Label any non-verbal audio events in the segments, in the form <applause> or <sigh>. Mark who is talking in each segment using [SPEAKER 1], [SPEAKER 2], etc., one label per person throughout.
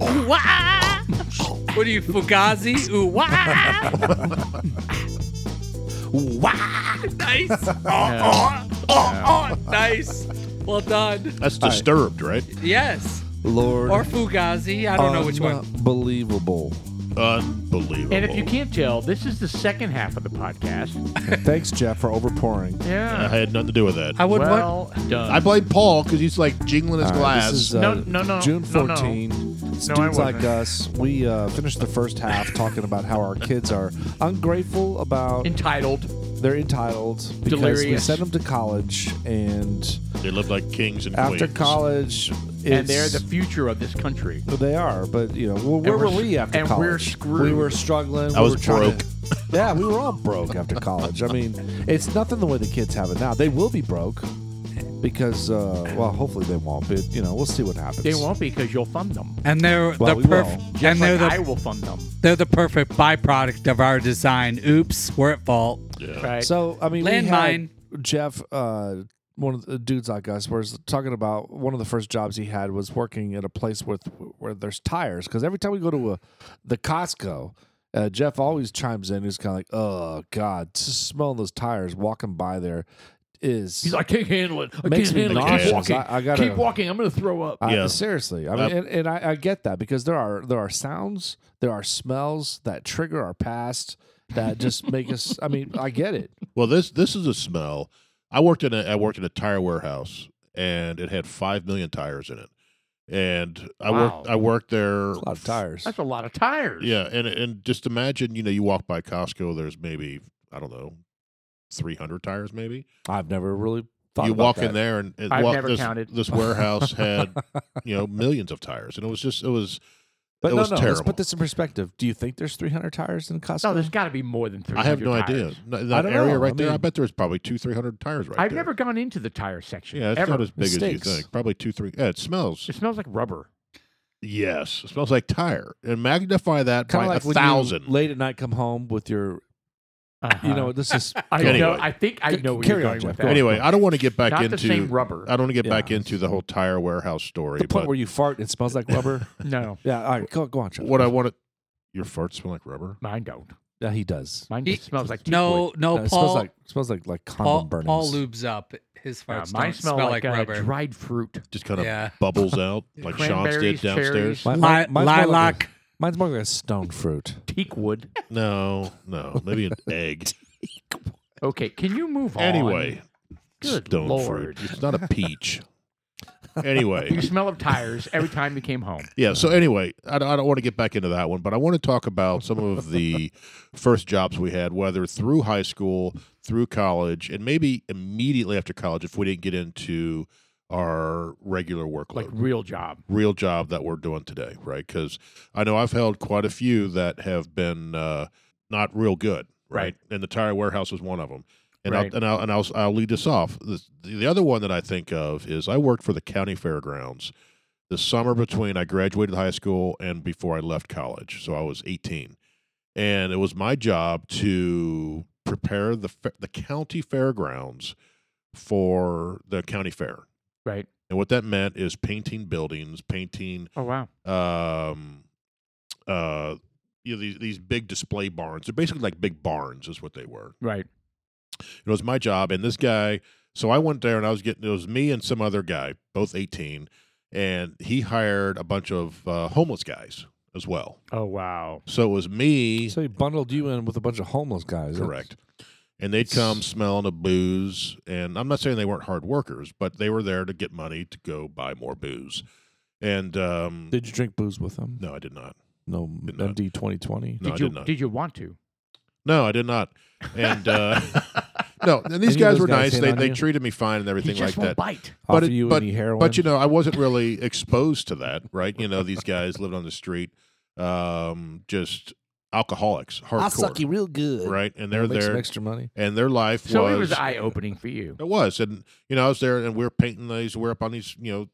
[SPEAKER 1] Ooh, wah. What are you, Fugazi? Ooh, wah. Nice. Oh, oh, oh, oh. Nice. Well done.
[SPEAKER 2] That's disturbed, right?
[SPEAKER 1] Yes.
[SPEAKER 3] Lord.
[SPEAKER 1] Or Fugazi. I don't know
[SPEAKER 4] Um,
[SPEAKER 5] <laughs>
[SPEAKER 1] which one.
[SPEAKER 3] Unbelievable.
[SPEAKER 2] Unbelievable.
[SPEAKER 4] And if you can't tell, this is the second half of the podcast.
[SPEAKER 5] Thanks, Jeff, for overpouring.
[SPEAKER 2] I
[SPEAKER 4] Yeah.
[SPEAKER 2] had nothing to do with that.
[SPEAKER 1] I would want.
[SPEAKER 4] well done.
[SPEAKER 2] I blame Paul because he's like jingling his
[SPEAKER 5] All right,
[SPEAKER 2] glass.
[SPEAKER 5] This is, uh,
[SPEAKER 4] No, no, no,
[SPEAKER 5] June
[SPEAKER 4] no, no.
[SPEAKER 5] 14. It's
[SPEAKER 4] No, I
[SPEAKER 5] dudes like
[SPEAKER 4] wasn't.
[SPEAKER 5] us. We uh, finished the first half talking about how our kids are ungrateful about
[SPEAKER 4] Entitled.
[SPEAKER 5] they're entitled because we
[SPEAKER 4] Delirious.
[SPEAKER 5] sent them to college and
[SPEAKER 2] they live like kings and
[SPEAKER 5] uh, after
[SPEAKER 2] queens.
[SPEAKER 5] college it's,
[SPEAKER 4] And they're the future of this country.
[SPEAKER 5] they are, but you know, well, where
[SPEAKER 4] we're
[SPEAKER 5] were
[SPEAKER 4] s-
[SPEAKER 5] we after
[SPEAKER 4] and
[SPEAKER 5] college?
[SPEAKER 4] we're screwed.
[SPEAKER 5] We were struggling.
[SPEAKER 2] I
[SPEAKER 5] we
[SPEAKER 2] was
[SPEAKER 5] were trying to-
[SPEAKER 2] broke.
[SPEAKER 5] yeah, we were all broke after college. I mean, it's nothing the way the kids have it now. They will be broke because, uh, well, hopefully they won't. But you know, we'll see what happens.
[SPEAKER 4] They won't be because you'll fund them.
[SPEAKER 1] And they're
[SPEAKER 5] Well, we
[SPEAKER 1] the
[SPEAKER 5] will.
[SPEAKER 1] perfect.
[SPEAKER 4] Just
[SPEAKER 1] And they're
[SPEAKER 4] like
[SPEAKER 1] the
[SPEAKER 4] I will fund them.
[SPEAKER 1] they're the perfect byproduct of our design. Oops, we're at fault.
[SPEAKER 2] Yeah.
[SPEAKER 4] Right.
[SPEAKER 5] So I mean, we
[SPEAKER 1] Landmine.
[SPEAKER 5] had Jeff, uh, one of the dudes like us, was talking about one of the first jobs he had was working at a place with where there's tires because every time we go to a, the Costco. Uh, Jeff always chimes in. He's kind of like, "Oh God, just smelling those tires walking by there is
[SPEAKER 4] He's like, I can't handle it. I
[SPEAKER 5] Makes
[SPEAKER 4] can't
[SPEAKER 5] me
[SPEAKER 4] handle it.
[SPEAKER 2] nauseous.
[SPEAKER 4] Keep walking.
[SPEAKER 5] I- I gotta-
[SPEAKER 4] Keep walking. I'm going to throw up.
[SPEAKER 5] I-
[SPEAKER 2] Yeah. Uh,
[SPEAKER 5] Seriously, I mean, and, and I, I get that because there are there are sounds, there are smells that trigger our past that just make us. I mean, I get it.
[SPEAKER 2] Well, this this is a smell. I worked in a I worked in a tire warehouse, and it had five million tires in it. And I
[SPEAKER 4] Wow.
[SPEAKER 2] worked I worked there
[SPEAKER 5] A lot
[SPEAKER 2] <laughs>
[SPEAKER 5] of tires.
[SPEAKER 4] That's a lot of tires.
[SPEAKER 2] Yeah, and and just imagine, you know, you walk by Costco. There's maybe I don't know, three hundred tires maybe.
[SPEAKER 5] I've never really thought
[SPEAKER 2] you
[SPEAKER 5] about
[SPEAKER 2] walk
[SPEAKER 5] that.
[SPEAKER 2] in there and it,
[SPEAKER 4] I've
[SPEAKER 2] wa-
[SPEAKER 4] never
[SPEAKER 2] this,
[SPEAKER 4] counted.
[SPEAKER 2] this
[SPEAKER 5] <laughs>
[SPEAKER 2] warehouse had you know millions of tires, and it was just it was.
[SPEAKER 5] But
[SPEAKER 2] It
[SPEAKER 5] no,
[SPEAKER 2] was
[SPEAKER 5] no. Let's
[SPEAKER 2] terrible.
[SPEAKER 5] put this in perspective. Do you think there's 300 tires in Costco?
[SPEAKER 4] No, there's got to be more than 300
[SPEAKER 2] I have no
[SPEAKER 4] tires.
[SPEAKER 2] idea No, that
[SPEAKER 5] don't
[SPEAKER 2] area
[SPEAKER 5] know.
[SPEAKER 2] right
[SPEAKER 5] I
[SPEAKER 2] there. I
[SPEAKER 5] mean-
[SPEAKER 2] bet there's probably two three hundred tires right
[SPEAKER 4] I've
[SPEAKER 2] there.
[SPEAKER 4] never gone into the tire section.
[SPEAKER 2] Yeah, it's
[SPEAKER 4] ever.
[SPEAKER 2] not as big
[SPEAKER 5] It
[SPEAKER 2] as you
[SPEAKER 5] stinks.
[SPEAKER 2] think. Probably two three. Yeah, it smells.
[SPEAKER 4] It smells like rubber.
[SPEAKER 2] Yes, it smells like tire. And magnify that
[SPEAKER 5] kind
[SPEAKER 2] by
[SPEAKER 5] of like
[SPEAKER 2] a
[SPEAKER 5] when
[SPEAKER 2] thousand. Uh-huh.
[SPEAKER 5] you late at night come home with your. You know, this
[SPEAKER 2] <laughs>
[SPEAKER 5] is.
[SPEAKER 4] I
[SPEAKER 2] Anyway.
[SPEAKER 4] know. I think I
[SPEAKER 5] C-
[SPEAKER 4] know where
[SPEAKER 5] carry
[SPEAKER 4] you're
[SPEAKER 5] on,
[SPEAKER 4] going
[SPEAKER 5] Jeff.
[SPEAKER 4] with
[SPEAKER 5] Go
[SPEAKER 4] that.
[SPEAKER 5] on.
[SPEAKER 2] anyway, I don't want to get back
[SPEAKER 4] not
[SPEAKER 2] into uh,
[SPEAKER 4] the same rubber.
[SPEAKER 2] <laughs> I don't want to get back
[SPEAKER 5] Yeah.
[SPEAKER 2] into the whole tire warehouse story.
[SPEAKER 5] the point
[SPEAKER 2] but
[SPEAKER 5] where you fart and it smells like
[SPEAKER 2] <laughs>
[SPEAKER 5] rubber.
[SPEAKER 4] no,
[SPEAKER 5] yeah. All right. Go, go on, Chuck.
[SPEAKER 2] what I want to, your farts smell like rubber.
[SPEAKER 4] mine don't.
[SPEAKER 5] Yeah, he does.
[SPEAKER 4] Mine
[SPEAKER 1] He-
[SPEAKER 4] just smells like teak
[SPEAKER 1] No,
[SPEAKER 4] wood.
[SPEAKER 1] no,
[SPEAKER 5] No, it
[SPEAKER 1] Oh, Paul.
[SPEAKER 5] smells like smells like like condom
[SPEAKER 1] Paul,
[SPEAKER 5] burnings.
[SPEAKER 1] Paul lubes up his
[SPEAKER 4] Uh,
[SPEAKER 1] farts.
[SPEAKER 4] mine
[SPEAKER 1] don't
[SPEAKER 4] smell, like, uh,
[SPEAKER 1] rubber.
[SPEAKER 4] dried fruit.
[SPEAKER 2] Just kind of
[SPEAKER 1] Yeah.
[SPEAKER 2] bubbles out like Sean's did
[SPEAKER 4] Cranberries,
[SPEAKER 2] downstairs.
[SPEAKER 5] <laughs>
[SPEAKER 4] cherries.
[SPEAKER 5] Mi- mi-
[SPEAKER 1] Li-
[SPEAKER 5] mine's more like a-
[SPEAKER 1] lilac.
[SPEAKER 5] mine's more like a stone fruit.
[SPEAKER 4] Teak wood.
[SPEAKER 2] No, no, maybe an egg.
[SPEAKER 4] Okay, can you move on?
[SPEAKER 2] anyway,
[SPEAKER 4] Good
[SPEAKER 2] stone
[SPEAKER 4] Lord.
[SPEAKER 2] fruit. It's not a peach. anyway,
[SPEAKER 4] you smell of tires every time you came home.
[SPEAKER 2] yeah. So anyway, I, don't- I don't want to get back into that one, but I want to talk about some of the first jobs we had, whether through high school, through college, and maybe immediately after college if we didn't get into our regular workload.
[SPEAKER 4] Like real job.
[SPEAKER 2] real job that we're doing today, right? Because I know I've held quite a few that have been uh, not real good, right?
[SPEAKER 4] Right.
[SPEAKER 2] And the tire warehouse was one of them. And
[SPEAKER 4] Right.
[SPEAKER 2] I'll, and I'll and I'll I'll lead this off. The, the other one that I think of is I worked for the county fairgrounds the summer between I graduated high school and before I left college. So I was 18, and it was my job to prepare the fa- the county fairgrounds for the county fair.
[SPEAKER 4] Right.
[SPEAKER 2] And what that meant is painting buildings, painting
[SPEAKER 4] Oh wow.
[SPEAKER 2] um, uh, you know, these these big display barns. They're basically like big barns, is what they were.
[SPEAKER 4] Right.
[SPEAKER 2] It was my job, and this guy. So I went there, and I was getting. It was me and some other guy, both eighteen, and he hired a bunch of uh, homeless guys as well.
[SPEAKER 4] Oh wow.
[SPEAKER 2] So it was me,
[SPEAKER 5] So he bundled you in with a bunch of homeless guys.
[SPEAKER 2] <laughs> correct. And they'd come smelling of booze, and I'm not saying they weren't hard workers, but they were there to get money to go buy more booze. And um,
[SPEAKER 5] Did you drink booze with them?
[SPEAKER 2] No, I did not.
[SPEAKER 5] No,
[SPEAKER 2] Did not.
[SPEAKER 5] MD 2020.
[SPEAKER 2] No,
[SPEAKER 4] did
[SPEAKER 2] I
[SPEAKER 4] you
[SPEAKER 2] did not.
[SPEAKER 4] did you want to?
[SPEAKER 2] no, I did not. And uh, <laughs> no, and
[SPEAKER 5] Any
[SPEAKER 2] these
[SPEAKER 5] of
[SPEAKER 2] guys
[SPEAKER 5] those
[SPEAKER 2] were
[SPEAKER 5] guys
[SPEAKER 2] nice.
[SPEAKER 5] hit
[SPEAKER 2] They
[SPEAKER 5] on
[SPEAKER 2] they
[SPEAKER 5] you?
[SPEAKER 2] treated me fine and
[SPEAKER 4] He
[SPEAKER 2] everything like
[SPEAKER 4] just won't
[SPEAKER 2] that.
[SPEAKER 4] bite.
[SPEAKER 2] But
[SPEAKER 5] Offer
[SPEAKER 2] it-
[SPEAKER 5] you
[SPEAKER 2] but-
[SPEAKER 5] any heroin?
[SPEAKER 2] But you know, I wasn't really exposed to that, right? You know, these guys lived on the street, um, just alcoholics, hardcore,
[SPEAKER 5] real good.
[SPEAKER 2] right? And they're
[SPEAKER 5] Make some
[SPEAKER 2] there,
[SPEAKER 5] extra money.
[SPEAKER 2] and their life
[SPEAKER 4] So
[SPEAKER 2] was
[SPEAKER 4] it was eye opening for you.
[SPEAKER 2] It was, and you know, I was there, and we were painting these. We're up on these, you know,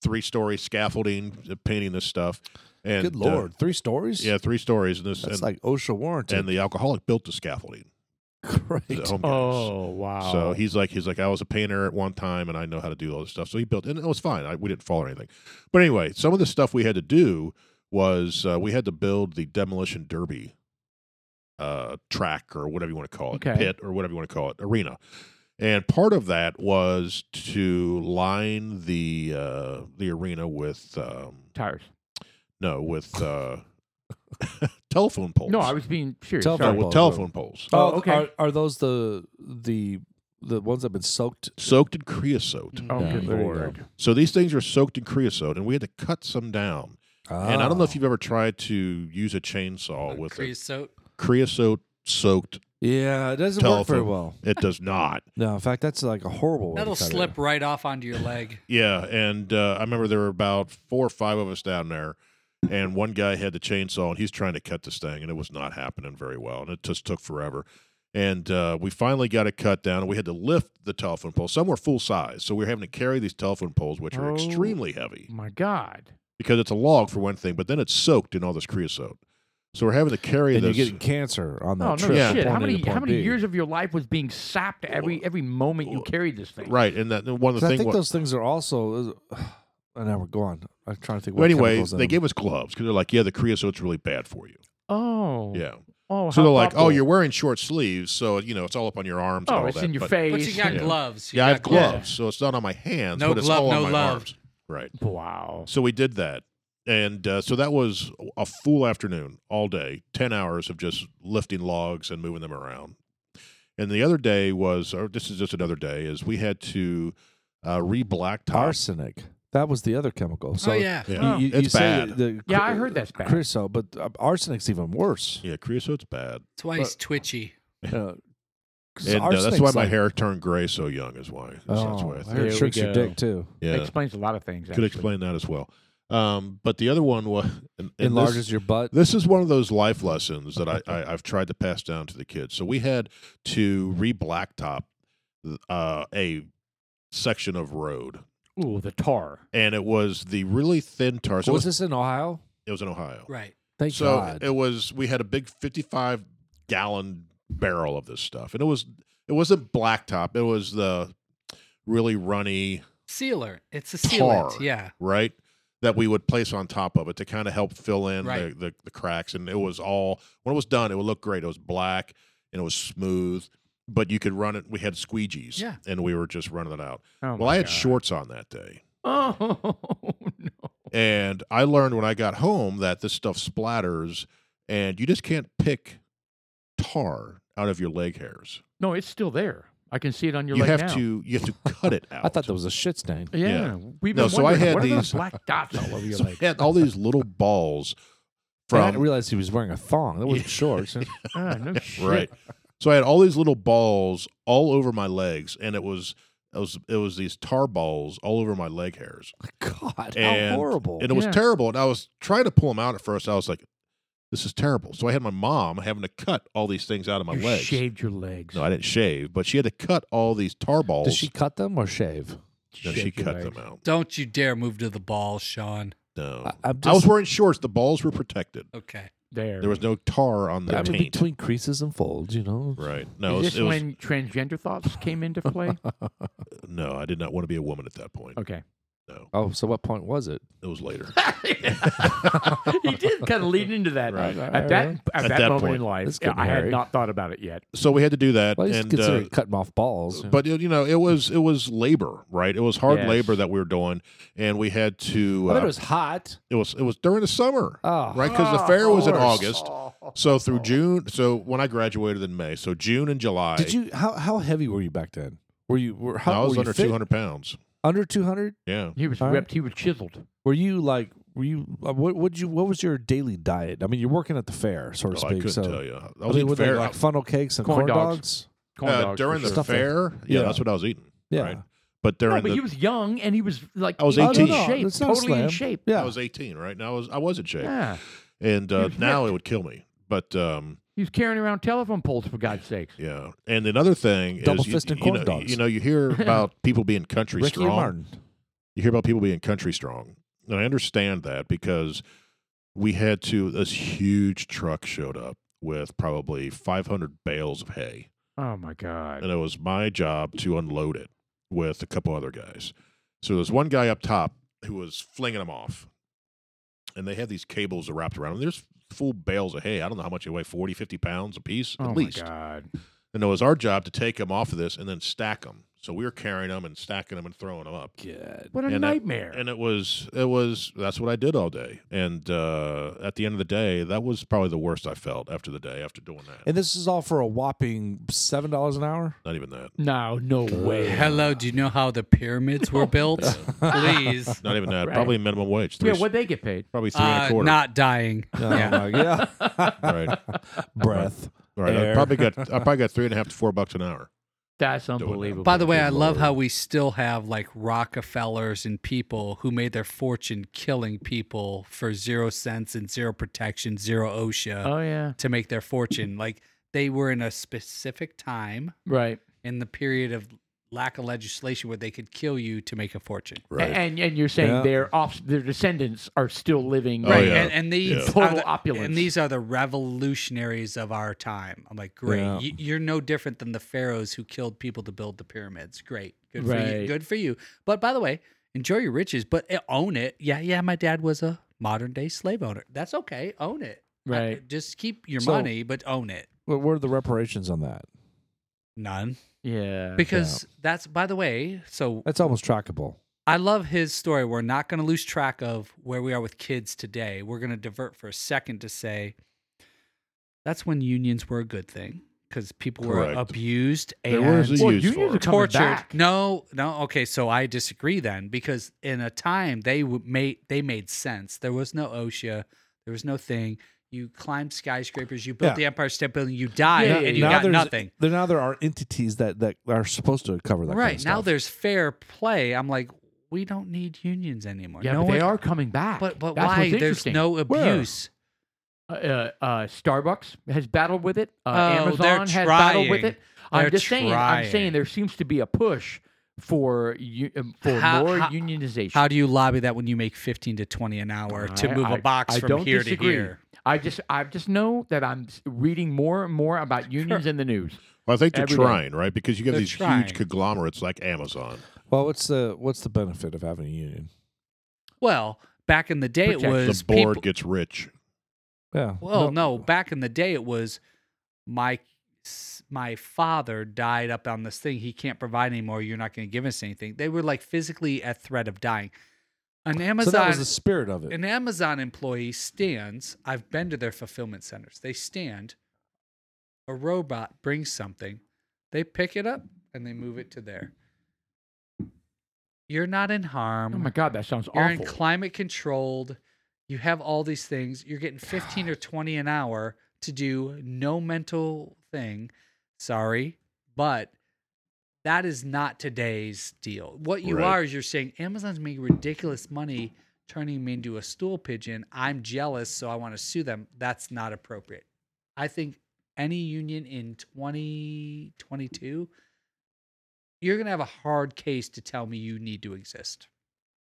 [SPEAKER 2] three story scaffolding, uh, painting this stuff. And
[SPEAKER 5] good
[SPEAKER 2] uh,
[SPEAKER 5] lord, three stories.
[SPEAKER 2] yeah, three stories, and this
[SPEAKER 5] that's
[SPEAKER 2] and,
[SPEAKER 5] like OSHA warranty.
[SPEAKER 2] and the alcoholic built the scaffolding.
[SPEAKER 5] <laughs> Great.
[SPEAKER 2] the home guys.
[SPEAKER 4] Oh wow.
[SPEAKER 2] So he's like, he's like, I was a painter at one time, and I know how to do all this stuff. So he built, and it was fine. I, we didn't fall or anything. But anyway, some of the stuff we had to do was uh, we had to build the demolition derby uh, track or whatever you want to call it,
[SPEAKER 4] Okay.
[SPEAKER 2] pit or whatever you want to call it, arena. And part of that was to line the uh, the arena with um,
[SPEAKER 4] tires.
[SPEAKER 2] no with uh, <laughs> telephone poles.
[SPEAKER 4] No, I was being serious.
[SPEAKER 5] Telephone
[SPEAKER 2] no,
[SPEAKER 4] Sorry.
[SPEAKER 2] with
[SPEAKER 5] poles,
[SPEAKER 2] telephone poles
[SPEAKER 4] Oh,
[SPEAKER 5] th-
[SPEAKER 4] okay.
[SPEAKER 5] Are, are those the the the ones that've been soaked?
[SPEAKER 2] soaked in creosote.
[SPEAKER 4] Oh
[SPEAKER 5] Yeah,
[SPEAKER 4] good
[SPEAKER 5] there you go.
[SPEAKER 4] lord.
[SPEAKER 2] So these things are soaked in creosote, and we had to cut some down. And I don't know if
[SPEAKER 5] you.
[SPEAKER 2] you've ever tried to use a chainsaw with
[SPEAKER 1] creosote.
[SPEAKER 2] a creosote soaked.
[SPEAKER 5] Ah. Yeah, it doesn't work very
[SPEAKER 2] Telephone.
[SPEAKER 5] well.
[SPEAKER 2] It does not.
[SPEAKER 5] No, in fact, that's like a horrible. Way
[SPEAKER 1] That'll
[SPEAKER 5] to cut it.
[SPEAKER 1] slip right off onto your leg.
[SPEAKER 2] Yeah, and uh, I remember there were about four or five of us down there, and one guy had the chainsaw, and he's trying to cut this thing, and it was not happening very well, and it just took forever. And uh, we finally got it cut down, and we had to lift the telephone pole. Some were full size, so we were having to carry these telephone poles, which are
[SPEAKER 4] Oh.
[SPEAKER 2] extremely heavy
[SPEAKER 4] My God.
[SPEAKER 2] because it's a log for one thing, but then it's soaked in all this creosote. So we're having to carry
[SPEAKER 5] And
[SPEAKER 2] this.
[SPEAKER 5] you're getting cancer on that
[SPEAKER 4] Oh no
[SPEAKER 5] trip.
[SPEAKER 2] Yeah.
[SPEAKER 5] from
[SPEAKER 4] shit. How
[SPEAKER 5] point A to
[SPEAKER 4] many how
[SPEAKER 5] point
[SPEAKER 4] many
[SPEAKER 5] B.
[SPEAKER 4] years of your life was being sapped every every moment you carried this thing?
[SPEAKER 2] Right, and that and one
[SPEAKER 5] 'Cause
[SPEAKER 2] of the
[SPEAKER 5] I
[SPEAKER 2] things.
[SPEAKER 5] think
[SPEAKER 2] wa-
[SPEAKER 5] those things are also. <sighs> And now we're going. I'm trying to think.
[SPEAKER 2] well,
[SPEAKER 5] What
[SPEAKER 2] anyway,
[SPEAKER 5] chemicals in
[SPEAKER 2] they
[SPEAKER 5] them.
[SPEAKER 2] gave us gloves because they're like, yeah, the creosote's really bad for you.
[SPEAKER 4] Oh.
[SPEAKER 2] Yeah,
[SPEAKER 4] Oh.
[SPEAKER 2] so
[SPEAKER 4] how
[SPEAKER 2] they're like, oh,
[SPEAKER 4] thoughtful.
[SPEAKER 2] you're wearing short sleeves, so you know it's all up on your arms. and
[SPEAKER 4] Oh,
[SPEAKER 2] all
[SPEAKER 4] it's
[SPEAKER 2] that,
[SPEAKER 4] in your
[SPEAKER 2] but-
[SPEAKER 4] face.
[SPEAKER 1] But you got
[SPEAKER 2] Yeah.
[SPEAKER 1] gloves. You
[SPEAKER 2] Yeah, I have
[SPEAKER 1] got gloves.
[SPEAKER 2] gloves, so it's not on my hands,
[SPEAKER 1] No
[SPEAKER 2] but it's
[SPEAKER 1] glove,
[SPEAKER 2] all
[SPEAKER 1] no
[SPEAKER 2] on my
[SPEAKER 1] love.
[SPEAKER 2] arms. Right.
[SPEAKER 4] Wow.
[SPEAKER 2] So we did that, and uh, so that was a full afternoon, all day, ten hours of just lifting logs and moving them around. And the other day was, or this is just another day, is we had to uh, re-blacktop.
[SPEAKER 5] arsenic. That was the other chemical. So
[SPEAKER 1] oh yeah.
[SPEAKER 2] Yeah.
[SPEAKER 4] Oh.
[SPEAKER 5] you, you,
[SPEAKER 2] It's
[SPEAKER 5] you say
[SPEAKER 2] bad.
[SPEAKER 5] The,
[SPEAKER 4] Yeah, I heard that's bad.
[SPEAKER 5] Creosote, but uh, arsenic's even worse.
[SPEAKER 2] Yeah, creosote's bad.
[SPEAKER 1] Twice twitchy.
[SPEAKER 5] Uh, 'cause
[SPEAKER 2] And uh, that's
[SPEAKER 5] arsenic's
[SPEAKER 2] why my
[SPEAKER 5] like-
[SPEAKER 2] hair turned gray so young is why. That's, that's
[SPEAKER 5] Oh,
[SPEAKER 2] why I think.
[SPEAKER 5] hair
[SPEAKER 4] There we
[SPEAKER 5] shrinks your
[SPEAKER 4] go.
[SPEAKER 5] dick too.
[SPEAKER 2] Yeah.
[SPEAKER 4] Explains a lot of things.
[SPEAKER 2] Could
[SPEAKER 4] Actually.
[SPEAKER 2] explain that as well. Um, but the other one was and, and
[SPEAKER 5] Enlarges
[SPEAKER 2] this,
[SPEAKER 5] your butt.
[SPEAKER 2] this is one of those life lessons that I, I I've tried to pass down to the kids. So we had to re-blacktop uh, a section of road,
[SPEAKER 4] Ooh, the tar.
[SPEAKER 2] and it was the really thin tar. So it
[SPEAKER 5] was
[SPEAKER 2] was,
[SPEAKER 5] this in Ohio?
[SPEAKER 2] it was in Ohio.
[SPEAKER 1] Right.
[SPEAKER 5] Thank
[SPEAKER 2] so
[SPEAKER 5] God.
[SPEAKER 2] it was we had a big 55 gallon barrel of this stuff and it was it wasn't blacktop it was the really runny
[SPEAKER 1] Sealer. It's a
[SPEAKER 2] Tar.
[SPEAKER 1] sealant. Yeah.
[SPEAKER 2] right that we would place on top of it to kind of help fill in the,
[SPEAKER 1] Right.
[SPEAKER 2] the, the cracks and it was all when it was done it would look great it was black and it was smooth but you could run it we had squeegees
[SPEAKER 1] Yeah.
[SPEAKER 2] and we were just running it out
[SPEAKER 4] Oh,
[SPEAKER 2] well
[SPEAKER 4] my
[SPEAKER 2] i had
[SPEAKER 4] God.
[SPEAKER 2] shorts on that day
[SPEAKER 4] Oh <laughs> no.
[SPEAKER 2] and I learned when I got home that this stuff splatters, and you just can't pick tar out of your leg hairs.
[SPEAKER 4] No, it's still there. I can see it on your
[SPEAKER 2] you
[SPEAKER 4] leg
[SPEAKER 2] have
[SPEAKER 4] now.
[SPEAKER 2] to you
[SPEAKER 4] <laughs>
[SPEAKER 2] have to cut it out.
[SPEAKER 5] I thought that was a shit stain.
[SPEAKER 4] Yeah.
[SPEAKER 2] yeah.
[SPEAKER 4] We've been
[SPEAKER 2] No, so I
[SPEAKER 4] wondering,
[SPEAKER 2] had
[SPEAKER 4] what are those
[SPEAKER 2] these-
[SPEAKER 4] black dots all over your
[SPEAKER 2] <laughs> So I
[SPEAKER 4] leg.
[SPEAKER 2] had all these little balls
[SPEAKER 5] From, I
[SPEAKER 2] from
[SPEAKER 5] didn't realize he was wearing a thong. That wasn't
[SPEAKER 2] Yeah. <laughs>
[SPEAKER 5] shorts.
[SPEAKER 4] Ah, no shit.
[SPEAKER 2] right. <laughs> So I had all these little balls all over my legs, and it was it was it was these tar balls all over my leg hairs,
[SPEAKER 5] God,
[SPEAKER 2] And-
[SPEAKER 5] how horrible!
[SPEAKER 2] and it was
[SPEAKER 4] Yeah.
[SPEAKER 2] terrible. And I was trying to pull them out at first. I was like, "This is terrible." So I had my mom having to cut all these things out of my
[SPEAKER 4] you
[SPEAKER 2] legs.
[SPEAKER 4] shaved your legs.
[SPEAKER 2] No, I didn't shave, but she had to cut all these tar balls.
[SPEAKER 5] Did she cut them or shave?
[SPEAKER 2] No, she
[SPEAKER 4] Shaved your
[SPEAKER 2] cut
[SPEAKER 4] legs.
[SPEAKER 2] them out.
[SPEAKER 1] Don't you dare move to the ball, Sean.
[SPEAKER 2] No,
[SPEAKER 5] I-
[SPEAKER 2] I,
[SPEAKER 5] I'm
[SPEAKER 2] was
[SPEAKER 5] just-
[SPEAKER 2] wearing shorts. The balls were protected.
[SPEAKER 1] Okay.
[SPEAKER 4] There.
[SPEAKER 2] There was no tar on the
[SPEAKER 5] I mean,
[SPEAKER 2] taint.
[SPEAKER 5] between creases and folds, you know.
[SPEAKER 2] right? No, it
[SPEAKER 4] Is
[SPEAKER 2] was,
[SPEAKER 4] this
[SPEAKER 2] it was-
[SPEAKER 4] when transgender thoughts came into play?
[SPEAKER 2] <laughs> no. I did not want to be a woman at that point.
[SPEAKER 4] Okay.
[SPEAKER 2] No,
[SPEAKER 5] Oh, so what point was it?
[SPEAKER 2] it was later.
[SPEAKER 4] <laughs> he did kind of lead into that.
[SPEAKER 2] Right.
[SPEAKER 4] At that at,
[SPEAKER 2] At
[SPEAKER 4] that,
[SPEAKER 2] that
[SPEAKER 4] moment
[SPEAKER 2] point.
[SPEAKER 4] in life,
[SPEAKER 5] That's getting
[SPEAKER 4] I had
[SPEAKER 5] hairy.
[SPEAKER 4] not thought about it yet.
[SPEAKER 2] So we had to do that,
[SPEAKER 5] Well, I used to
[SPEAKER 2] and
[SPEAKER 5] consider
[SPEAKER 2] uh,
[SPEAKER 5] it cutting off balls.
[SPEAKER 2] but you know, it was it was labor, right? It was hard
[SPEAKER 4] Yes.
[SPEAKER 2] labor that we were doing, and we had to.
[SPEAKER 5] I
[SPEAKER 2] Uh,
[SPEAKER 5] bet it was hot.
[SPEAKER 2] it was it was during the summer,
[SPEAKER 5] Oh,
[SPEAKER 2] right? Because the fair was in
[SPEAKER 5] course.
[SPEAKER 2] August. So through June, so when I graduated in May, so June and July,
[SPEAKER 5] Did you? How how heavy were you back then? Were you? Were, how,
[SPEAKER 2] I was
[SPEAKER 5] were
[SPEAKER 2] under
[SPEAKER 5] you fit?
[SPEAKER 2] two hundred pounds.
[SPEAKER 5] Under two hundred?
[SPEAKER 2] Yeah.
[SPEAKER 4] He was
[SPEAKER 5] All right.
[SPEAKER 4] ripped. He was chiseled.
[SPEAKER 5] Were you like? Were you? uh, What would you? What was your daily diet? I mean, you're working at the fair, so to
[SPEAKER 2] Well, Oh, I
[SPEAKER 5] speak.
[SPEAKER 2] couldn't
[SPEAKER 5] so
[SPEAKER 2] tell you.
[SPEAKER 5] I
[SPEAKER 2] I was
[SPEAKER 5] mean,
[SPEAKER 2] eating
[SPEAKER 5] were they
[SPEAKER 2] fair
[SPEAKER 5] like funnel cakes and
[SPEAKER 4] Corn
[SPEAKER 5] corn,
[SPEAKER 4] dogs.
[SPEAKER 5] dogs.
[SPEAKER 4] Corn
[SPEAKER 2] uh,
[SPEAKER 4] dogs,
[SPEAKER 2] during
[SPEAKER 4] for
[SPEAKER 2] the
[SPEAKER 4] sure.
[SPEAKER 5] Stuff like-
[SPEAKER 2] fair. Yeah,
[SPEAKER 5] Yeah.
[SPEAKER 2] that's what I was eating.
[SPEAKER 5] Yeah,
[SPEAKER 2] Right. But during
[SPEAKER 4] No, but
[SPEAKER 2] the,
[SPEAKER 4] he was young and he was like
[SPEAKER 2] I was
[SPEAKER 4] he
[SPEAKER 2] 18.
[SPEAKER 4] in
[SPEAKER 2] No, no,
[SPEAKER 4] shape,
[SPEAKER 5] that's not a
[SPEAKER 4] totally in
[SPEAKER 5] slam.
[SPEAKER 4] shape.
[SPEAKER 5] yeah.
[SPEAKER 2] I was 18, right? Now I was I was in shape,
[SPEAKER 4] Yeah.
[SPEAKER 2] and uh,
[SPEAKER 4] was
[SPEAKER 2] now it would kill me. But um,
[SPEAKER 4] He was carrying around telephone poles for God's sakes.
[SPEAKER 2] yeah. And another thing
[SPEAKER 5] Double
[SPEAKER 2] is, you-
[SPEAKER 5] fist and
[SPEAKER 2] you,
[SPEAKER 5] corn
[SPEAKER 2] know,
[SPEAKER 5] dogs.
[SPEAKER 2] you know, you
[SPEAKER 5] <laughs>
[SPEAKER 2] hear about people being country
[SPEAKER 5] Ricky
[SPEAKER 2] strong.
[SPEAKER 5] Martin.
[SPEAKER 2] You hear about people being country strong, and I understand that because we had to. This huge truck showed up with probably 500 bales of hay.
[SPEAKER 4] Oh my god.
[SPEAKER 2] and it was my job to unload it with a couple other guys. So there's one guy up top who was flinging them off, and they had these cables wrapped around them. There's full bales of hay. I don't know how much they weigh 40, 50 pounds a piece
[SPEAKER 4] Oh
[SPEAKER 2] at least.
[SPEAKER 4] my god.
[SPEAKER 2] And it was our job to take them off of this and then stack them. So we were carrying them and stacking them and throwing them up.
[SPEAKER 5] Good.
[SPEAKER 4] What a
[SPEAKER 2] And that-
[SPEAKER 4] nightmare.
[SPEAKER 2] And it was, it was, that's what I did all day. And uh, at the end of the day, that was probably the worst I felt after the day after doing that.
[SPEAKER 5] And this is all for a whopping seven dollars an hour.
[SPEAKER 2] Not even that.
[SPEAKER 4] no, no way.
[SPEAKER 1] Hello, do you know how the pyramids were built? Please.
[SPEAKER 2] Not even that.
[SPEAKER 4] Right.
[SPEAKER 2] Probably minimum wage. Three,
[SPEAKER 4] yeah, what they get paid?
[SPEAKER 2] probably three and a
[SPEAKER 1] Uh,
[SPEAKER 2] quarter. <laughs>
[SPEAKER 1] not dying. yeah. <laughs>
[SPEAKER 5] Oh, yeah.
[SPEAKER 2] right.
[SPEAKER 5] Breath.
[SPEAKER 2] Right. I
[SPEAKER 5] Air.
[SPEAKER 2] probably got I probably got three and a half to four bucks an hour.
[SPEAKER 4] That's
[SPEAKER 2] it.
[SPEAKER 4] unbelievable.
[SPEAKER 1] By the way, I
[SPEAKER 2] Good
[SPEAKER 1] love
[SPEAKER 2] lord.
[SPEAKER 1] how we still have like Rockefellers and people who made their fortune killing people for zero cents and zero protection, zero OSHA
[SPEAKER 2] Uh.
[SPEAKER 4] oh yeah,
[SPEAKER 1] to make their fortune. Like they were in a specific time
[SPEAKER 4] right.
[SPEAKER 1] in the period of lack of legislation where they could kill you to make a fortune.
[SPEAKER 4] A- And and you're saying
[SPEAKER 5] Yeah.
[SPEAKER 4] their off their descendants are still living.
[SPEAKER 2] Oh, Right. yeah.
[SPEAKER 1] And, and these
[SPEAKER 2] Yeah.
[SPEAKER 1] are
[SPEAKER 4] Total
[SPEAKER 1] the-
[SPEAKER 4] opulence.
[SPEAKER 1] And these are the revolutionaries of our time. I'm like, great.
[SPEAKER 5] Yeah.
[SPEAKER 1] You, you're no different than the pharaohs who killed people to build the pyramids. Great. Good for you.
[SPEAKER 4] Right.
[SPEAKER 1] Good for you. But by the way, enjoy your riches, but eh, own it. Yeah, yeah. My dad was a modern day slave owner. That's okay. Own it. I-
[SPEAKER 4] Right.
[SPEAKER 1] just keep your
[SPEAKER 5] So-
[SPEAKER 1] money, but own it.
[SPEAKER 5] What were the reparations on that?
[SPEAKER 1] None.
[SPEAKER 4] Yeah.
[SPEAKER 1] Because that's, by the way, so
[SPEAKER 5] That's almost trackable.
[SPEAKER 1] I love his story. We're not going to lose track of where we are with kids today. We're going to divert for a second to say that's when unions were a good thing because people were
[SPEAKER 2] Correct.
[SPEAKER 1] abused
[SPEAKER 2] There was
[SPEAKER 1] and
[SPEAKER 2] a-
[SPEAKER 4] well,
[SPEAKER 2] used
[SPEAKER 4] unions
[SPEAKER 2] for.
[SPEAKER 4] are coming
[SPEAKER 1] tortured.
[SPEAKER 4] back.
[SPEAKER 1] No, no. Okay, so I disagree then because in a time they w- made they made sense. There was no OSHA. There was no thing. You climbed skyscrapers. You built
[SPEAKER 5] Yeah.
[SPEAKER 1] the Empire State Building. You
[SPEAKER 4] Yeah,
[SPEAKER 1] died
[SPEAKER 4] yeah,
[SPEAKER 1] and
[SPEAKER 4] yeah.
[SPEAKER 1] you
[SPEAKER 4] Now
[SPEAKER 1] got
[SPEAKER 5] there's-
[SPEAKER 1] nothing.
[SPEAKER 5] There, now there are entities that, that are supposed to cover that. kind of
[SPEAKER 1] Right now,
[SPEAKER 5] stuff.
[SPEAKER 1] there's fair play. I'm like, we don't need unions anymore.
[SPEAKER 4] Yeah,
[SPEAKER 1] no
[SPEAKER 4] but
[SPEAKER 1] one
[SPEAKER 4] they are coming back.
[SPEAKER 1] But but
[SPEAKER 4] That's
[SPEAKER 1] why?
[SPEAKER 4] What's
[SPEAKER 1] There's
[SPEAKER 4] interesting.
[SPEAKER 1] no
[SPEAKER 5] Where?
[SPEAKER 1] abuse.
[SPEAKER 4] uh, uh, uh, Starbucks has battled with it. Uh,
[SPEAKER 1] Oh, they're
[SPEAKER 4] Amazon has battled with
[SPEAKER 1] trying.
[SPEAKER 4] it. I'm
[SPEAKER 1] They're
[SPEAKER 4] just saying. I'm
[SPEAKER 1] trying.
[SPEAKER 4] saying there seems to be a push for u- um, for
[SPEAKER 1] How-
[SPEAKER 4] more
[SPEAKER 1] how-
[SPEAKER 4] unionization.
[SPEAKER 1] How do you lobby that when you make fifteen to twenty an hour to
[SPEAKER 4] I-
[SPEAKER 1] move a
[SPEAKER 4] I-
[SPEAKER 1] box
[SPEAKER 4] I
[SPEAKER 1] from
[SPEAKER 4] don't
[SPEAKER 1] here
[SPEAKER 4] disagree.
[SPEAKER 1] to here?
[SPEAKER 4] I just I just know that I'm s- reading more and more about unions in the news.
[SPEAKER 2] Well, I think they're
[SPEAKER 4] Every day.
[SPEAKER 2] trying, right? Because you get
[SPEAKER 1] They're
[SPEAKER 2] these
[SPEAKER 1] trying.
[SPEAKER 2] huge conglomerates like Amazon.
[SPEAKER 5] well, what's the what's the benefit of having a union?
[SPEAKER 1] Well, back in the day,
[SPEAKER 4] Protection.
[SPEAKER 1] it was
[SPEAKER 2] the board
[SPEAKER 1] people-
[SPEAKER 2] gets rich.
[SPEAKER 5] Yeah.
[SPEAKER 1] well, no. Back in the day, it was my s- my father died up on this thing. He can't provide anymore. You're not going to give us anything. They were like physically at threat of dying. An
[SPEAKER 5] So
[SPEAKER 1] Amazon
[SPEAKER 5] that was the spirit of it.
[SPEAKER 1] an Amazon employee stands. I've been to their fulfillment centers. They stand. A robot brings something. They pick it up and they move it to there. You're not in harm.
[SPEAKER 4] Oh my god, that sounds
[SPEAKER 1] Um, You're in
[SPEAKER 4] awful.
[SPEAKER 1] climate controlled. You have all these things. You're
[SPEAKER 4] <sighs>
[SPEAKER 1] getting 15 or 20 an hour to do no mental thing. Sorry, but that is not today's deal. What you
[SPEAKER 2] Right.
[SPEAKER 1] are is you're saying Amazon's making ridiculous money turning me into a stool pigeon. I'm jealous, so I want to sue them. That's not appropriate. I think any union in 2022 you're going to have a hard case to tell me you need to exist.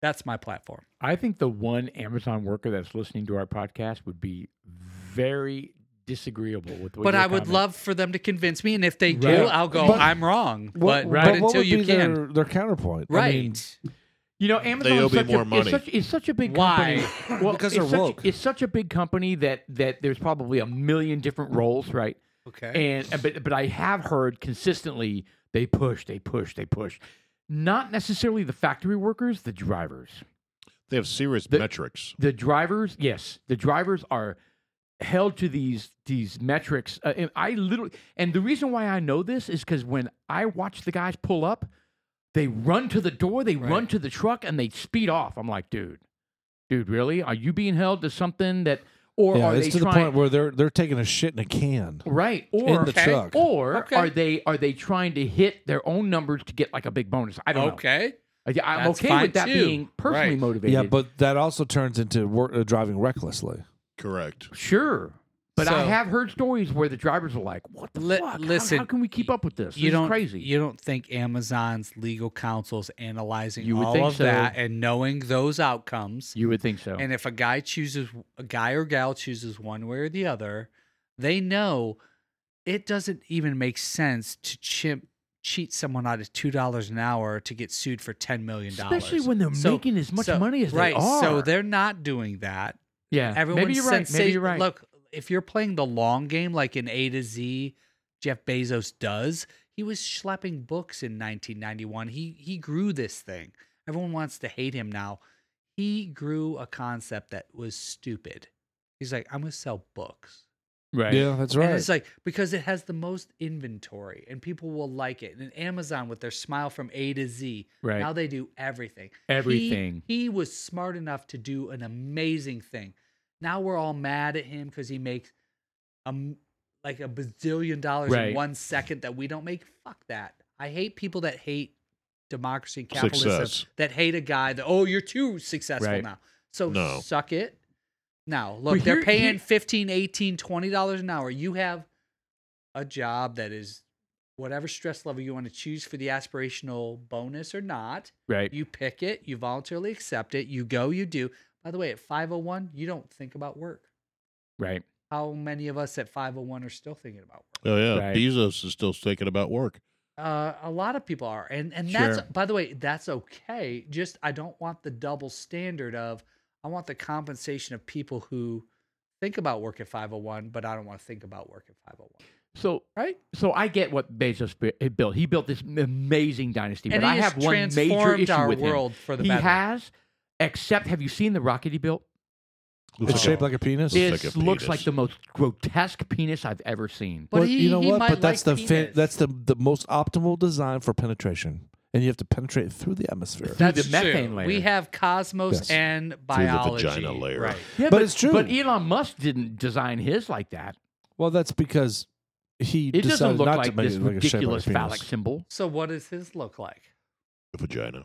[SPEAKER 1] That's my platform.
[SPEAKER 4] I think the one Amazon worker that's listening to our podcast would be very disagreeable with. what
[SPEAKER 1] but
[SPEAKER 4] your
[SPEAKER 1] I would
[SPEAKER 4] comment-
[SPEAKER 1] love for them to convince me. And if they do,
[SPEAKER 4] Right.
[SPEAKER 1] I'll go,
[SPEAKER 5] But-
[SPEAKER 1] I'm wrong. but,
[SPEAKER 4] right.
[SPEAKER 1] but
[SPEAKER 5] what
[SPEAKER 1] until
[SPEAKER 5] would
[SPEAKER 1] you
[SPEAKER 5] be
[SPEAKER 1] can.
[SPEAKER 5] their, their counterpoint, I
[SPEAKER 1] right.
[SPEAKER 5] mean,
[SPEAKER 4] You know, Amazon
[SPEAKER 2] owe
[SPEAKER 4] is
[SPEAKER 2] me
[SPEAKER 4] such,
[SPEAKER 2] more
[SPEAKER 4] a,
[SPEAKER 2] money.
[SPEAKER 4] Is, such, is such a big
[SPEAKER 1] Why?
[SPEAKER 4] company.
[SPEAKER 1] <laughs>
[SPEAKER 4] Well,
[SPEAKER 5] Because
[SPEAKER 4] it's
[SPEAKER 5] they're
[SPEAKER 4] such,
[SPEAKER 5] woke.
[SPEAKER 4] It's such a big company that that there's probably a million different roles, right?
[SPEAKER 1] okay.
[SPEAKER 4] And and- but but I have heard consistently they push, they push, they push. Not necessarily the factory workers, the drivers.
[SPEAKER 2] They have serious
[SPEAKER 4] The-
[SPEAKER 2] metrics.
[SPEAKER 4] The drivers, yes, the drivers are held to these these metrics. Uh, and I literally, and the reason why I know this is because when I watch the guys pull up, they run to the door, they run
[SPEAKER 1] Right.
[SPEAKER 4] to the truck, and they speed off. I'm like, dude, dude, really? Are you being held to something that, or
[SPEAKER 5] yeah,
[SPEAKER 4] are
[SPEAKER 5] it's
[SPEAKER 4] they
[SPEAKER 5] to the
[SPEAKER 4] trying?
[SPEAKER 5] point where they're they're taking a shit in a can
[SPEAKER 4] <laughs> Right or
[SPEAKER 5] in the
[SPEAKER 1] Okay.
[SPEAKER 5] truck.
[SPEAKER 4] Or
[SPEAKER 1] Okay.
[SPEAKER 4] are they are they trying to hit their own numbers to get like a big bonus? I don't
[SPEAKER 1] okay.
[SPEAKER 4] know. Yeah, I'm
[SPEAKER 1] That's
[SPEAKER 4] okay
[SPEAKER 1] fine,
[SPEAKER 4] with that
[SPEAKER 1] too.
[SPEAKER 4] being personally
[SPEAKER 1] Right.
[SPEAKER 4] motivated.
[SPEAKER 5] yeah, but that also turns into wor uh, driving recklessly.
[SPEAKER 2] Correct.
[SPEAKER 4] sure. But I
[SPEAKER 1] So-
[SPEAKER 4] have heard stories where the drivers are like, "What the
[SPEAKER 1] Li-
[SPEAKER 4] fuck? How-
[SPEAKER 1] listen,
[SPEAKER 4] how, can we keep up with this?
[SPEAKER 1] You
[SPEAKER 4] this
[SPEAKER 1] don't
[SPEAKER 4] is crazy."
[SPEAKER 1] You don't think Amazon's legal counsel's analyzing
[SPEAKER 4] You would
[SPEAKER 1] all
[SPEAKER 4] think
[SPEAKER 1] of
[SPEAKER 4] so.
[SPEAKER 1] that and knowing those outcomes?
[SPEAKER 4] You would think so.
[SPEAKER 1] And if a guy chooses a guy or gal chooses one way or the other, they know it doesn't even make sense to chimp cheat someone out of two dollars an hour to get sued for ten million dollars.
[SPEAKER 4] Especially when they're
[SPEAKER 1] So-
[SPEAKER 4] making as much
[SPEAKER 1] so-
[SPEAKER 4] money as
[SPEAKER 1] right,
[SPEAKER 4] they are.
[SPEAKER 1] so they're not doing that.
[SPEAKER 4] yeah.
[SPEAKER 1] Everyone's
[SPEAKER 4] maybe you're right. Maybe
[SPEAKER 1] sensa-
[SPEAKER 4] you're right.
[SPEAKER 1] Look, if you're playing the long game, like in A to Z, Jeff Bezos does. He was schlepping books in 1991. He he grew this thing. Everyone wants to hate him now. He grew a concept that was stupid. He's like, I'm gonna sell books.
[SPEAKER 4] right.
[SPEAKER 5] Yeah, that's
[SPEAKER 1] And
[SPEAKER 5] right.
[SPEAKER 1] it's like because it has the most inventory and people will like it. And Amazon with their smile from A to Z,
[SPEAKER 4] Right.
[SPEAKER 1] now they do everything. He-
[SPEAKER 4] Everything.
[SPEAKER 1] He, was smart enough to do an amazing thing. Now we're all mad at him because he makes um like a bazillion dollars
[SPEAKER 4] Right.
[SPEAKER 1] in one second that we don't make. Fuck that. I hate people that hate democracy and capitalism
[SPEAKER 2] Success.
[SPEAKER 1] that hate a guy that oh you're too successful
[SPEAKER 4] Right.
[SPEAKER 1] now. So
[SPEAKER 2] No.
[SPEAKER 1] suck it. Now,
[SPEAKER 4] Well,
[SPEAKER 1] look, they're
[SPEAKER 4] here-
[SPEAKER 1] paying
[SPEAKER 4] here-
[SPEAKER 1] 15, 18, 20 dollars an hour. You have a job that is whatever stress level you want to choose for the aspirational bonus or not.
[SPEAKER 4] Right.
[SPEAKER 1] You pick it, you voluntarily accept it, you go, you do. By the way, at 501, you don't think about work.
[SPEAKER 4] right.
[SPEAKER 1] How many of us at 501 are still thinking about work?
[SPEAKER 2] Oh yeah,
[SPEAKER 4] Right.
[SPEAKER 2] Bezos is still thinking about work.
[SPEAKER 1] Uh, a lot of people are, and and that's
[SPEAKER 4] Sure.
[SPEAKER 1] by the way, that's okay. Just I don't want the double standard of I want the compensation of people who think about work at five hundred one, but I don't want to think about work at five hundred one.
[SPEAKER 4] So
[SPEAKER 1] Right?
[SPEAKER 4] So I get what Bezos bu- he built. He built this m- amazing dynasty,
[SPEAKER 1] And
[SPEAKER 4] but I
[SPEAKER 1] he has
[SPEAKER 4] have one major
[SPEAKER 1] transformed
[SPEAKER 4] issue
[SPEAKER 1] our
[SPEAKER 4] with him.
[SPEAKER 1] world for the
[SPEAKER 4] he
[SPEAKER 1] better.
[SPEAKER 4] has, except have you seen the rocket he built?
[SPEAKER 5] It's shaped like a penis.
[SPEAKER 4] It
[SPEAKER 2] Looks like a
[SPEAKER 4] looks
[SPEAKER 2] penis.
[SPEAKER 4] like the most grotesque penis I've ever seen.
[SPEAKER 1] But
[SPEAKER 5] Well,
[SPEAKER 1] he,
[SPEAKER 5] you know
[SPEAKER 1] he
[SPEAKER 5] what?
[SPEAKER 1] might
[SPEAKER 5] But that's the
[SPEAKER 1] like
[SPEAKER 5] fin-
[SPEAKER 1] penis.
[SPEAKER 5] that's the the most optimal design for penetration, and you have to penetrate through the atmosphere.
[SPEAKER 4] That-
[SPEAKER 1] that's
[SPEAKER 4] the methane
[SPEAKER 1] true.
[SPEAKER 4] layer.
[SPEAKER 1] We have cosmos
[SPEAKER 5] Yes.
[SPEAKER 1] and
[SPEAKER 2] the
[SPEAKER 1] biology.
[SPEAKER 2] vagina layer.
[SPEAKER 1] Right.
[SPEAKER 4] Yeah,
[SPEAKER 5] but it's true.
[SPEAKER 4] But Elon Musk didn't design his like that.
[SPEAKER 5] well, that's because he
[SPEAKER 4] It doesn't
[SPEAKER 5] decided
[SPEAKER 4] look
[SPEAKER 5] not
[SPEAKER 4] like
[SPEAKER 5] to make
[SPEAKER 4] this
[SPEAKER 5] it like a shape like a
[SPEAKER 4] ridiculous
[SPEAKER 5] penis.
[SPEAKER 4] phallic symbol.
[SPEAKER 1] So what does his look like?
[SPEAKER 4] <laughs>
[SPEAKER 2] a vagina.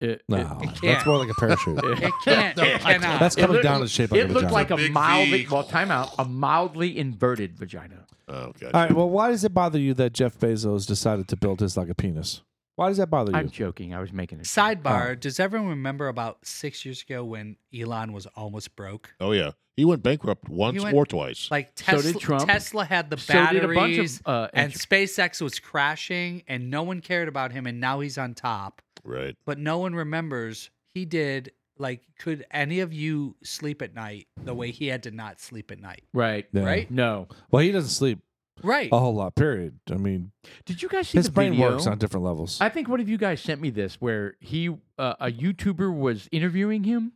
[SPEAKER 4] It,
[SPEAKER 5] No,
[SPEAKER 1] It can't.
[SPEAKER 5] that's more like a parachute.
[SPEAKER 1] <laughs> It can't. it cannot.
[SPEAKER 5] that's coming
[SPEAKER 4] looked-
[SPEAKER 5] down in shape.
[SPEAKER 4] it,
[SPEAKER 5] Like
[SPEAKER 4] it
[SPEAKER 5] a
[SPEAKER 4] looked
[SPEAKER 5] vagina.
[SPEAKER 4] like a
[SPEAKER 2] Big
[SPEAKER 4] mildly
[SPEAKER 2] V.
[SPEAKER 4] well, time out, a mildly inverted vagina.
[SPEAKER 2] Oh god.
[SPEAKER 5] All right. Well, why does it bother you that Jeff Bezos decided to build his like a penis? Why does that bother you?
[SPEAKER 4] I'm joking. I was making it.
[SPEAKER 1] Sidebar: Does everyone remember about six years ago when Elon was almost broke?
[SPEAKER 2] Oh yeah, he went bankrupt once
[SPEAKER 1] went-
[SPEAKER 2] or twice.
[SPEAKER 1] Like
[SPEAKER 4] So
[SPEAKER 1] Tesla,
[SPEAKER 4] did Trump.
[SPEAKER 1] Tesla had the
[SPEAKER 4] So did a bunch
[SPEAKER 1] batteries,
[SPEAKER 4] of uh,
[SPEAKER 1] and
[SPEAKER 4] entr-
[SPEAKER 1] SpaceX was crashing, and no one cared about him, and now he's on top.
[SPEAKER 2] right.
[SPEAKER 1] But no one remembers he did. Like, could any of you sleep at night the way he had to not sleep at night?
[SPEAKER 4] right.
[SPEAKER 5] Yeah.
[SPEAKER 1] Right?
[SPEAKER 4] No.
[SPEAKER 5] Well, he doesn't sleep
[SPEAKER 1] Right.
[SPEAKER 5] a whole lot. Period. I mean,
[SPEAKER 4] Did you guys see
[SPEAKER 5] his
[SPEAKER 4] the
[SPEAKER 5] brain
[SPEAKER 4] video?
[SPEAKER 5] works on different levels.
[SPEAKER 4] I think one of you guys sent me this where he uh, a YouTuber was interviewing him.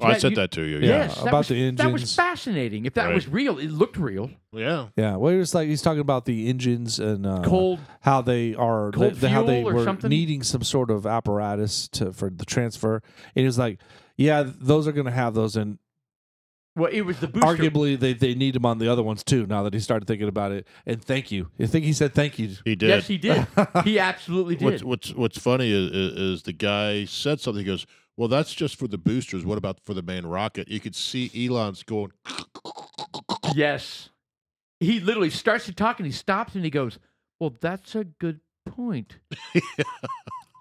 [SPEAKER 2] Oh, I
[SPEAKER 4] Yeah,
[SPEAKER 2] sent
[SPEAKER 4] you-
[SPEAKER 2] that to you. Yeah.
[SPEAKER 5] Yeah.
[SPEAKER 4] yes, that
[SPEAKER 5] about
[SPEAKER 4] was,
[SPEAKER 5] the
[SPEAKER 4] That was
[SPEAKER 5] engines. Uh-huh.
[SPEAKER 4] fascinating. If that
[SPEAKER 2] Right.
[SPEAKER 4] was real, it looked real.
[SPEAKER 2] Yeah.
[SPEAKER 5] yeah. Well, he was like he's talking about the engines and uh,
[SPEAKER 4] Cold.
[SPEAKER 5] how they are
[SPEAKER 4] Cold
[SPEAKER 5] the- how they
[SPEAKER 4] fuel or
[SPEAKER 5] were
[SPEAKER 4] something?
[SPEAKER 5] needing some sort of apparatus to for the transfer. And he was like, yeah, those are going to have those, and
[SPEAKER 4] Well, it was the booster.
[SPEAKER 5] arguably they they need them on the other ones too. Now that he started thinking about it, and thank you. I think he said thank you. <laughs>
[SPEAKER 2] He did.
[SPEAKER 4] Yes, he did. he absolutely did.
[SPEAKER 2] What's what's what's funny is, is, is the guy said something. He goes, "Well, that's just for the boosters. What about for the main rocket?" You could see Elon's going.
[SPEAKER 4] yes. He literally starts to talk and he stops and he goes, "Well, that's a good point."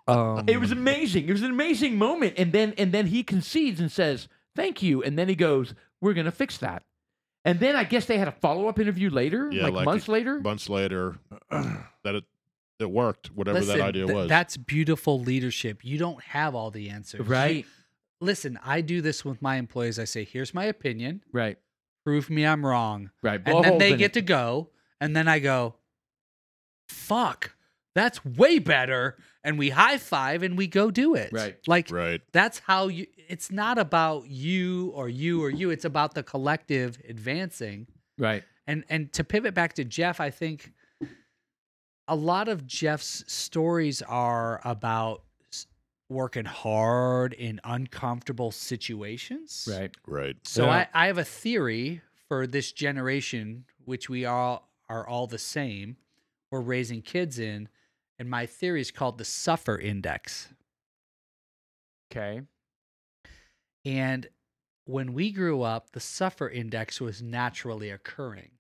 [SPEAKER 5] Um,
[SPEAKER 4] It was amazing. It was an amazing moment. And then and then he concedes and says, "Thank you." And then he goes, "We're going to fix that." And then I guess they had a follow up interview later,
[SPEAKER 2] Yeah,
[SPEAKER 4] like,
[SPEAKER 2] like
[SPEAKER 4] months later.
[SPEAKER 5] <clears throat>
[SPEAKER 2] Months later, that it that worked. Whatever
[SPEAKER 1] Listen,
[SPEAKER 2] that idea
[SPEAKER 1] th-
[SPEAKER 2] was.
[SPEAKER 1] That's beautiful leadership. You don't have all the answers.
[SPEAKER 4] right,
[SPEAKER 1] Listen, I do this with my employees. I say, here's my opinion.
[SPEAKER 4] right,
[SPEAKER 1] Prove me I'm wrong.
[SPEAKER 4] right.
[SPEAKER 1] and
[SPEAKER 4] Blow
[SPEAKER 1] then
[SPEAKER 4] holes
[SPEAKER 1] they
[SPEAKER 4] in
[SPEAKER 1] get
[SPEAKER 4] it.
[SPEAKER 1] to go, and then I go, "Fuck, that's way better," and we high five and we go do it.
[SPEAKER 4] Right.
[SPEAKER 1] like
[SPEAKER 2] right.
[SPEAKER 1] that's how you. It's not about you or you or you. It's about the collective advancing.
[SPEAKER 4] right.
[SPEAKER 1] And and to pivot back to Jeff, I think a lot of Jeff's stories are about s- working hard in uncomfortable situations.
[SPEAKER 4] Right.
[SPEAKER 2] Right.
[SPEAKER 1] So
[SPEAKER 5] Yeah.
[SPEAKER 1] I, I have a theory for this generation, which we all are all the same. We're raising kids in, and my theory is called the suffer index.
[SPEAKER 4] Okay.
[SPEAKER 1] And when we grew up, the suffer index was naturally occurring.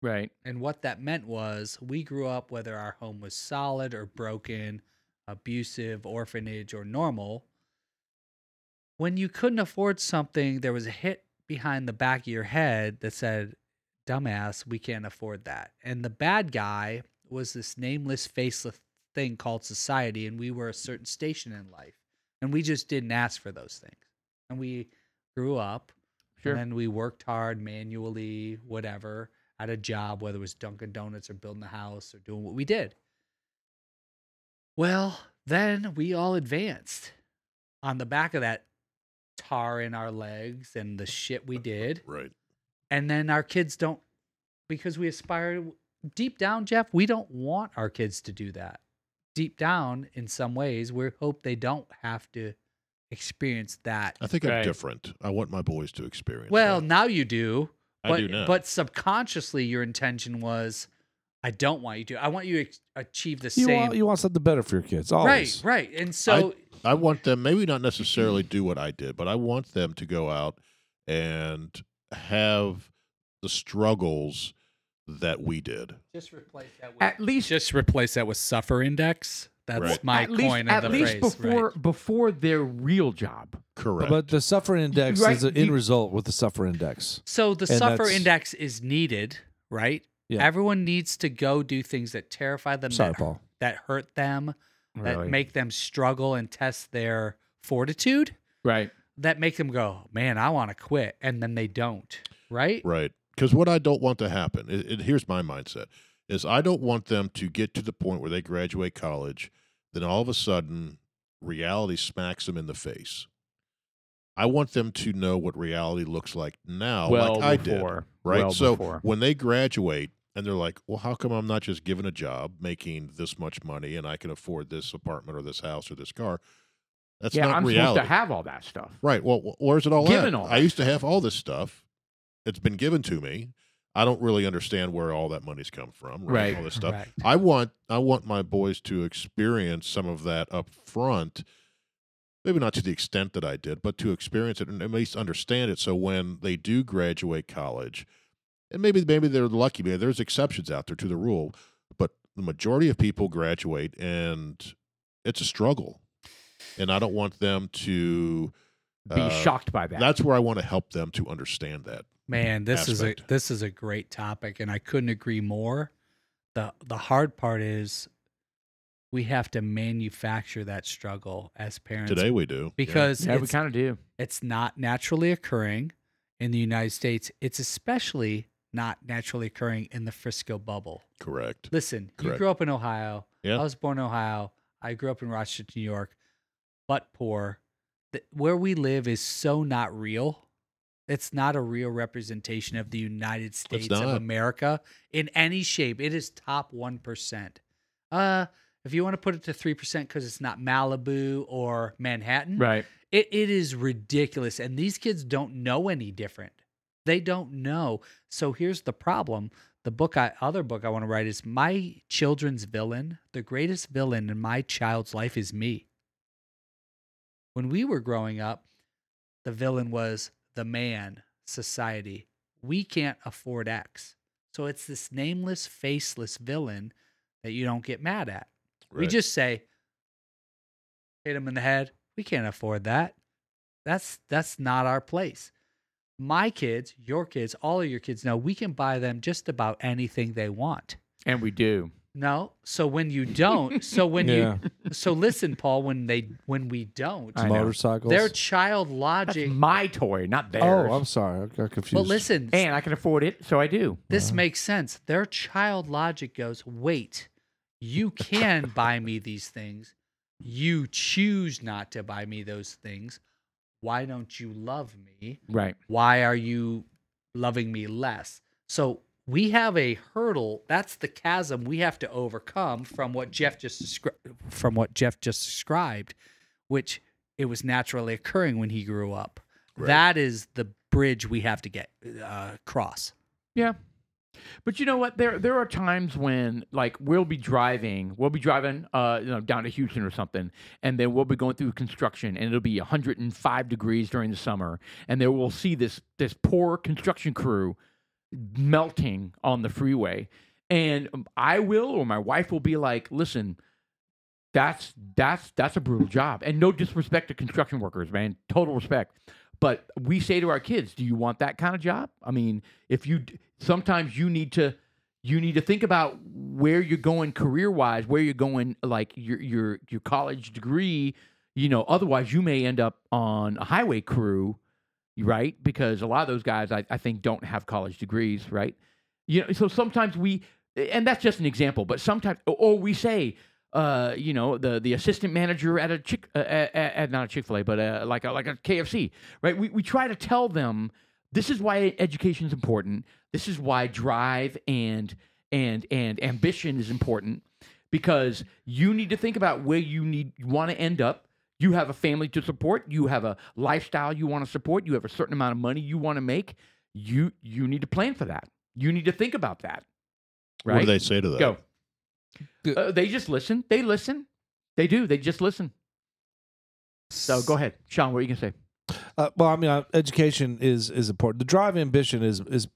[SPEAKER 4] Right.
[SPEAKER 1] And what that meant was we grew up whether our home was solid or broken, abusive, orphanage, or normal. When you couldn't afford something, there was a hit behind the back of your head that said, dumbass, we can't afford that. And the bad guy was this nameless, faceless thing called society, and we were a certain station in life, and we just didn't ask for those things, and we grew up,
[SPEAKER 4] Sure.
[SPEAKER 1] and then we worked hard manually, whatever, at a job, whether it was Dunkin' Donuts or building a house or doing what we did. Well, then we all advanced on the back of that tar in our legs and the shit we did
[SPEAKER 2] Right.
[SPEAKER 1] and then our kids don't because we aspire deep down jeff we don't want our kids to do that deep down in some ways we hope they don't have to experience that
[SPEAKER 2] I think I'm
[SPEAKER 4] Right.
[SPEAKER 2] different. I want my boys to experience.
[SPEAKER 1] well
[SPEAKER 2] that.
[SPEAKER 1] now you do but,
[SPEAKER 2] I do now.
[SPEAKER 1] but subconsciously your intention was i don't want you to i want you to ex- achieve the
[SPEAKER 5] You
[SPEAKER 1] same
[SPEAKER 5] want you want something better for your kids.
[SPEAKER 1] right
[SPEAKER 5] Always.
[SPEAKER 1] right and so
[SPEAKER 2] I want them maybe not necessarily do what I did, but I want them to go out and have the struggles that we did.
[SPEAKER 1] just replace that with
[SPEAKER 4] At least
[SPEAKER 1] just replace that with suffer index that's
[SPEAKER 2] Right.
[SPEAKER 1] my
[SPEAKER 4] at
[SPEAKER 1] coin
[SPEAKER 4] least,
[SPEAKER 1] of
[SPEAKER 4] at
[SPEAKER 1] the
[SPEAKER 4] least
[SPEAKER 1] phrase
[SPEAKER 4] before
[SPEAKER 1] right.
[SPEAKER 4] before their real job.
[SPEAKER 2] Correct.
[SPEAKER 5] But the suffer index
[SPEAKER 4] Right,
[SPEAKER 5] is the end
[SPEAKER 4] you-
[SPEAKER 5] result with the suffer index.
[SPEAKER 1] So the
[SPEAKER 5] And
[SPEAKER 1] suffer
[SPEAKER 5] that's-
[SPEAKER 1] index is needed, right?
[SPEAKER 5] Yeah.
[SPEAKER 1] Everyone needs to go do things that terrify them,
[SPEAKER 5] Sorry,
[SPEAKER 1] that,
[SPEAKER 5] Paul.
[SPEAKER 1] that hurt them, that make them struggle and test their fortitude,
[SPEAKER 4] right.
[SPEAKER 1] that make them go, man, I want to quit. And then they don't, right?
[SPEAKER 2] Right. Because what I don't want to happen, it, it, here's my mindset, is I don't want them to get to the point where they graduate college, then all of a sudden reality smacks them in the face. I want them to know what reality looks like now,
[SPEAKER 4] well
[SPEAKER 2] Oh, like I did.
[SPEAKER 4] before.
[SPEAKER 2] Right.
[SPEAKER 4] Well
[SPEAKER 2] so
[SPEAKER 4] before.
[SPEAKER 2] when they graduate and they're like, well, how come I'm not just given a job making this much money and I can afford this apartment or this house or this car? That's
[SPEAKER 4] yeah,
[SPEAKER 2] not
[SPEAKER 4] I'm
[SPEAKER 2] reality.
[SPEAKER 4] supposed to have all that stuff.
[SPEAKER 2] Right. Well, wh- where's it all
[SPEAKER 4] Given
[SPEAKER 2] at?
[SPEAKER 4] all
[SPEAKER 2] I
[SPEAKER 4] that.
[SPEAKER 2] used to have all this stuff. It's been given to me. I don't really understand where all that money's come from. Right.
[SPEAKER 4] Right.
[SPEAKER 2] All this stuff.
[SPEAKER 1] Correct.
[SPEAKER 2] I want I want my boys to experience some of that up front. Maybe not to the extent that I did, but to experience it and at least understand it. So when they do graduate college, and maybe maybe they're lucky. Maybe there's exceptions out there to the rule, but the majority of people graduate, and it's a struggle. And I don't want them to
[SPEAKER 4] Be
[SPEAKER 2] uh,
[SPEAKER 4] shocked by that.
[SPEAKER 2] That's where I want to help them to understand that.
[SPEAKER 1] Man, this is a
[SPEAKER 2] aspect.
[SPEAKER 1] this is a great topic and I couldn't agree more. The the hard part is we have to manufacture that struggle as parents
[SPEAKER 2] Today we do
[SPEAKER 1] because
[SPEAKER 4] yeah, we
[SPEAKER 1] it's-
[SPEAKER 4] kind of do.
[SPEAKER 1] It's not naturally occurring in the United States. It's especially not naturally occurring in the Frisco bubble.
[SPEAKER 2] Yeah, correct.
[SPEAKER 1] Listen, you
[SPEAKER 2] Correct.
[SPEAKER 1] grew up in Ohio.
[SPEAKER 2] Yeah.
[SPEAKER 1] I was born in Ohio. I grew up in Rochester, New York, but poor. Th- Where we live is so not real. It's not a real representation of the United States of
[SPEAKER 2] not.
[SPEAKER 1] America in any shape. It is top 1%. Uh, if you want to put it to 3% because it's not Malibu or Manhattan,
[SPEAKER 4] Right.
[SPEAKER 1] it, it is ridiculous. And these kids don't know any different. They don't know. So here's the problem. The book I other book I want to write is My Children's Villain. The greatest villain in my child's life is me. When we were growing up, the villain was the man, society. We can't afford X. So it's this nameless, faceless villain that you don't get mad at. We
[SPEAKER 2] Right.
[SPEAKER 1] just say, hit him in the head. We can't afford that. That's that's not our place. My kids, your kids, all of your kids know we can buy them just about anything they want.
[SPEAKER 4] And we do.
[SPEAKER 1] No, so when you don't, so when
[SPEAKER 5] yeah.
[SPEAKER 1] you, so listen, Paul. When they, when we don't,
[SPEAKER 4] I know.
[SPEAKER 5] Motorcycles.
[SPEAKER 1] their child
[SPEAKER 4] That's
[SPEAKER 1] logic.
[SPEAKER 4] my toy, not theirs.
[SPEAKER 5] oh, I'm sorry. I got confused.
[SPEAKER 1] But listen,
[SPEAKER 4] and I can afford it, so I do.
[SPEAKER 1] this makes sense. Their child logic goes, wait, you can buy me these things. You choose not to buy me those things. Why don't you love me?
[SPEAKER 4] Right.
[SPEAKER 1] Why are you loving me less? So we have a hurdle. That's the chasm we have to overcome from what Jeff just descri- from what Jeff just described, which it was naturally occurring when he grew up.
[SPEAKER 2] Right.
[SPEAKER 1] That is the bridge we have to get uh, across.
[SPEAKER 4] Yeah. But you know what? There there are times when like we'll be driving, we'll be driving uh you know down to Houston or something, and then we'll be going through construction and it'll be 105 degrees during the summer, and then we'll see this this poor construction crew melting on the freeway. And um, I will or my wife will be like, "Listen, that's that's that's a brutal job." And no disrespect to construction workers, man. Total respect. But we say to our kids, "Do you want that kind of job?" I mean, if you d- sometimes you need to you need to think about where you're going career wise, where you're going like your your your college degree. You know, otherwise you may end up on a highway crew, right? Because a lot of those guys, I, I think, don't have college degrees, right? You know, so sometimes we, and that's just an example, but sometimes, or we say, uh, you know, the the assistant manager at a chick, uh, at, at not a Chick Fil A, but uh, like a, like a KFC, right? We we try to tell them this is why education is important. This is why drive and and and ambition is important because you need to think about where you need want to end up. You have a family to support. You have a lifestyle you want to support. You have a certain amount of money you want to make. You you need to plan for that. You need to think about that. Right?
[SPEAKER 2] What do they say to that?
[SPEAKER 4] Go.
[SPEAKER 5] Good.
[SPEAKER 4] Uh, they just listen. They listen. They do. They just listen. So go ahead, Sean. What are you gonna say?
[SPEAKER 5] Uh, well, I mean, uh, education is is important. The drive ambition is is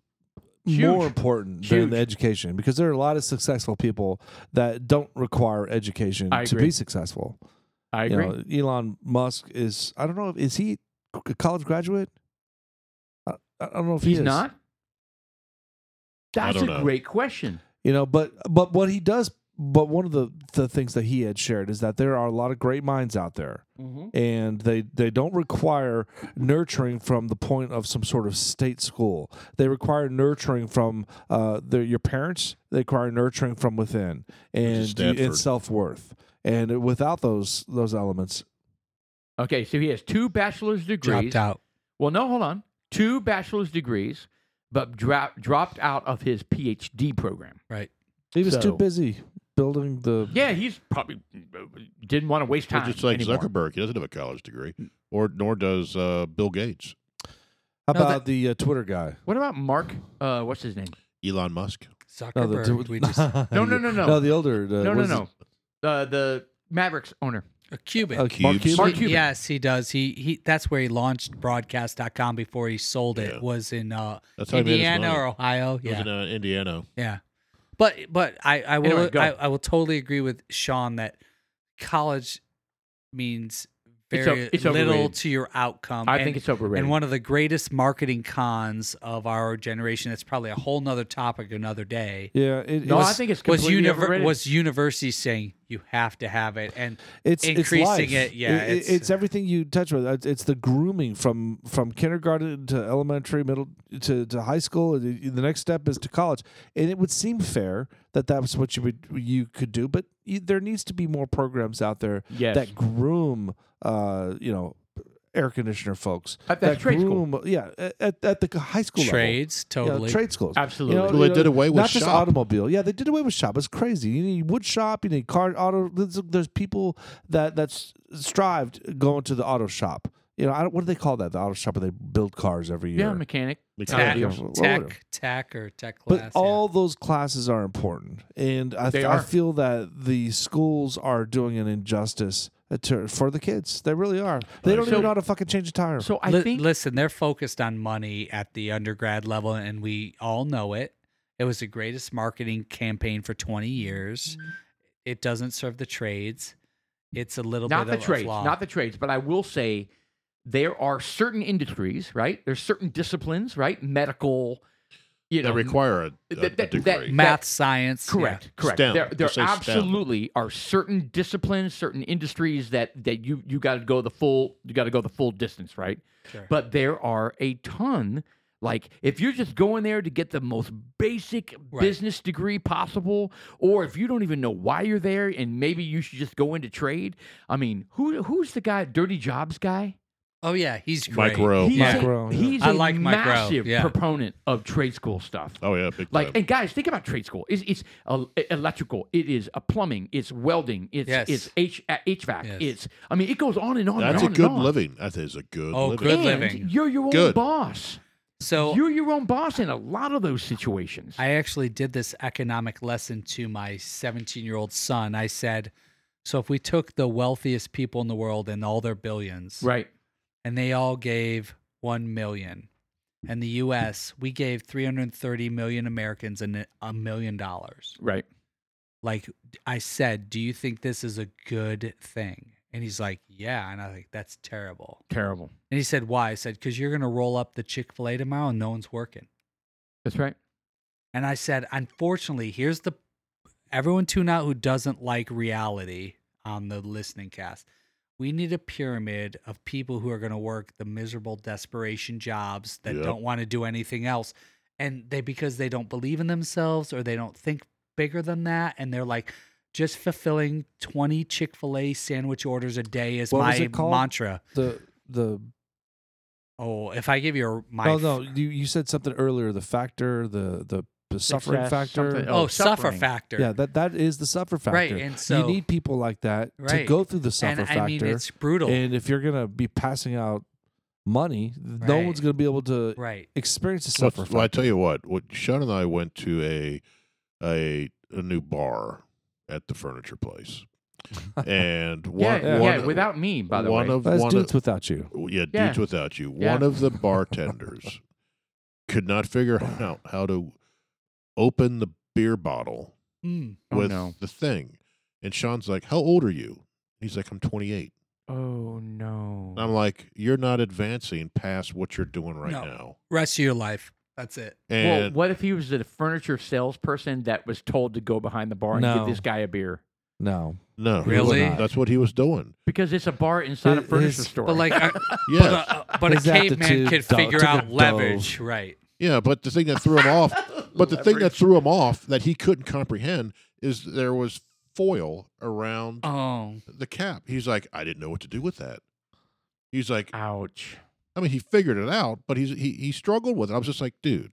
[SPEAKER 4] Huge.
[SPEAKER 5] more important than
[SPEAKER 4] Huge.
[SPEAKER 5] the education because there are a lot of successful people that don't require education
[SPEAKER 4] I
[SPEAKER 5] to
[SPEAKER 4] agree.
[SPEAKER 5] be successful.
[SPEAKER 4] I
[SPEAKER 5] You know, Elon Musk is. I don't know. if Is he a college graduate? I, I don't know if
[SPEAKER 4] If he's
[SPEAKER 5] he is.
[SPEAKER 4] not. That's a
[SPEAKER 2] don't know.
[SPEAKER 4] great question.
[SPEAKER 5] You know, but but what he does. But one of the the things that he had shared is that there are a lot of great minds out there and they they don't require nurturing from the point of some sort of state school. They require nurturing from uh, their, your parents. They require nurturing from within and
[SPEAKER 2] Stanford.
[SPEAKER 5] and self worth. And without those those elements,
[SPEAKER 4] Okay, so he has two bachelor's degrees.
[SPEAKER 1] dropped out.
[SPEAKER 4] Well, no, hold on. Two bachelor's degrees, but dra- dropped out of his PhD program.
[SPEAKER 1] Right.
[SPEAKER 5] he was
[SPEAKER 4] So-
[SPEAKER 5] too busy building the.
[SPEAKER 4] Yeah, he's probably didn't want to waste
[SPEAKER 2] Well,
[SPEAKER 4] time.
[SPEAKER 2] just like
[SPEAKER 4] anymore. Mm.
[SPEAKER 2] Zuckerberg, he doesn't have a college degree, or nor does uh, Bill Gates,
[SPEAKER 5] How
[SPEAKER 1] No,
[SPEAKER 5] about the uh, Twitter guy?
[SPEAKER 4] What about Mark? Uh, what's his name?
[SPEAKER 2] Elon Musk.
[SPEAKER 5] No, the
[SPEAKER 1] Zuckerberg.
[SPEAKER 5] Tw-
[SPEAKER 4] <laughs>
[SPEAKER 5] <laughs>
[SPEAKER 1] we just a
[SPEAKER 4] No, no, no, no.
[SPEAKER 5] no, the older. The,
[SPEAKER 4] no,
[SPEAKER 5] what
[SPEAKER 4] no,
[SPEAKER 5] is
[SPEAKER 4] no. Uh, the Mavericks owner.
[SPEAKER 5] it?
[SPEAKER 1] Cuban.
[SPEAKER 5] Uh, Mark
[SPEAKER 2] Cubes.
[SPEAKER 5] Cuban.
[SPEAKER 4] Mark
[SPEAKER 1] He-
[SPEAKER 4] Cuban.
[SPEAKER 1] Yes, he does. He he. That's where he launched broadcast.com before he sold it.
[SPEAKER 2] Yeah.
[SPEAKER 1] Was in uh,
[SPEAKER 2] That's how
[SPEAKER 1] Indiana
[SPEAKER 2] he made his money.
[SPEAKER 1] or Ohio.
[SPEAKER 2] He
[SPEAKER 1] Yeah,
[SPEAKER 2] was in uh, Indiana.
[SPEAKER 1] yeah. But but I I will
[SPEAKER 4] Anyway, go.
[SPEAKER 1] I, I will totally agree with Sean that college means
[SPEAKER 4] It's
[SPEAKER 1] very
[SPEAKER 4] o- it's
[SPEAKER 1] little
[SPEAKER 4] overrated.
[SPEAKER 1] to your outcome.
[SPEAKER 4] I
[SPEAKER 1] And-
[SPEAKER 4] think it's overrated.
[SPEAKER 1] and one of the greatest marketing cons of our generation. It's probably a whole nother topic another day.
[SPEAKER 5] Yeah, it,
[SPEAKER 4] no,
[SPEAKER 5] it's,
[SPEAKER 4] I think it's
[SPEAKER 1] Was
[SPEAKER 4] completely
[SPEAKER 1] univer-
[SPEAKER 4] overrated.
[SPEAKER 1] was universities saying you have to have it and
[SPEAKER 5] it's
[SPEAKER 1] increasing
[SPEAKER 5] it's life.
[SPEAKER 1] it, yeah,
[SPEAKER 5] It- it- it's,
[SPEAKER 1] it's-
[SPEAKER 5] everything you touch with. It's, it's the grooming from from kindergarten to elementary, middle to, to high school. The the next step is to college, and it would seem fair that that was what you would you could do. But you, there needs to be more programs out there
[SPEAKER 4] yes.
[SPEAKER 5] that groom, uh, you know, air conditioner folks.
[SPEAKER 4] At that
[SPEAKER 5] that
[SPEAKER 4] trade school.
[SPEAKER 5] groom, yeah, at, at the high school
[SPEAKER 1] trades
[SPEAKER 5] level,
[SPEAKER 1] totally
[SPEAKER 5] yeah, trade schools.
[SPEAKER 4] Absolutely.
[SPEAKER 5] You know,
[SPEAKER 2] Well, they
[SPEAKER 5] you know,
[SPEAKER 2] did away with
[SPEAKER 5] not just
[SPEAKER 2] shop.
[SPEAKER 5] automobile. Yeah, they did away with shop. It's crazy. You need wood shop. You need car auto. There's, there's people that that's strived going to the auto shop. You know, I don't, what do they call that? The auto shop where they build cars every year.
[SPEAKER 4] yeah, mechanic.
[SPEAKER 1] tech,
[SPEAKER 4] Yeah.
[SPEAKER 5] Well, whatever.
[SPEAKER 1] tech, tech or tech
[SPEAKER 5] But
[SPEAKER 1] class. yeah.
[SPEAKER 5] all those classes are important, and I,
[SPEAKER 4] They
[SPEAKER 5] I
[SPEAKER 4] are.
[SPEAKER 5] feel that the schools are doing an injustice uh, to, for the kids. They really are. They don't
[SPEAKER 4] So-
[SPEAKER 5] even know how to fucking change a tire.
[SPEAKER 4] So I
[SPEAKER 1] Li-
[SPEAKER 4] think
[SPEAKER 1] listen, they're focused on money at the undergrad level, and we all know it. It was the greatest marketing campaign for 20 years. It doesn't serve the trades. It's a little
[SPEAKER 4] not
[SPEAKER 1] bit
[SPEAKER 4] the
[SPEAKER 1] of
[SPEAKER 4] trades,
[SPEAKER 1] a flaw.
[SPEAKER 4] not the trades, but I will say there are certain industries, right? There's certain disciplines, right? Medical, you know,
[SPEAKER 2] that require a, a,
[SPEAKER 4] that-
[SPEAKER 2] a
[SPEAKER 4] that-
[SPEAKER 2] degree.
[SPEAKER 4] that-
[SPEAKER 1] math, science. yeah.
[SPEAKER 4] Correct, correct.
[SPEAKER 2] STEM.
[SPEAKER 4] There, there
[SPEAKER 2] Just say STEM.
[SPEAKER 4] absolutely are certain disciplines, certain industries that that you you got to go the full you got to go the full distance, right?
[SPEAKER 1] Sure.
[SPEAKER 4] But there are a ton. Like if you're just going there to get the most basic
[SPEAKER 1] Right.
[SPEAKER 4] business degree possible, or if you don't even know why you're there, and maybe you should just go into trade. I mean, who who's the guy, Dirty Jobs guy?
[SPEAKER 1] Oh yeah, he's great.
[SPEAKER 2] Oh, Mike Rowe.
[SPEAKER 4] He's
[SPEAKER 1] Mike
[SPEAKER 4] a,
[SPEAKER 5] Rowe, yeah.
[SPEAKER 4] he's
[SPEAKER 1] I
[SPEAKER 4] a
[SPEAKER 1] like Mike Rowe,
[SPEAKER 4] massive
[SPEAKER 1] yeah.
[SPEAKER 4] proponent of trade school stuff.
[SPEAKER 2] oh yeah, big
[SPEAKER 4] Like
[SPEAKER 2] time.
[SPEAKER 4] and guys, think about trade school. It's, it's uh, electrical. It is a plumbing. It's welding. It's
[SPEAKER 1] Yes.
[SPEAKER 4] it's H, uh, HVAC.
[SPEAKER 1] Yes.
[SPEAKER 4] It's I mean, it goes on and on.
[SPEAKER 2] That's
[SPEAKER 4] and
[SPEAKER 2] a
[SPEAKER 4] on
[SPEAKER 2] good
[SPEAKER 4] and on.
[SPEAKER 2] living. That is a good
[SPEAKER 1] Oh,
[SPEAKER 2] living.
[SPEAKER 1] good
[SPEAKER 4] And
[SPEAKER 1] living.
[SPEAKER 4] You're your own
[SPEAKER 2] Good.
[SPEAKER 4] boss.
[SPEAKER 1] So
[SPEAKER 4] you're your own boss in a lot of those situations.
[SPEAKER 1] I actually did this economic lesson to my 17 year old son. I said, so if we took the wealthiest people in the world and all their billions,
[SPEAKER 4] right.
[SPEAKER 1] and they all gave 1 million. And the US, we gave 330 million Americans an, a million dollars.
[SPEAKER 4] Right.
[SPEAKER 1] Like I said, do you think this is a good thing? And he's like, yeah. And I was like, that's terrible.
[SPEAKER 4] Terrible.
[SPEAKER 1] And he said, why? I said, because you're going to roll up the Chick fil A tomorrow and no one's working.
[SPEAKER 4] That's right.
[SPEAKER 1] And I said, unfortunately, here's the everyone tune out who doesn't like reality on the listening cast. We need a pyramid of people who are going to work the miserable desperation jobs that
[SPEAKER 2] Yep.
[SPEAKER 1] don't want to do anything else. And they, because they don't believe in themselves or they don't think bigger than that. And they're like, just fulfilling 20 Chick fil A sandwich orders a day is
[SPEAKER 5] What was
[SPEAKER 1] my
[SPEAKER 5] it called?
[SPEAKER 1] mantra.
[SPEAKER 5] The the
[SPEAKER 1] Oh, if I give you a, my.
[SPEAKER 5] oh no, you, you said something earlier. The factor, the the, the suffering
[SPEAKER 4] Success,
[SPEAKER 5] factor.
[SPEAKER 4] something.
[SPEAKER 1] Oh,
[SPEAKER 4] Oh,
[SPEAKER 1] suffer
[SPEAKER 4] suffering.
[SPEAKER 1] factor.
[SPEAKER 5] Yeah, that that is the suffer factor.
[SPEAKER 1] Right, and so-
[SPEAKER 5] you need people like that to
[SPEAKER 1] Right.
[SPEAKER 5] go through the suffer
[SPEAKER 1] and
[SPEAKER 5] factor.
[SPEAKER 1] I mean, it's brutal.
[SPEAKER 5] and if you're gonna be passing out money, no
[SPEAKER 1] Right.
[SPEAKER 5] one's gonna be able to
[SPEAKER 1] right.
[SPEAKER 5] experience the
[SPEAKER 2] Well,
[SPEAKER 5] suffer
[SPEAKER 2] well, I
[SPEAKER 5] factor.
[SPEAKER 2] tell you what. What Sean and I went to a a a new bar at the
[SPEAKER 4] <laughs>
[SPEAKER 2] furniture place, and one
[SPEAKER 4] yeah,
[SPEAKER 2] one,
[SPEAKER 4] yeah, without me, by the
[SPEAKER 2] one
[SPEAKER 4] way.
[SPEAKER 2] of
[SPEAKER 5] Let's
[SPEAKER 2] one
[SPEAKER 5] do
[SPEAKER 2] of,
[SPEAKER 5] it without you.
[SPEAKER 2] yeah,
[SPEAKER 4] Yeah.
[SPEAKER 2] dudes without you.
[SPEAKER 4] Yeah.
[SPEAKER 2] One of the bartenders could not figure out how to open the beer bottle
[SPEAKER 1] Mm.
[SPEAKER 4] Oh,
[SPEAKER 2] with
[SPEAKER 4] no.
[SPEAKER 2] the thing, and Sean's like, "How old are you?" He's like, "I'm 28."
[SPEAKER 4] oh no.
[SPEAKER 2] And I'm like, "You're not advancing past what you're doing right
[SPEAKER 1] No.
[SPEAKER 2] now."
[SPEAKER 1] Rest of your life. That's it.
[SPEAKER 4] well,
[SPEAKER 2] And
[SPEAKER 4] what if he was a furniture salesperson that was told to go behind the bar and
[SPEAKER 5] No.
[SPEAKER 4] get this guy a beer?
[SPEAKER 5] No,
[SPEAKER 2] no, he
[SPEAKER 1] Really?
[SPEAKER 2] wasn't. That's what he
[SPEAKER 4] <laughs>
[SPEAKER 2] was doing.
[SPEAKER 4] Because it's a bar inside a
[SPEAKER 5] His-
[SPEAKER 4] furniture
[SPEAKER 5] his-
[SPEAKER 4] store.
[SPEAKER 1] But
[SPEAKER 5] <laughs>
[SPEAKER 1] like, uh,
[SPEAKER 2] Yeah.
[SPEAKER 1] but a, but a
[SPEAKER 5] His
[SPEAKER 1] caveman
[SPEAKER 5] aptitude
[SPEAKER 1] could
[SPEAKER 5] do-
[SPEAKER 1] figure
[SPEAKER 5] took a
[SPEAKER 1] out
[SPEAKER 5] dove.
[SPEAKER 1] leverage. Right.
[SPEAKER 2] Yeah, but the thing that threw
[SPEAKER 4] <laughs>
[SPEAKER 2] him off, but the thing that threw him off that he couldn't comprehend is there was foil around
[SPEAKER 1] Oh,
[SPEAKER 2] the cap. He's like, I didn't know what to do with that. He's like,
[SPEAKER 4] ouch.
[SPEAKER 2] I mean, he figured it out, but he's he he struggled with it. I was just like, dude,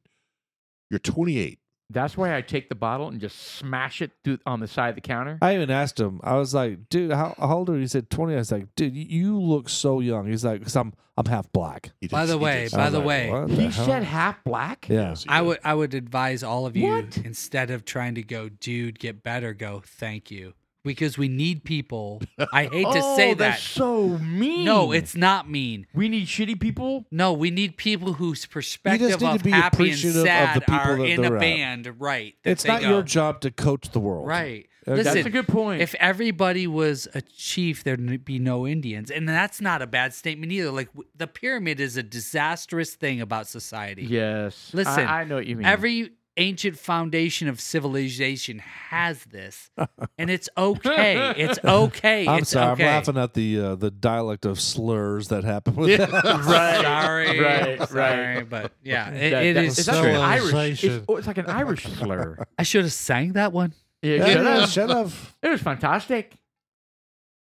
[SPEAKER 2] you're 28.
[SPEAKER 4] That's why I take the bottle and just smash it through on the side of the counter.
[SPEAKER 5] I even asked him. I was like, "Dude, how, how old are you?" He said, 20. I was like, "Dude, you- you look so young." He's like, "Cause I'm I'm half black."
[SPEAKER 2] He did-
[SPEAKER 1] By the
[SPEAKER 2] he did
[SPEAKER 1] way,
[SPEAKER 2] say
[SPEAKER 1] by
[SPEAKER 5] I was
[SPEAKER 1] the
[SPEAKER 5] like,
[SPEAKER 1] way,
[SPEAKER 5] "What the
[SPEAKER 4] he
[SPEAKER 5] hell?"
[SPEAKER 4] said half black.
[SPEAKER 5] "Yeah."
[SPEAKER 2] he
[SPEAKER 1] I
[SPEAKER 2] did.
[SPEAKER 1] would I would advise all of you
[SPEAKER 4] What?
[SPEAKER 1] instead of trying to go, dude, get better. Go, thank you, because we need people. I hate to
[SPEAKER 4] oh,
[SPEAKER 5] <laughs>
[SPEAKER 1] say that.
[SPEAKER 4] that's so mean.
[SPEAKER 1] no, it's not mean.
[SPEAKER 4] we need shitty people.
[SPEAKER 1] No, we need people whose
[SPEAKER 5] need
[SPEAKER 1] perspective
[SPEAKER 5] to
[SPEAKER 1] of
[SPEAKER 5] be
[SPEAKER 1] happy and
[SPEAKER 5] appreciative of the
[SPEAKER 1] sad
[SPEAKER 5] people
[SPEAKER 1] are
[SPEAKER 5] that
[SPEAKER 1] in a
[SPEAKER 5] they're at.
[SPEAKER 1] band. Right. that
[SPEAKER 5] It's
[SPEAKER 1] they
[SPEAKER 5] not your
[SPEAKER 1] go.
[SPEAKER 5] job to coach the world,
[SPEAKER 1] Right.
[SPEAKER 5] Uh,
[SPEAKER 1] Listen,
[SPEAKER 4] That's a good point.
[SPEAKER 1] if everybody was a chief, there'd be no Indians, and that's not a bad statement either. Like w- the pyramid is a disastrous thing about society.
[SPEAKER 4] yes. I-
[SPEAKER 1] Listen,
[SPEAKER 4] I, know what you mean.
[SPEAKER 1] Every ancient foundation of civilization has this,
[SPEAKER 4] <laughs>
[SPEAKER 1] and it's okay. It's okay.
[SPEAKER 5] I'm
[SPEAKER 1] it's
[SPEAKER 5] sorry.
[SPEAKER 1] okay.
[SPEAKER 5] I'm laughing at the uh, the dialect of slurs that happen
[SPEAKER 1] <laughs>
[SPEAKER 5] with that.
[SPEAKER 4] <laughs> right.
[SPEAKER 1] Sorry,
[SPEAKER 4] Right, right.
[SPEAKER 1] sorry, but yeah, it,
[SPEAKER 4] That-
[SPEAKER 1] it
[SPEAKER 4] that-
[SPEAKER 1] is
[SPEAKER 4] It's
[SPEAKER 5] so
[SPEAKER 4] actually
[SPEAKER 1] true.
[SPEAKER 5] un-
[SPEAKER 4] Irish. It's,
[SPEAKER 5] Civilization.
[SPEAKER 4] oh, it's like an Irish slur.
[SPEAKER 1] I should have sang that one.
[SPEAKER 4] <laughs> Yeah,
[SPEAKER 5] Yeah,
[SPEAKER 4] shut
[SPEAKER 5] yeah,
[SPEAKER 4] up.
[SPEAKER 5] shut
[SPEAKER 1] <laughs>
[SPEAKER 5] up.
[SPEAKER 4] It was fantastic.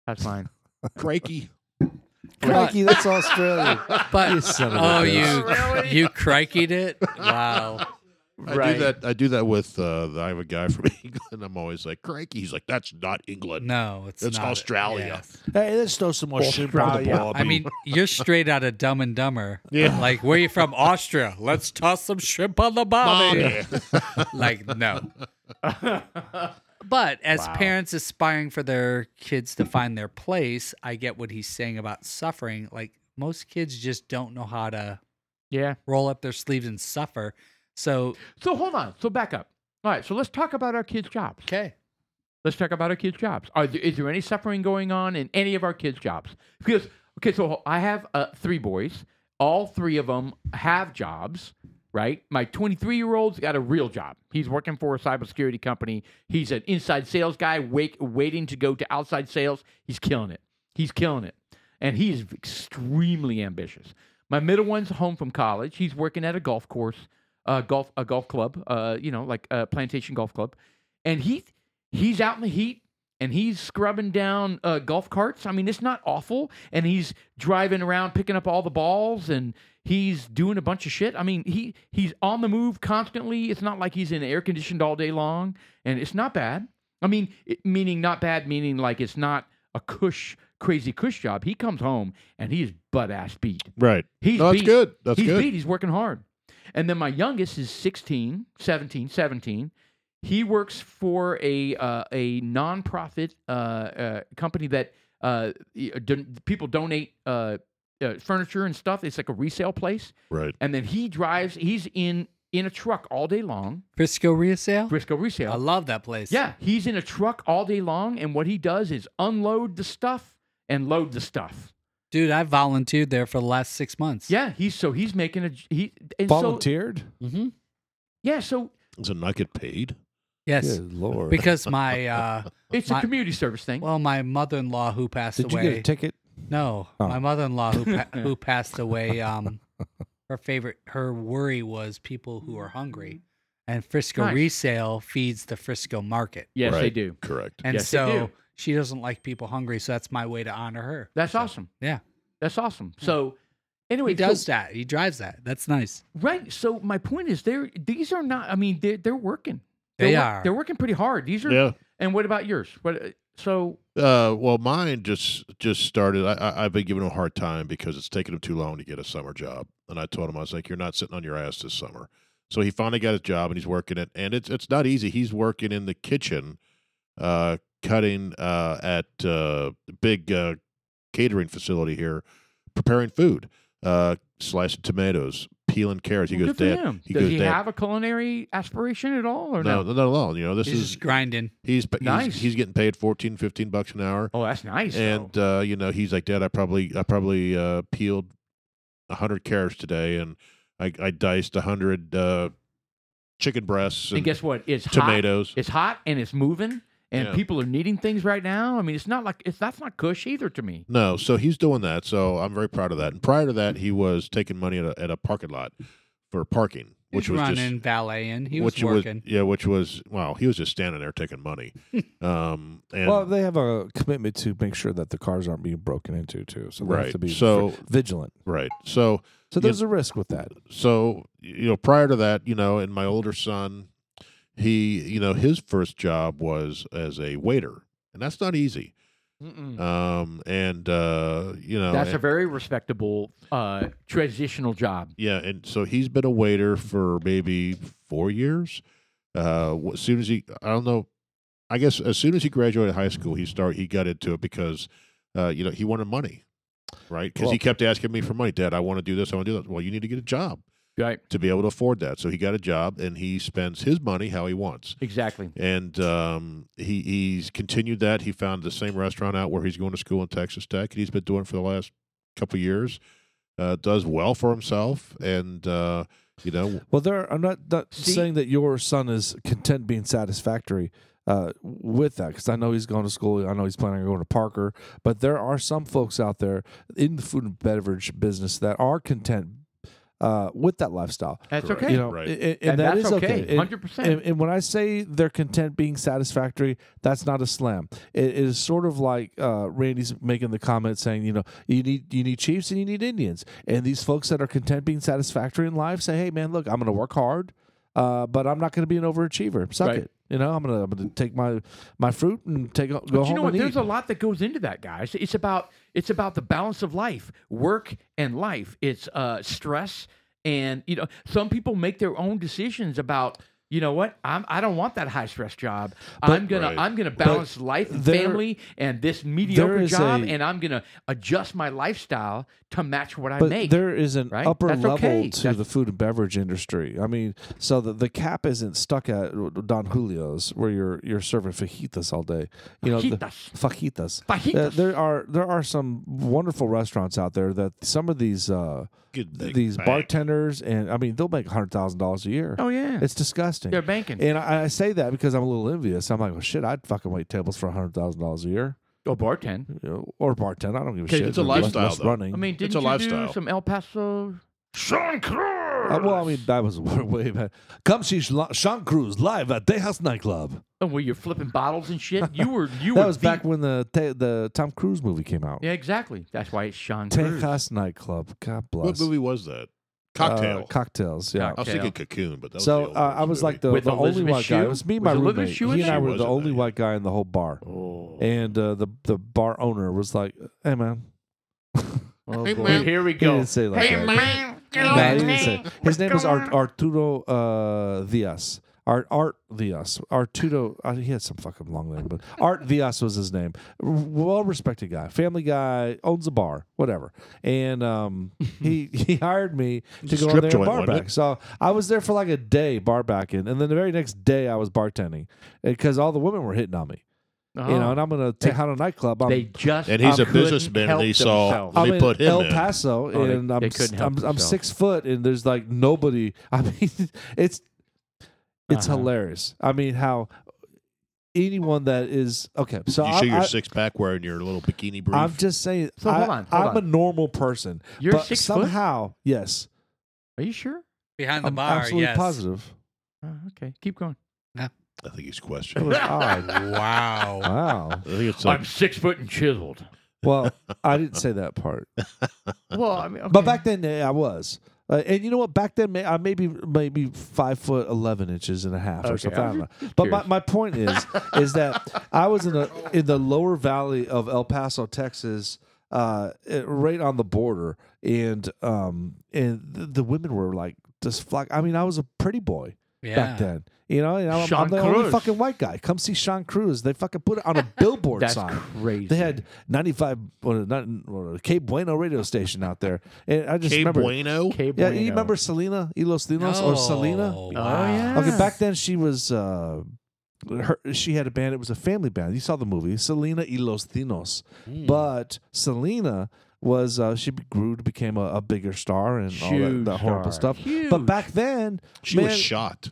[SPEAKER 4] That's <laughs> mine.
[SPEAKER 2] Crikey.
[SPEAKER 5] Crikey, that's Australian.
[SPEAKER 1] But
[SPEAKER 5] You son of a
[SPEAKER 1] oh,
[SPEAKER 5] bitch.
[SPEAKER 1] you
[SPEAKER 4] Really?
[SPEAKER 1] you crikeyed it. Wow.
[SPEAKER 2] I do that. I do that with. Uh, I have a guy <laughs> from England. I'm always like, crikey. He's like, that's not England.
[SPEAKER 1] No, it's
[SPEAKER 2] It's
[SPEAKER 1] not.
[SPEAKER 2] Australia.
[SPEAKER 1] Yes.
[SPEAKER 5] Hey, let's throw some more shit on the
[SPEAKER 4] Australia.
[SPEAKER 5] ball.
[SPEAKER 1] I mean, you're straight out of Dumb and Dumber.
[SPEAKER 2] Yeah.
[SPEAKER 1] Like, where you from? Austria. Let's toss some shrimp on the barbie.
[SPEAKER 2] Mommy.
[SPEAKER 1] <laughs> Like, no. But as
[SPEAKER 4] Wow.
[SPEAKER 1] parents aspiring for their kids to find their place, I get what he's saying about suffering. Like, most kids just don't know how to
[SPEAKER 4] Yeah.
[SPEAKER 1] roll up their sleeves and suffer. So,
[SPEAKER 4] So hold on. So back up. All right. So let's talk about our kids' jobs.
[SPEAKER 1] okay.
[SPEAKER 4] Let's talk about our kids' jobs. Are there, is there any suffering going on in any of our kids' jobs? Because okay, so I have uh, three boys. All three of them have jobs, right? My 23-year-old's got a real job. He's working for a cybersecurity company. He's an inside sales guy, wait, waiting to go to outside sales. He's killing it. He's killing it, and he's extremely ambitious. My middle one's home from college. He's working at a golf course, uh, golf a golf club, uh, you know, like uh, Plantation Golf Club, and he he's out in the heat and he's scrubbing down uh, golf carts. I mean, it's not awful. And he's driving around picking up all the balls and he's doing a bunch of shit. I mean, he he's on the move constantly. It's not like he's in air conditioned all day long, and it's not bad. I mean, it, meaning not bad, meaning like it's not a cush crazy cush job. He comes home and he's butt ass beat.
[SPEAKER 2] right.
[SPEAKER 4] He's
[SPEAKER 2] No, that's
[SPEAKER 4] beat.
[SPEAKER 2] good. That's
[SPEAKER 4] he's
[SPEAKER 2] good.
[SPEAKER 4] beat. He's working hard. And then my youngest is 16, 17, 17. He works for a uh, a nonprofit uh, uh, company that uh, y- don- people donate uh, uh, furniture and stuff. It's like a resale place.
[SPEAKER 2] Right.
[SPEAKER 4] And then he drives. He's in in a truck all day long.
[SPEAKER 1] Frisco Resale?
[SPEAKER 4] Briscoe Resale.
[SPEAKER 1] I love that place.
[SPEAKER 4] Yeah, he's in a truck all day long, and what he does is unload the stuff and load the stuff.
[SPEAKER 1] Dude, I volunteered there for the last six months.
[SPEAKER 4] Yeah, he's so he's making a he and So,
[SPEAKER 5] Volunteered?
[SPEAKER 1] Mm-hmm.
[SPEAKER 4] yeah, so
[SPEAKER 2] Does it not get paid?
[SPEAKER 1] Yes.
[SPEAKER 5] Good lord.
[SPEAKER 1] Because my uh
[SPEAKER 4] it's
[SPEAKER 1] My-
[SPEAKER 4] a community service thing.
[SPEAKER 1] well, my mother in law who passed
[SPEAKER 5] Did you
[SPEAKER 1] away.
[SPEAKER 5] get a ticket?
[SPEAKER 1] No,
[SPEAKER 5] Oh.
[SPEAKER 1] my mother-in-law who pa- who passed away. Um, her favorite, her worry was people who are hungry, and Frisco
[SPEAKER 4] Nice.
[SPEAKER 1] resale feeds the Frisco market,
[SPEAKER 4] yes, they
[SPEAKER 2] Right.
[SPEAKER 4] do.
[SPEAKER 2] Correct.
[SPEAKER 1] and
[SPEAKER 4] Yes, they
[SPEAKER 1] so
[SPEAKER 4] do.
[SPEAKER 1] she doesn't like people hungry. So that's my way to honor her.
[SPEAKER 4] That's
[SPEAKER 1] So,
[SPEAKER 4] awesome.
[SPEAKER 1] yeah.
[SPEAKER 4] that's awesome. So anyway,
[SPEAKER 1] He does
[SPEAKER 4] so-
[SPEAKER 1] that. He drives that. That's nice.
[SPEAKER 4] right. So my point is, they're these are not. I mean, they're, they're working. They're
[SPEAKER 1] They
[SPEAKER 4] wor-
[SPEAKER 1] are.
[SPEAKER 4] They're working pretty hard. These are.
[SPEAKER 2] Yeah.
[SPEAKER 4] And what about yours? What? So
[SPEAKER 2] Uh, well, mine just just started. I, I I've been giving him a hard time because it's taken him too long to get a summer job, and I told him I was like, "You're not sitting on your ass this summer." So he finally got his job, and he's working it, and it's it's not easy. He's working in the kitchen, uh, cutting uh at uh the big uh catering facility here, preparing food, uh, slicing tomatoes, peeling carrots. He
[SPEAKER 4] well,
[SPEAKER 2] goes,
[SPEAKER 4] good for
[SPEAKER 2] "Dad."
[SPEAKER 4] him.
[SPEAKER 2] he
[SPEAKER 4] Does
[SPEAKER 2] goes,
[SPEAKER 4] he
[SPEAKER 2] "Dad."
[SPEAKER 4] have a culinary aspiration at all, or
[SPEAKER 2] No,
[SPEAKER 4] no?
[SPEAKER 2] no, not alone. You know, this
[SPEAKER 1] He's
[SPEAKER 2] is
[SPEAKER 1] just grinding.
[SPEAKER 2] he's, he's
[SPEAKER 4] Nice.
[SPEAKER 2] he's getting paid 14, 15 bucks an hour
[SPEAKER 4] Oh, that's nice. though.
[SPEAKER 2] and uh, you know he's like dad i probably i probably uh, peeled 100 carrots today and i, I diced 100 uh, chicken breasts
[SPEAKER 4] And
[SPEAKER 2] and,
[SPEAKER 4] guess what? It's hot.
[SPEAKER 2] tomatoes
[SPEAKER 4] It's hot and it's moving, and
[SPEAKER 2] Yeah.
[SPEAKER 4] people are needing things right now. I mean, it's not like it's that's not cush either to me.
[SPEAKER 2] no so he's doing that so i'm very proud of that and prior to that he was taking money at a, at a parking lot for parking which
[SPEAKER 1] Which
[SPEAKER 2] was
[SPEAKER 1] running,
[SPEAKER 2] just
[SPEAKER 1] valeting. He was
[SPEAKER 2] which
[SPEAKER 1] working.
[SPEAKER 2] yeah which was wow he was just standing there taking money um and
[SPEAKER 5] well, they have a commitment to make sure that the cars aren't being broken into too, so they
[SPEAKER 2] right
[SPEAKER 5] have to be
[SPEAKER 2] so
[SPEAKER 5] vigilant.
[SPEAKER 2] right so
[SPEAKER 5] So
[SPEAKER 2] Yeah.
[SPEAKER 5] there's a risk with that.
[SPEAKER 2] so you know prior to that you know and my older son he you know his first job was as a waiter and that's not easy um and uh you know
[SPEAKER 4] Mm. That's a
[SPEAKER 2] and-
[SPEAKER 4] very respectable uh, transitional job.
[SPEAKER 2] yeah and so he's been a waiter for maybe four years uh wh- as soon as he i don't know i guess as soon as he graduated high school he started he got into it because uh you know he wanted money right because
[SPEAKER 5] Well-
[SPEAKER 2] he kept asking me for money dad i want to do this i want to do that well you need to get a job
[SPEAKER 4] Right.
[SPEAKER 2] to be able to afford that. So he got a job and he spends his money how he wants.
[SPEAKER 4] Exactly.
[SPEAKER 2] And um, he he's continued that. He found the same restaurant out where he's going to school in Texas Tech, and he's been doing it for the last couple of years. Uh, does well for himself, and uh, you know,
[SPEAKER 5] Well, there. I'm not, not
[SPEAKER 4] See-
[SPEAKER 5] saying that your son is content being satisfactory uh, with that, because I know he's going to school. I know he's planning on going to Parker, but there are some folks out there in the food and beverage business that are content uh, with that lifestyle.
[SPEAKER 4] That's
[SPEAKER 2] Correct.
[SPEAKER 4] okay.
[SPEAKER 5] You know,
[SPEAKER 2] Right.
[SPEAKER 5] and, and
[SPEAKER 4] And
[SPEAKER 5] that
[SPEAKER 4] that's
[SPEAKER 5] is
[SPEAKER 4] okay.
[SPEAKER 5] okay. And-
[SPEAKER 4] 100%.
[SPEAKER 5] And, and when I say they're content being satisfactory, that's not a slam. It it is sort of like uh, Randy's making the comment saying, you know, you need you need Chiefs and you need Indians, and these folks that are content being satisfactory in life say, hey man, look, I'm going to work hard, uh, but I'm not going to be an overachiever. Suck
[SPEAKER 4] Right.
[SPEAKER 5] it. You know, I'm gonna I'm gonna take my my fruit and take go
[SPEAKER 4] But
[SPEAKER 5] home
[SPEAKER 4] you know what?
[SPEAKER 5] and
[SPEAKER 4] There's
[SPEAKER 5] eat.
[SPEAKER 4] a lot that goes into that, guys. It's about it's about the balance of life, work and life. It's uh, stress, and you know, some people make their own decisions about. You know what? I'm. I don't want that high stress job. I'm gonna.
[SPEAKER 2] Right.
[SPEAKER 4] I'm gonna balance life and
[SPEAKER 5] there-
[SPEAKER 4] family and this mediocre
[SPEAKER 5] is
[SPEAKER 4] job,
[SPEAKER 5] a-
[SPEAKER 4] and I'm gonna adjust my lifestyle to match what I
[SPEAKER 5] but
[SPEAKER 4] make.
[SPEAKER 5] there is an
[SPEAKER 4] right?
[SPEAKER 5] upper
[SPEAKER 4] That's
[SPEAKER 5] level
[SPEAKER 4] okay.
[SPEAKER 5] to
[SPEAKER 4] That's-
[SPEAKER 5] the food and beverage industry. I mean, so the, the cap isn't stuck at Don Julio's where you're you're serving fajitas all day. You know, the-
[SPEAKER 4] Fajitas.
[SPEAKER 5] fajitas.
[SPEAKER 4] Fajitas.
[SPEAKER 5] Uh, there are there are some wonderful restaurants out there that some of these uh,
[SPEAKER 2] good big
[SPEAKER 5] these
[SPEAKER 2] bang.
[SPEAKER 5] bartenders and I mean they'll make hundred thousand dollars a year.
[SPEAKER 4] oh yeah,
[SPEAKER 5] It's disgusting.
[SPEAKER 4] they're banking.
[SPEAKER 5] and I, I say that because I'm a little envious. I'm like, well, shit, I'd fucking wait tables for hundred thousand dollars a year,
[SPEAKER 4] oh, bartend.
[SPEAKER 5] you know, or bartend. I don't give a
[SPEAKER 4] 'Cause
[SPEAKER 5] shit.
[SPEAKER 4] it's a
[SPEAKER 5] What's-
[SPEAKER 2] lifestyle,
[SPEAKER 5] what's
[SPEAKER 2] though.
[SPEAKER 5] running.
[SPEAKER 4] I mean, didn't
[SPEAKER 2] a
[SPEAKER 4] you do
[SPEAKER 2] lifestyle.
[SPEAKER 4] some El Paso? Sean Cruz.
[SPEAKER 5] Uh, well, I mean, that was <laughs> way, way back. Come see Shla- Sean Cruz live at Tejas Nightclub.
[SPEAKER 4] Oh, where you're flipping bottles and shit. You were
[SPEAKER 5] <laughs>
[SPEAKER 4] you
[SPEAKER 5] That
[SPEAKER 4] were
[SPEAKER 5] was
[SPEAKER 4] the-
[SPEAKER 5] back when the te- the Tom Cruise movie came out.
[SPEAKER 4] Yeah, exactly. That's why it's Sean Cruz.
[SPEAKER 5] Tejas Nightclub. God bless.
[SPEAKER 2] What movie was
[SPEAKER 5] Uh,
[SPEAKER 2] that? Cocktail.
[SPEAKER 5] cocktails, yeah.
[SPEAKER 2] I was thinking Cocoon, but that was
[SPEAKER 5] so
[SPEAKER 2] the
[SPEAKER 5] uh, I was like the,
[SPEAKER 4] With
[SPEAKER 5] the only
[SPEAKER 4] Elizabeth
[SPEAKER 5] white guy.
[SPEAKER 4] Shue?
[SPEAKER 5] It was me and
[SPEAKER 4] Was
[SPEAKER 5] my
[SPEAKER 4] Elizabeth
[SPEAKER 5] roommate.
[SPEAKER 4] Shue in
[SPEAKER 5] He and
[SPEAKER 4] that?
[SPEAKER 5] I
[SPEAKER 2] She
[SPEAKER 5] were
[SPEAKER 2] was
[SPEAKER 5] the
[SPEAKER 2] in
[SPEAKER 5] only
[SPEAKER 2] that, yeah.
[SPEAKER 5] white guy in the whole bar.
[SPEAKER 4] Oh,
[SPEAKER 5] And uh, the the bar owner was like, "Hey man,
[SPEAKER 4] oh
[SPEAKER 3] Hey,
[SPEAKER 4] boy.
[SPEAKER 3] man.
[SPEAKER 4] here we
[SPEAKER 5] he
[SPEAKER 4] go.
[SPEAKER 5] didn't say it like
[SPEAKER 3] Hey,
[SPEAKER 5] that.
[SPEAKER 3] man. Get
[SPEAKER 5] No,
[SPEAKER 3] off
[SPEAKER 5] he
[SPEAKER 3] me.
[SPEAKER 5] didn't say it. His
[SPEAKER 3] What's
[SPEAKER 5] name was
[SPEAKER 3] going
[SPEAKER 5] Art-
[SPEAKER 3] on?
[SPEAKER 5] Arturo uh, Diaz. Art Art Diaz. Arturo. Uh, he had some fucking long name, but Art Diaz was his name. Well respected guy, family guy, owns a bar, whatever. And um, he he hired me to go in
[SPEAKER 2] Strip
[SPEAKER 5] there and
[SPEAKER 2] joint,
[SPEAKER 5] bar
[SPEAKER 2] wasn't
[SPEAKER 5] back.
[SPEAKER 2] it?
[SPEAKER 5] So I was there for like a day bar backing, and then the very next day I was um, bartending because all the women were hitting on me. You know, and I'm going to take out a nightclub. I'm,
[SPEAKER 4] Oh. Uh-huh. they just
[SPEAKER 2] And he's a
[SPEAKER 4] couldn't
[SPEAKER 2] businessman, and
[SPEAKER 4] help
[SPEAKER 2] he saw-
[SPEAKER 4] themselves.
[SPEAKER 2] Let
[SPEAKER 5] I'm
[SPEAKER 2] me put him
[SPEAKER 5] El
[SPEAKER 2] in.
[SPEAKER 5] Paso,
[SPEAKER 4] Oh, they-
[SPEAKER 5] and
[SPEAKER 4] they
[SPEAKER 5] I'm,
[SPEAKER 4] couldn't
[SPEAKER 5] I'm,
[SPEAKER 4] help
[SPEAKER 5] I'm
[SPEAKER 4] themselves.
[SPEAKER 5] six foot, and there's like nobody. <laughs> I mean, it's it's
[SPEAKER 4] Uh-huh.
[SPEAKER 5] hilarious. I mean, how anyone that is okay. So
[SPEAKER 2] you
[SPEAKER 5] I,
[SPEAKER 2] show your
[SPEAKER 5] I,
[SPEAKER 2] six pack wearing your little bikini brief.
[SPEAKER 5] I'm just saying.
[SPEAKER 4] So hold on, hold
[SPEAKER 5] I, am
[SPEAKER 4] on.
[SPEAKER 5] a normal person.
[SPEAKER 4] You're
[SPEAKER 5] but
[SPEAKER 4] six foot.
[SPEAKER 5] somehow, yes,
[SPEAKER 4] Are you sure?
[SPEAKER 1] behind the
[SPEAKER 5] I'm
[SPEAKER 1] bar.
[SPEAKER 5] absolutely
[SPEAKER 1] yes. <laughs>
[SPEAKER 5] positive.
[SPEAKER 4] Oh, okay,
[SPEAKER 5] <laughs>
[SPEAKER 4] keep going.
[SPEAKER 2] I think he's
[SPEAKER 5] It
[SPEAKER 4] <laughs>
[SPEAKER 2] questioning.
[SPEAKER 5] was odd.
[SPEAKER 1] Wow.
[SPEAKER 5] Wow.
[SPEAKER 2] I think it's like
[SPEAKER 4] six foot and chiseled.
[SPEAKER 5] Well, I didn't say that part,
[SPEAKER 4] Well, I mean, okay.
[SPEAKER 5] but back then eh, I was. Uh, and you know what? Back then, may- I maybe maybe five foot eleven inches and a half or
[SPEAKER 4] Okay,
[SPEAKER 5] something.
[SPEAKER 4] I
[SPEAKER 5] I
[SPEAKER 4] was
[SPEAKER 5] don't know.
[SPEAKER 4] just
[SPEAKER 5] But my,
[SPEAKER 4] curious.
[SPEAKER 5] my point
[SPEAKER 4] <laughs>
[SPEAKER 5] is is that I was in a in the lower valley of El Paso, Texas, uh, eh, right on the border, and um and the, the women were like just flock. I mean, I was a pretty boy
[SPEAKER 1] Yeah.
[SPEAKER 5] back then. You know, and I'm, I'm
[SPEAKER 4] Sean
[SPEAKER 5] the only
[SPEAKER 4] Cruz.
[SPEAKER 5] fucking white guy. Come see Sean Cruz. They fucking put it
[SPEAKER 4] <laughs>
[SPEAKER 5] on a billboard
[SPEAKER 4] that's
[SPEAKER 5] sign.
[SPEAKER 4] crazy.
[SPEAKER 5] They had 95, or not, or K Bueno radio station out there. And I just
[SPEAKER 2] K
[SPEAKER 5] remember.
[SPEAKER 2] Bueno.
[SPEAKER 4] Cable
[SPEAKER 5] Yeah, you remember Selena, Elos Linos, or Selena?
[SPEAKER 1] Oh,
[SPEAKER 4] Oh, yeah.
[SPEAKER 5] Okay, back then she was, uh, her, she had a band. It was a family band. You saw the movie, Selena y los Dinos.
[SPEAKER 4] Hmm.
[SPEAKER 1] Mm.
[SPEAKER 5] But Selena was, uh, she grew to became a, a bigger star and all that,
[SPEAKER 4] Huge
[SPEAKER 5] that horrible
[SPEAKER 4] star.
[SPEAKER 5] stuff.
[SPEAKER 4] Huge.
[SPEAKER 5] But back then,
[SPEAKER 2] She was
[SPEAKER 5] man-
[SPEAKER 2] shot.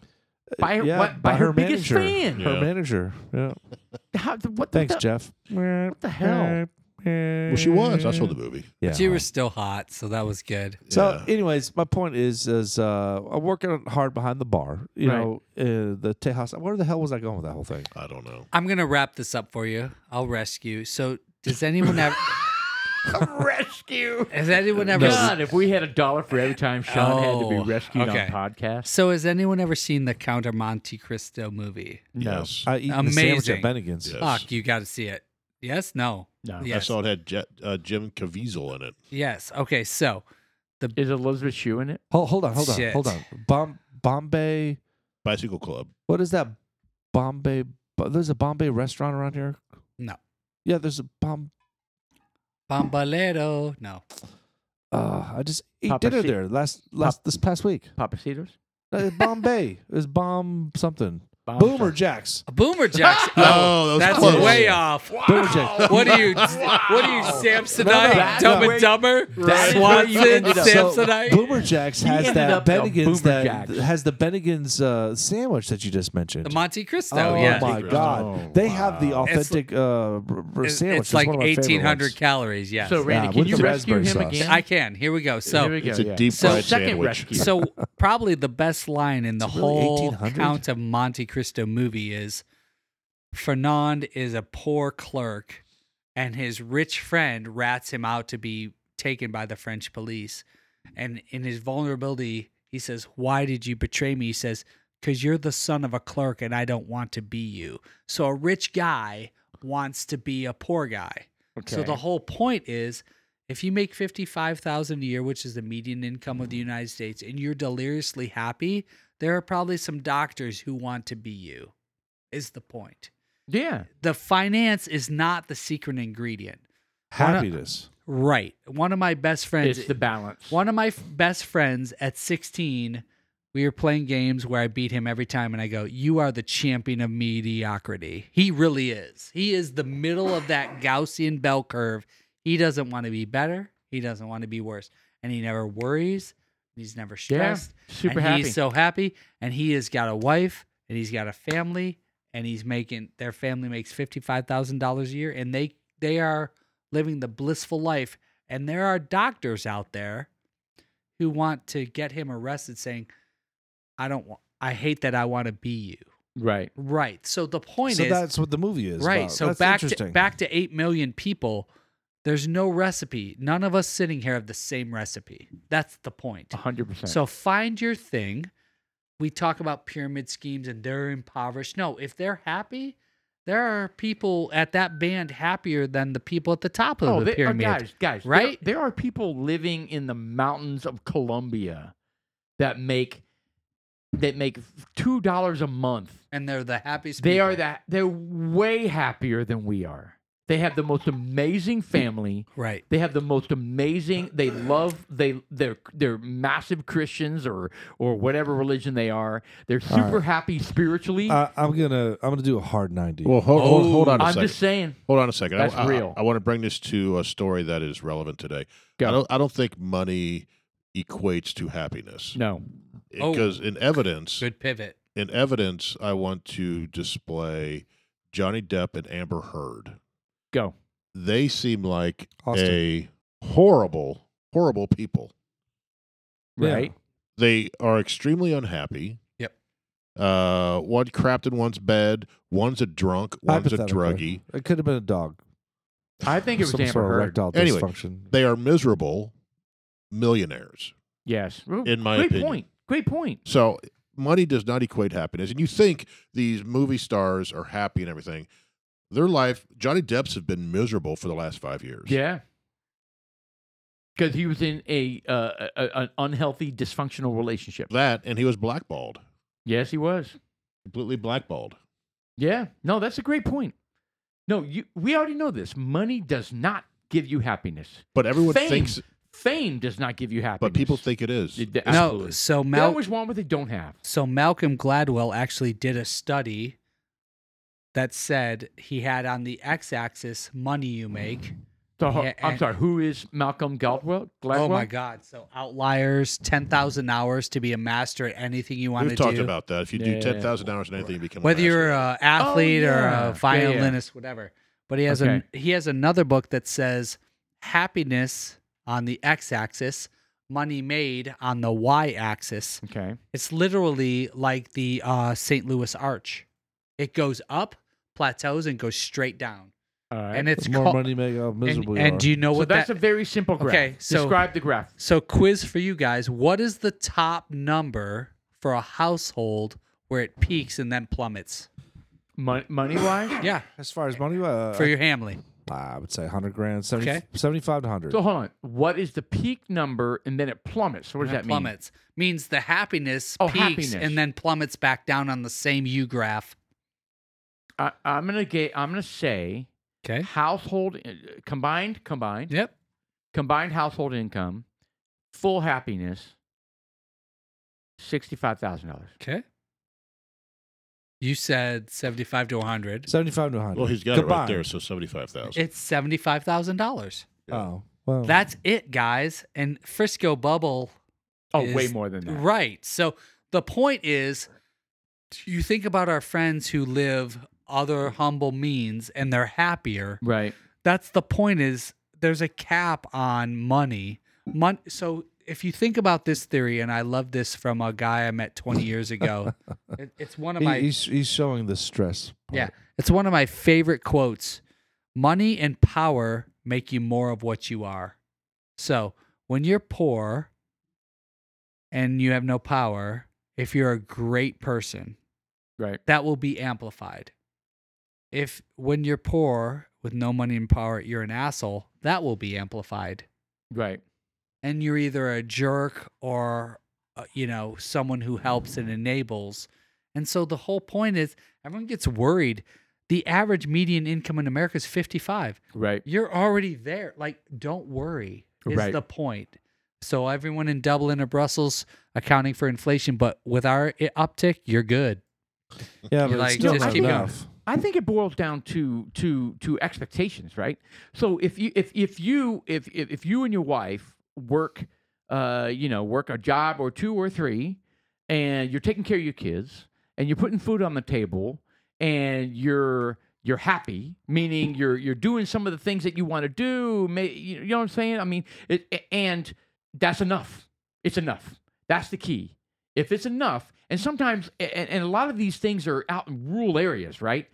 [SPEAKER 4] by her,
[SPEAKER 5] yeah,
[SPEAKER 4] what, by,
[SPEAKER 5] by
[SPEAKER 4] her,
[SPEAKER 5] her
[SPEAKER 4] biggest
[SPEAKER 5] manager.
[SPEAKER 4] fan.
[SPEAKER 5] her
[SPEAKER 2] Yeah.
[SPEAKER 5] manager. Yeah.
[SPEAKER 4] How, what the-
[SPEAKER 5] Thanks,
[SPEAKER 4] the,
[SPEAKER 5] Jeff. What
[SPEAKER 4] the hell?
[SPEAKER 5] Well,
[SPEAKER 2] Well, she was. I saw the movie.
[SPEAKER 5] Yeah.
[SPEAKER 1] She was still hot, so that was good.
[SPEAKER 5] So,
[SPEAKER 2] Yeah.
[SPEAKER 5] anyways, my point is, is uh, I'm working hard behind the bar. You
[SPEAKER 4] Right.
[SPEAKER 5] know, uh, the Tejas. Where the hell was I going with that whole thing?
[SPEAKER 2] I don't know.
[SPEAKER 1] I'm gonna wrap this up for you. I'll rescue. So does anyone
[SPEAKER 4] <laughs>
[SPEAKER 1] have
[SPEAKER 4] rescue.
[SPEAKER 1] has anyone ever
[SPEAKER 4] God, if we had a dollar for every time Sean had to
[SPEAKER 1] Oh,
[SPEAKER 4] be rescued
[SPEAKER 1] okay.
[SPEAKER 4] on podcast,
[SPEAKER 1] So has anyone ever seen the Counter Monte Cristo movie?
[SPEAKER 4] no,
[SPEAKER 2] Yes.
[SPEAKER 5] I eat the sandwich
[SPEAKER 1] Amazing.
[SPEAKER 5] at Bennigan's.
[SPEAKER 2] Yes.
[SPEAKER 1] Fuck, you gotta see it. Yes? No.
[SPEAKER 4] no.
[SPEAKER 1] Yeah.
[SPEAKER 2] I saw it had Jet, uh, Jim Caviezel in it.
[SPEAKER 1] Yes. Okay, so
[SPEAKER 4] Is Elizabeth Shue in it?
[SPEAKER 5] Hold, hold on, hold on,
[SPEAKER 1] Shit.
[SPEAKER 5] hold on. Bom- Bombay.
[SPEAKER 2] Bicycle Club.
[SPEAKER 5] What is that? Bombay. Bo- There's a Bombay restaurant around here.
[SPEAKER 1] No.
[SPEAKER 5] Yeah, there's a bomb.
[SPEAKER 1] Bombalero. No.
[SPEAKER 5] Uh, I just ate
[SPEAKER 4] Papa
[SPEAKER 5] dinner
[SPEAKER 4] Shi-
[SPEAKER 5] there last last this past week.
[SPEAKER 4] Papacitos?
[SPEAKER 5] Uh,
[SPEAKER 4] <laughs>
[SPEAKER 5] Bombay. it was bomb something.
[SPEAKER 4] Bomb
[SPEAKER 5] Boomer
[SPEAKER 4] something.
[SPEAKER 5] Jacks.
[SPEAKER 1] Boomer Jacks.
[SPEAKER 5] <laughs>
[SPEAKER 2] Oh, that was
[SPEAKER 1] that's
[SPEAKER 2] close.
[SPEAKER 1] way off.
[SPEAKER 5] Boomer Jacks.
[SPEAKER 1] What are you? What are you, Samsonite,
[SPEAKER 5] No, no, that's
[SPEAKER 1] Dumb
[SPEAKER 4] where-
[SPEAKER 1] and Dumber,
[SPEAKER 4] that's where you
[SPEAKER 1] Swanson,
[SPEAKER 4] ended up.
[SPEAKER 1] Samsonite?
[SPEAKER 5] Boomer Jacks
[SPEAKER 4] He
[SPEAKER 5] has
[SPEAKER 4] ended
[SPEAKER 5] that
[SPEAKER 4] up a
[SPEAKER 5] Bennigan's
[SPEAKER 4] Boomer
[SPEAKER 5] that
[SPEAKER 4] Jacks.
[SPEAKER 5] has the Bennigan's uh, sandwich that you just mentioned.
[SPEAKER 1] the Monte Cristo.
[SPEAKER 5] oh
[SPEAKER 1] yeah.
[SPEAKER 5] my
[SPEAKER 2] Secret.
[SPEAKER 5] god,
[SPEAKER 4] Oh,
[SPEAKER 5] they have the
[SPEAKER 4] wow.
[SPEAKER 1] It's-
[SPEAKER 5] authentic uh, r- r-
[SPEAKER 1] It-
[SPEAKER 5] sandwich.
[SPEAKER 1] It's like
[SPEAKER 5] one of my favorite
[SPEAKER 1] 1,800
[SPEAKER 5] ones.
[SPEAKER 1] calories. Yes.
[SPEAKER 4] So Randy,
[SPEAKER 5] Yeah,
[SPEAKER 4] can
[SPEAKER 5] with
[SPEAKER 4] you
[SPEAKER 5] the
[SPEAKER 4] rescue him
[SPEAKER 5] raspberry sauce.
[SPEAKER 4] again?
[SPEAKER 1] I can. Here we go. So
[SPEAKER 4] Here we go,
[SPEAKER 2] It's a
[SPEAKER 4] yeah.
[SPEAKER 2] deep
[SPEAKER 1] So-
[SPEAKER 2] fried
[SPEAKER 4] second
[SPEAKER 2] sandwich.
[SPEAKER 4] rescue.
[SPEAKER 1] So probably the best line in the
[SPEAKER 5] Is it really
[SPEAKER 1] whole
[SPEAKER 5] 1800?
[SPEAKER 1] Count of Monte Cristo movie is Fernand is a poor clerk and his rich friend rats him out to be taken by the French police. And in his vulnerability, he says, Why did you betray me? He says, Because you're the son of a clerk and I don't want to be you. So a rich guy wants to be a poor guy. So the whole point is if you make 55,000 a year, which is the median income of the
[SPEAKER 4] Mm-hmm.
[SPEAKER 1] United States, and you're deliriously happy, there are probably some doctors who want to be you. Is the point.
[SPEAKER 4] yeah.
[SPEAKER 1] The finance is not the secret ingredient.
[SPEAKER 5] Happiness.
[SPEAKER 1] Right. One of my best friends
[SPEAKER 4] It's the balance.
[SPEAKER 1] one of my f- best friends at 16, we were playing games where I beat him every time, and I go, You are the champion of mediocrity. He really is. He is the middle of that Gaussian bell curve. He doesn't want to be better, he doesn't want to be worse. And he never worries, he's never
[SPEAKER 4] yeah,
[SPEAKER 1] stressed.
[SPEAKER 4] super
[SPEAKER 1] and
[SPEAKER 4] happy.
[SPEAKER 1] He's so happy, and he has got a wife, and he's got a family, and he's making their family makes $55,000 a year, and they they are living the blissful life. And there are doctors out there who want to get him arrested saying, I don't want, I hate that I want to be you.
[SPEAKER 4] right.
[SPEAKER 1] Right. So the point
[SPEAKER 5] so
[SPEAKER 1] is,
[SPEAKER 5] that's what the movie is.
[SPEAKER 1] right.
[SPEAKER 5] about.
[SPEAKER 1] So
[SPEAKER 5] That's
[SPEAKER 1] back to,
[SPEAKER 5] interesting.
[SPEAKER 1] back to 8 million people, there's no recipe. None of us sitting here have the same recipe. That's the point.
[SPEAKER 4] 100%.
[SPEAKER 1] So find your thing. We talk about pyramid schemes and they're impoverished. No, if they're happy, there are people at that band happier than the people at the top of
[SPEAKER 4] oh,
[SPEAKER 1] the
[SPEAKER 4] they- oh,
[SPEAKER 1] pyramid.
[SPEAKER 4] guys, guys, there-
[SPEAKER 1] right?
[SPEAKER 4] There, are people living in the mountains of Colombia that make that make two dollars a month.
[SPEAKER 1] And they're the happiest.
[SPEAKER 4] They
[SPEAKER 1] people.
[SPEAKER 4] are that they're way happier than we are. They have the most amazing family.
[SPEAKER 1] Right.
[SPEAKER 4] They have the most amazing. They love they they're they're massive Christians or or whatever religion they are. They're super happy spiritually.
[SPEAKER 5] Uh, I'm gonna I'm gonna do a hard ninety.
[SPEAKER 2] Well, hold, hold, hold on a
[SPEAKER 4] Oh, I'm
[SPEAKER 2] second.
[SPEAKER 4] just saying.
[SPEAKER 2] Hold on a second. I-
[SPEAKER 4] That's
[SPEAKER 2] I,
[SPEAKER 4] real.
[SPEAKER 2] I, want to bring this to a story that is relevant today.
[SPEAKER 4] Go.
[SPEAKER 2] I don't. I don't think money equates to happiness
[SPEAKER 4] No.
[SPEAKER 1] Oh.
[SPEAKER 2] because in evidence,
[SPEAKER 1] Good pivot.
[SPEAKER 2] in evidence, I want to display Johnny Depp and Amber Heard.
[SPEAKER 4] Go.
[SPEAKER 2] They seem like
[SPEAKER 5] Austin.
[SPEAKER 2] a horrible, horrible people.
[SPEAKER 5] Yeah.
[SPEAKER 4] Right.
[SPEAKER 2] They are extremely unhappy.
[SPEAKER 1] Yep.
[SPEAKER 2] Uh, one crapped in one's bed. One's a drunk. One's a
[SPEAKER 5] Hypothetically.
[SPEAKER 2] druggie.
[SPEAKER 5] It could have been a dog.
[SPEAKER 4] I think it was
[SPEAKER 5] Some
[SPEAKER 4] Amber
[SPEAKER 5] sort of
[SPEAKER 4] Heard.
[SPEAKER 5] erectile
[SPEAKER 2] Anyway,
[SPEAKER 5] dysfunction.
[SPEAKER 2] They are miserable millionaires.
[SPEAKER 4] Yes.
[SPEAKER 2] In my
[SPEAKER 4] Great
[SPEAKER 2] opinion.
[SPEAKER 4] point. Great point.
[SPEAKER 2] So money does not equate happiness. And you think these movie stars are happy and everything. Their life, Johnny Depp's have been miserable for the last five years.
[SPEAKER 4] Yeah. Because he was in a, uh, a a- an unhealthy, dysfunctional relationship.
[SPEAKER 2] That, and he was blackballed,
[SPEAKER 4] Yes, he was.
[SPEAKER 2] completely blackballed.
[SPEAKER 4] Yeah. No, that's a great point. No, you. We already know this. Money does not give you happiness.
[SPEAKER 2] But everyone
[SPEAKER 4] Fame.
[SPEAKER 2] thinks,
[SPEAKER 4] Fame does not give you happiness.
[SPEAKER 2] but people think it is.
[SPEAKER 4] It-
[SPEAKER 1] No,
[SPEAKER 4] absolutely.
[SPEAKER 1] so
[SPEAKER 4] they
[SPEAKER 1] Mal-
[SPEAKER 4] always want what they don't have.
[SPEAKER 1] so Malcolm Gladwell actually did a study that said he had on the x-axis money you make.
[SPEAKER 4] So, ho-
[SPEAKER 1] Yeah,
[SPEAKER 4] I'm
[SPEAKER 1] and-
[SPEAKER 4] sorry. Who is Malcolm Gladwell? Gladwell?
[SPEAKER 1] Oh my God! So outliers, ten thousand hours to be a master at anything you want
[SPEAKER 2] We've
[SPEAKER 1] to
[SPEAKER 2] talked
[SPEAKER 1] do.
[SPEAKER 2] about that. If you
[SPEAKER 4] Yeah,
[SPEAKER 2] do
[SPEAKER 4] yeah,
[SPEAKER 2] 10,000 hours in anything, you become a
[SPEAKER 1] whether you're
[SPEAKER 2] master.
[SPEAKER 1] an athlete
[SPEAKER 4] Oh, yeah.
[SPEAKER 1] or
[SPEAKER 4] Yeah,
[SPEAKER 1] a violinist, whatever. But he has
[SPEAKER 4] Okay.
[SPEAKER 1] a he has another book that says happiness on the x-axis, money made on the y-axis.
[SPEAKER 4] Okay.
[SPEAKER 1] It's literally like the uh, St. Louis Arch. It goes up, plateaus, and goes straight down.
[SPEAKER 4] All right.
[SPEAKER 1] And it's
[SPEAKER 5] The more
[SPEAKER 1] called.
[SPEAKER 5] money you make, how
[SPEAKER 1] and,
[SPEAKER 5] miserable you
[SPEAKER 1] and
[SPEAKER 5] are.
[SPEAKER 1] do you know
[SPEAKER 4] so
[SPEAKER 1] what
[SPEAKER 4] that's
[SPEAKER 1] that?
[SPEAKER 4] a very simple graph.
[SPEAKER 1] Okay, so-
[SPEAKER 4] Describe the graph.
[SPEAKER 1] so quiz for you guys: What is the top number for a household where it peaks and then plummets?
[SPEAKER 4] Mon- money wise.
[SPEAKER 1] Yeah,
[SPEAKER 5] as far as money, uh,
[SPEAKER 1] for your family.
[SPEAKER 5] I would say 100 grand, 70,
[SPEAKER 1] Okay.
[SPEAKER 5] 75 to 100.
[SPEAKER 4] So hold on. What is the peak number and then it plummets? So what does that mean?
[SPEAKER 1] plummets means the happiness
[SPEAKER 4] Oh,
[SPEAKER 1] peaks
[SPEAKER 4] happiness.
[SPEAKER 1] and then plummets back down on the same U graph.
[SPEAKER 4] I, I'm gonna get. I'm gonna say
[SPEAKER 1] Okay.
[SPEAKER 4] household uh, combined, combined,
[SPEAKER 1] Yep.
[SPEAKER 4] combined household income, full happiness, sixty-five thousand dollars.
[SPEAKER 1] Okay. You said seventy-five to one hundred.
[SPEAKER 5] 75 to 100.
[SPEAKER 2] well, he's got it right
[SPEAKER 5] Combined.
[SPEAKER 2] there. So 75,000.
[SPEAKER 1] It's seventy-five thousand dollars.
[SPEAKER 5] Oh, well.
[SPEAKER 1] That's it, guys. And Frisco Bubble.
[SPEAKER 4] Oh, way
[SPEAKER 1] is-
[SPEAKER 4] more than that.
[SPEAKER 1] Right. So the point is, you think about our friends who live other humble means and they're happier.
[SPEAKER 4] Right.
[SPEAKER 1] that's the point is there's a cap on money Mon- so if you think about this theory and i love this from a guy i met 20 years ago it, it's one of
[SPEAKER 5] He-
[SPEAKER 1] my
[SPEAKER 5] he's, he's showing the stress. part.
[SPEAKER 1] yeah it's one of my favorite quotes money and power make you more of what you are so when you're poor and you have no power if you're a great person
[SPEAKER 4] Right.
[SPEAKER 1] that will be amplified. If when you're poor with no money and power, you're an asshole, that will be amplified.
[SPEAKER 4] Right.
[SPEAKER 1] And you're either a jerk or, uh, you know, someone who helps and enables. And so the whole point is everyone gets worried. The average median income in America is 55
[SPEAKER 4] Right.
[SPEAKER 1] you're already there. Like, don't worry is
[SPEAKER 4] Right.
[SPEAKER 1] the point. So everyone in Dublin or Brussels accounting for inflation, but with our i- uptick, you're good.
[SPEAKER 5] Yeah, but
[SPEAKER 1] You're
[SPEAKER 5] it's
[SPEAKER 1] like,
[SPEAKER 5] still
[SPEAKER 1] just
[SPEAKER 5] not
[SPEAKER 4] keep going.
[SPEAKER 5] enough.
[SPEAKER 4] I think it boils down to to to expectations, right? So if you if if you if if, if you and your wife work, uh, you know, work a job or two or three, and you're taking care of your kids, and you're putting food on the table, and you're you're happy, meaning you're you're doing some of the things that you want to do. May, you know what I'm saying? I mean, it, a- and that's enough. It's enough. That's the key if it's enough and sometimes and, and a lot of these things are out in rural areas right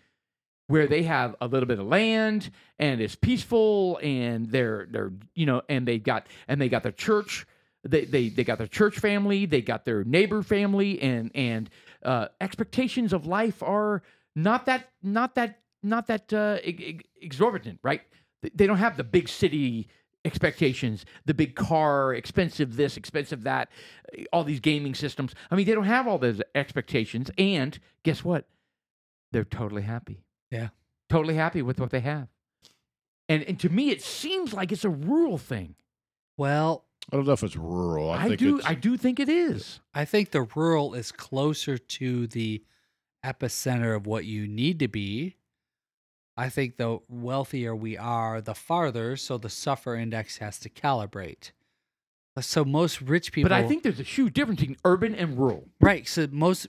[SPEAKER 4] where they have a little bit of land and it's peaceful and they're they're you know and they got and they got their church they they, they got their church family they got their neighbor family and and uh, expectations of life are not that not that not that uh, ex- ex- exorbitant right They- they don't have the big city expectations the big car expensive this expensive that all these gaming systems i mean they don't have all those expectations and guess what they're totally happy
[SPEAKER 1] Yeah.
[SPEAKER 4] totally happy with what they have And and to me, it seems like it's a rural thing.
[SPEAKER 1] Well,
[SPEAKER 2] I don't know if it's rural. Oh, I,
[SPEAKER 4] I,
[SPEAKER 2] think
[SPEAKER 4] do
[SPEAKER 2] it's,
[SPEAKER 4] I do think it is.
[SPEAKER 1] I think the rural is closer to the epicenter of what you need to be. I think the wealthier we are, the farther, so the suffer index has to calibrate. Uh, So most rich people
[SPEAKER 4] But I think there's a huge difference between urban and rural.
[SPEAKER 1] <laughs> right, so most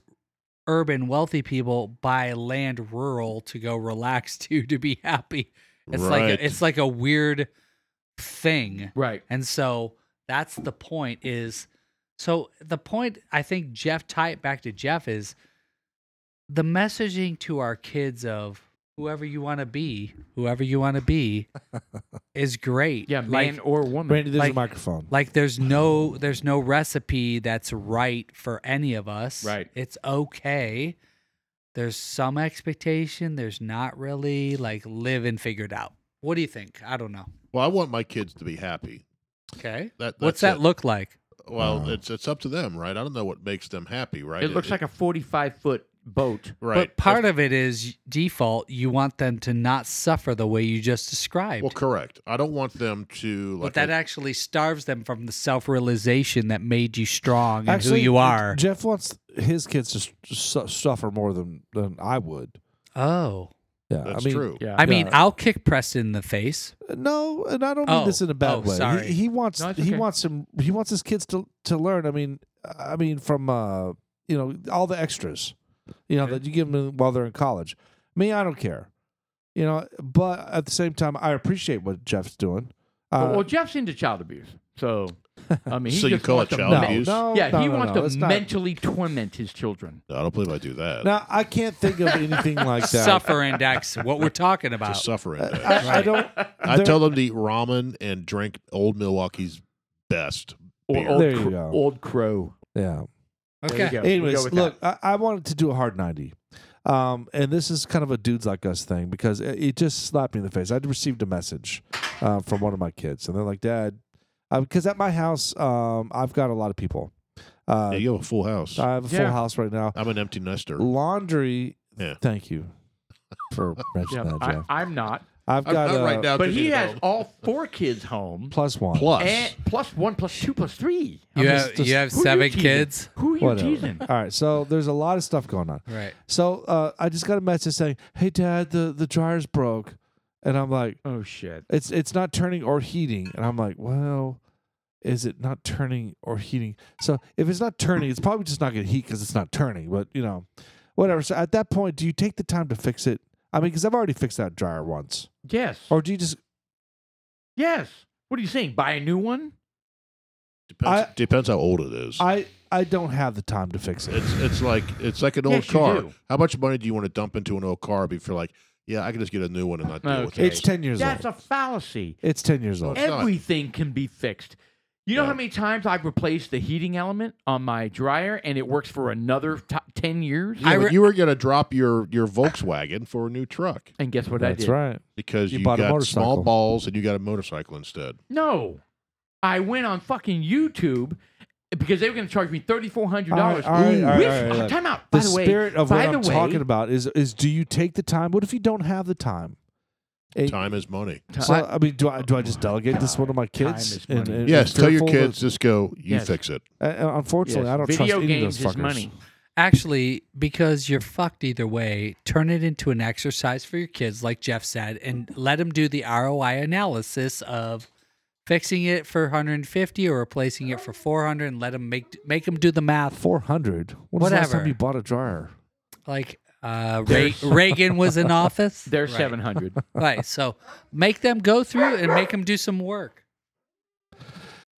[SPEAKER 1] urban wealthy people buy land rural to go relax <laughs> to to be happy. It's like
[SPEAKER 2] Right.
[SPEAKER 1] a, it's like a weird thing.
[SPEAKER 4] Right.
[SPEAKER 1] And so that's the point is so the point I think Jeff tied back to Jeff is the messaging to our kids of whoever you want to be, whoever you want to be is great.
[SPEAKER 4] Yeah,
[SPEAKER 1] like,
[SPEAKER 4] man or woman.
[SPEAKER 5] Brandy, there's
[SPEAKER 1] Like-
[SPEAKER 5] a microphone.
[SPEAKER 1] like there's no there's no recipe that's right for any of us.
[SPEAKER 4] Right.
[SPEAKER 1] It's okay. There's some expectation, there's not really like live and figured out. What do you think? I don't know.
[SPEAKER 2] well, I want my kids to be happy.
[SPEAKER 1] Okay.
[SPEAKER 2] That that's
[SPEAKER 1] What's that
[SPEAKER 2] it.
[SPEAKER 1] look like?
[SPEAKER 2] Well,
[SPEAKER 5] Wow.
[SPEAKER 2] it's it's up to them, right? I don't know what makes them happy, right?
[SPEAKER 4] it looks like a 45 foot boat.
[SPEAKER 2] right.
[SPEAKER 1] But part of it is default. You want them to not suffer the way you just described.
[SPEAKER 2] well, correct. I don't want them to like
[SPEAKER 1] but that
[SPEAKER 2] a-
[SPEAKER 1] actually starves them from the self realization that made you strong and
[SPEAKER 5] Actually,
[SPEAKER 1] who you are.
[SPEAKER 5] Jeff wants his kids to su- suffer more than than I would.
[SPEAKER 1] oh.
[SPEAKER 5] Yeah,
[SPEAKER 2] that's
[SPEAKER 5] I mean,
[SPEAKER 2] true.
[SPEAKER 4] Yeah.
[SPEAKER 1] I mean,
[SPEAKER 5] Yeah.
[SPEAKER 1] I'll kick Preston in the face.
[SPEAKER 5] No, and I don't mean
[SPEAKER 1] Oh.
[SPEAKER 5] this in a bad
[SPEAKER 1] Oh,
[SPEAKER 5] way. He-
[SPEAKER 1] sorry.
[SPEAKER 5] He, wants
[SPEAKER 4] No, it's
[SPEAKER 5] he
[SPEAKER 4] okay.
[SPEAKER 5] wants him he wants his kids to to learn. I mean, I mean from uh you know all the extras, you know
[SPEAKER 4] Okay.
[SPEAKER 5] that you give them while they're in college. Me, I don't care, you know. But at the same time, I appreciate what Jeff's doing.
[SPEAKER 4] well, well,
[SPEAKER 5] Uh,
[SPEAKER 4] Jeff's into child abuse.
[SPEAKER 2] <laughs>
[SPEAKER 4] So, I mean, he
[SPEAKER 2] So you
[SPEAKER 4] just
[SPEAKER 2] call
[SPEAKER 4] wants
[SPEAKER 2] it
[SPEAKER 4] to
[SPEAKER 2] child
[SPEAKER 5] no,
[SPEAKER 4] men-
[SPEAKER 2] abuse?
[SPEAKER 5] no,
[SPEAKER 4] Yeah,
[SPEAKER 5] no,
[SPEAKER 4] he
[SPEAKER 5] no,
[SPEAKER 4] wants
[SPEAKER 5] no, it's
[SPEAKER 4] to
[SPEAKER 5] not-
[SPEAKER 4] mentally torment his children.
[SPEAKER 2] No, I don't believe I do that.
[SPEAKER 5] Now I can't think of anything like that.
[SPEAKER 1] <laughs> Suffer index, what
[SPEAKER 4] <laughs>
[SPEAKER 1] we're talking about.
[SPEAKER 2] It's a suffering.
[SPEAKER 5] I,
[SPEAKER 2] day.
[SPEAKER 5] I- I don't.
[SPEAKER 2] I
[SPEAKER 5] uh, there-
[SPEAKER 2] tell them to eat ramen and drink Old Milwaukee's best.
[SPEAKER 4] Or
[SPEAKER 2] Beer.
[SPEAKER 4] old,
[SPEAKER 5] There you
[SPEAKER 4] cr-
[SPEAKER 5] go.
[SPEAKER 4] old crow.
[SPEAKER 5] Yeah.
[SPEAKER 4] There you
[SPEAKER 1] okay.
[SPEAKER 4] go. We'll go
[SPEAKER 5] Anyways,
[SPEAKER 4] with
[SPEAKER 5] look,
[SPEAKER 4] that.
[SPEAKER 5] I, I wanted to do a hard 90. Um, and this is kind of a dudes like us thing because it, it just slapped me in the face. I'd received a message uh, from one of my kids, and they're like, Dad, because at my house, um, I've got a lot of people. Uh,
[SPEAKER 2] Yeah, you have a full house.
[SPEAKER 5] I have a full
[SPEAKER 4] Yeah.
[SPEAKER 5] house right now.
[SPEAKER 2] I'm an empty nester.
[SPEAKER 5] Laundry,
[SPEAKER 2] Yeah.
[SPEAKER 5] thank you for
[SPEAKER 4] Yeah,
[SPEAKER 5] mentioning that, Jeff.
[SPEAKER 4] I, I'm not.
[SPEAKER 5] I, have
[SPEAKER 2] I'm
[SPEAKER 5] got
[SPEAKER 2] not
[SPEAKER 5] a
[SPEAKER 2] right now.
[SPEAKER 4] uh, But
[SPEAKER 2] 'cause,
[SPEAKER 4] he
[SPEAKER 2] you
[SPEAKER 4] has
[SPEAKER 2] know,
[SPEAKER 4] all four kids home.
[SPEAKER 5] plus one.
[SPEAKER 2] plus.
[SPEAKER 4] And Eh, plus one, plus two, plus three.
[SPEAKER 1] You
[SPEAKER 5] I'm
[SPEAKER 1] have,
[SPEAKER 5] just- just-
[SPEAKER 1] you have
[SPEAKER 4] Who are you
[SPEAKER 1] seven
[SPEAKER 4] teasing?
[SPEAKER 1] kids.
[SPEAKER 4] Who are you
[SPEAKER 5] Whatever.
[SPEAKER 4] teasing?
[SPEAKER 5] All right, so there's a lot of stuff going on.
[SPEAKER 1] Right.
[SPEAKER 5] So uh, I just got a message saying, "Hey, Dad, the the dryer's broke," and I'm like,
[SPEAKER 4] Oh shit!
[SPEAKER 5] it's it's not turning or heating and i'm like well is it not turning or heating so if it's not turning it's probably just not going to heat because it's not turning but you know whatever so at that point do you take the time to fix it i mean because i've already fixed that dryer once
[SPEAKER 4] Yes.
[SPEAKER 5] or do you just
[SPEAKER 4] yes. What are you saying? Buy a new one?
[SPEAKER 2] depends,
[SPEAKER 5] I-
[SPEAKER 2] depends how old it is.
[SPEAKER 5] i i don't have the time to fix it
[SPEAKER 2] it's it's like it's like an old
[SPEAKER 4] Yes, you
[SPEAKER 2] car.
[SPEAKER 4] do.
[SPEAKER 2] How much money do you want to dump into an old car before like, yeah, I can just get a new one and not deal with
[SPEAKER 4] Okay.
[SPEAKER 2] it?
[SPEAKER 5] it's 10 years
[SPEAKER 4] That's
[SPEAKER 5] old
[SPEAKER 4] a fallacy.
[SPEAKER 5] it's 10 years old
[SPEAKER 2] It's not.
[SPEAKER 4] Everything can be fixed. You know
[SPEAKER 2] Yeah.
[SPEAKER 4] how many times I've replaced the heating element on my dryer and it works for another t- 10 years?
[SPEAKER 2] Yeah,
[SPEAKER 1] I
[SPEAKER 2] but
[SPEAKER 1] re-
[SPEAKER 2] you were gonna drop your your Volkswagen for a new truck
[SPEAKER 4] and guess what I
[SPEAKER 5] that's
[SPEAKER 4] did?
[SPEAKER 5] right
[SPEAKER 2] because
[SPEAKER 5] You
[SPEAKER 2] you,
[SPEAKER 5] bought a
[SPEAKER 2] got small
[SPEAKER 5] motorcycle.
[SPEAKER 2] balls and you got a motorcycle instead.
[SPEAKER 4] No. I went on fucking YouTube because they were going to charge me $3,400.
[SPEAKER 5] All right, all right,
[SPEAKER 4] Ooh,
[SPEAKER 5] all right,
[SPEAKER 4] with-
[SPEAKER 5] all right, all right.
[SPEAKER 4] Time out.
[SPEAKER 5] the
[SPEAKER 4] By the way,
[SPEAKER 5] spirit of what
[SPEAKER 4] by the
[SPEAKER 5] i'm
[SPEAKER 4] way,
[SPEAKER 5] talking about is is do you take the time what if you don't have the time It-
[SPEAKER 2] Time is money.
[SPEAKER 4] Ti-
[SPEAKER 5] So, I mean, do I do I just delegate this one to my
[SPEAKER 4] Time
[SPEAKER 5] kids?
[SPEAKER 4] is money.
[SPEAKER 2] Yes, tell your
[SPEAKER 5] fearful that-
[SPEAKER 2] kids just go. You
[SPEAKER 4] Yes.
[SPEAKER 2] fix it.
[SPEAKER 5] Uh, uh, unfortunately,
[SPEAKER 4] Yes,
[SPEAKER 5] I don't
[SPEAKER 4] video
[SPEAKER 5] trust any of
[SPEAKER 4] games
[SPEAKER 5] those fuckers.
[SPEAKER 4] is money.
[SPEAKER 1] Actually, because you're fucked either way, turn it into an exercise for your kids, like Jeff said, and let them do the ROI analysis of fixing it for 150 or replacing it for 400, and let them make make them do the math.
[SPEAKER 5] Four hundred. When was the last
[SPEAKER 1] Whatever.
[SPEAKER 5] time you bought a dryer?
[SPEAKER 1] Like uh, Re-
[SPEAKER 4] <laughs>
[SPEAKER 1] Reagan was in office.
[SPEAKER 4] They're
[SPEAKER 1] right.
[SPEAKER 5] <laughs>
[SPEAKER 4] 700
[SPEAKER 1] Right. So make them go through and make them do some work.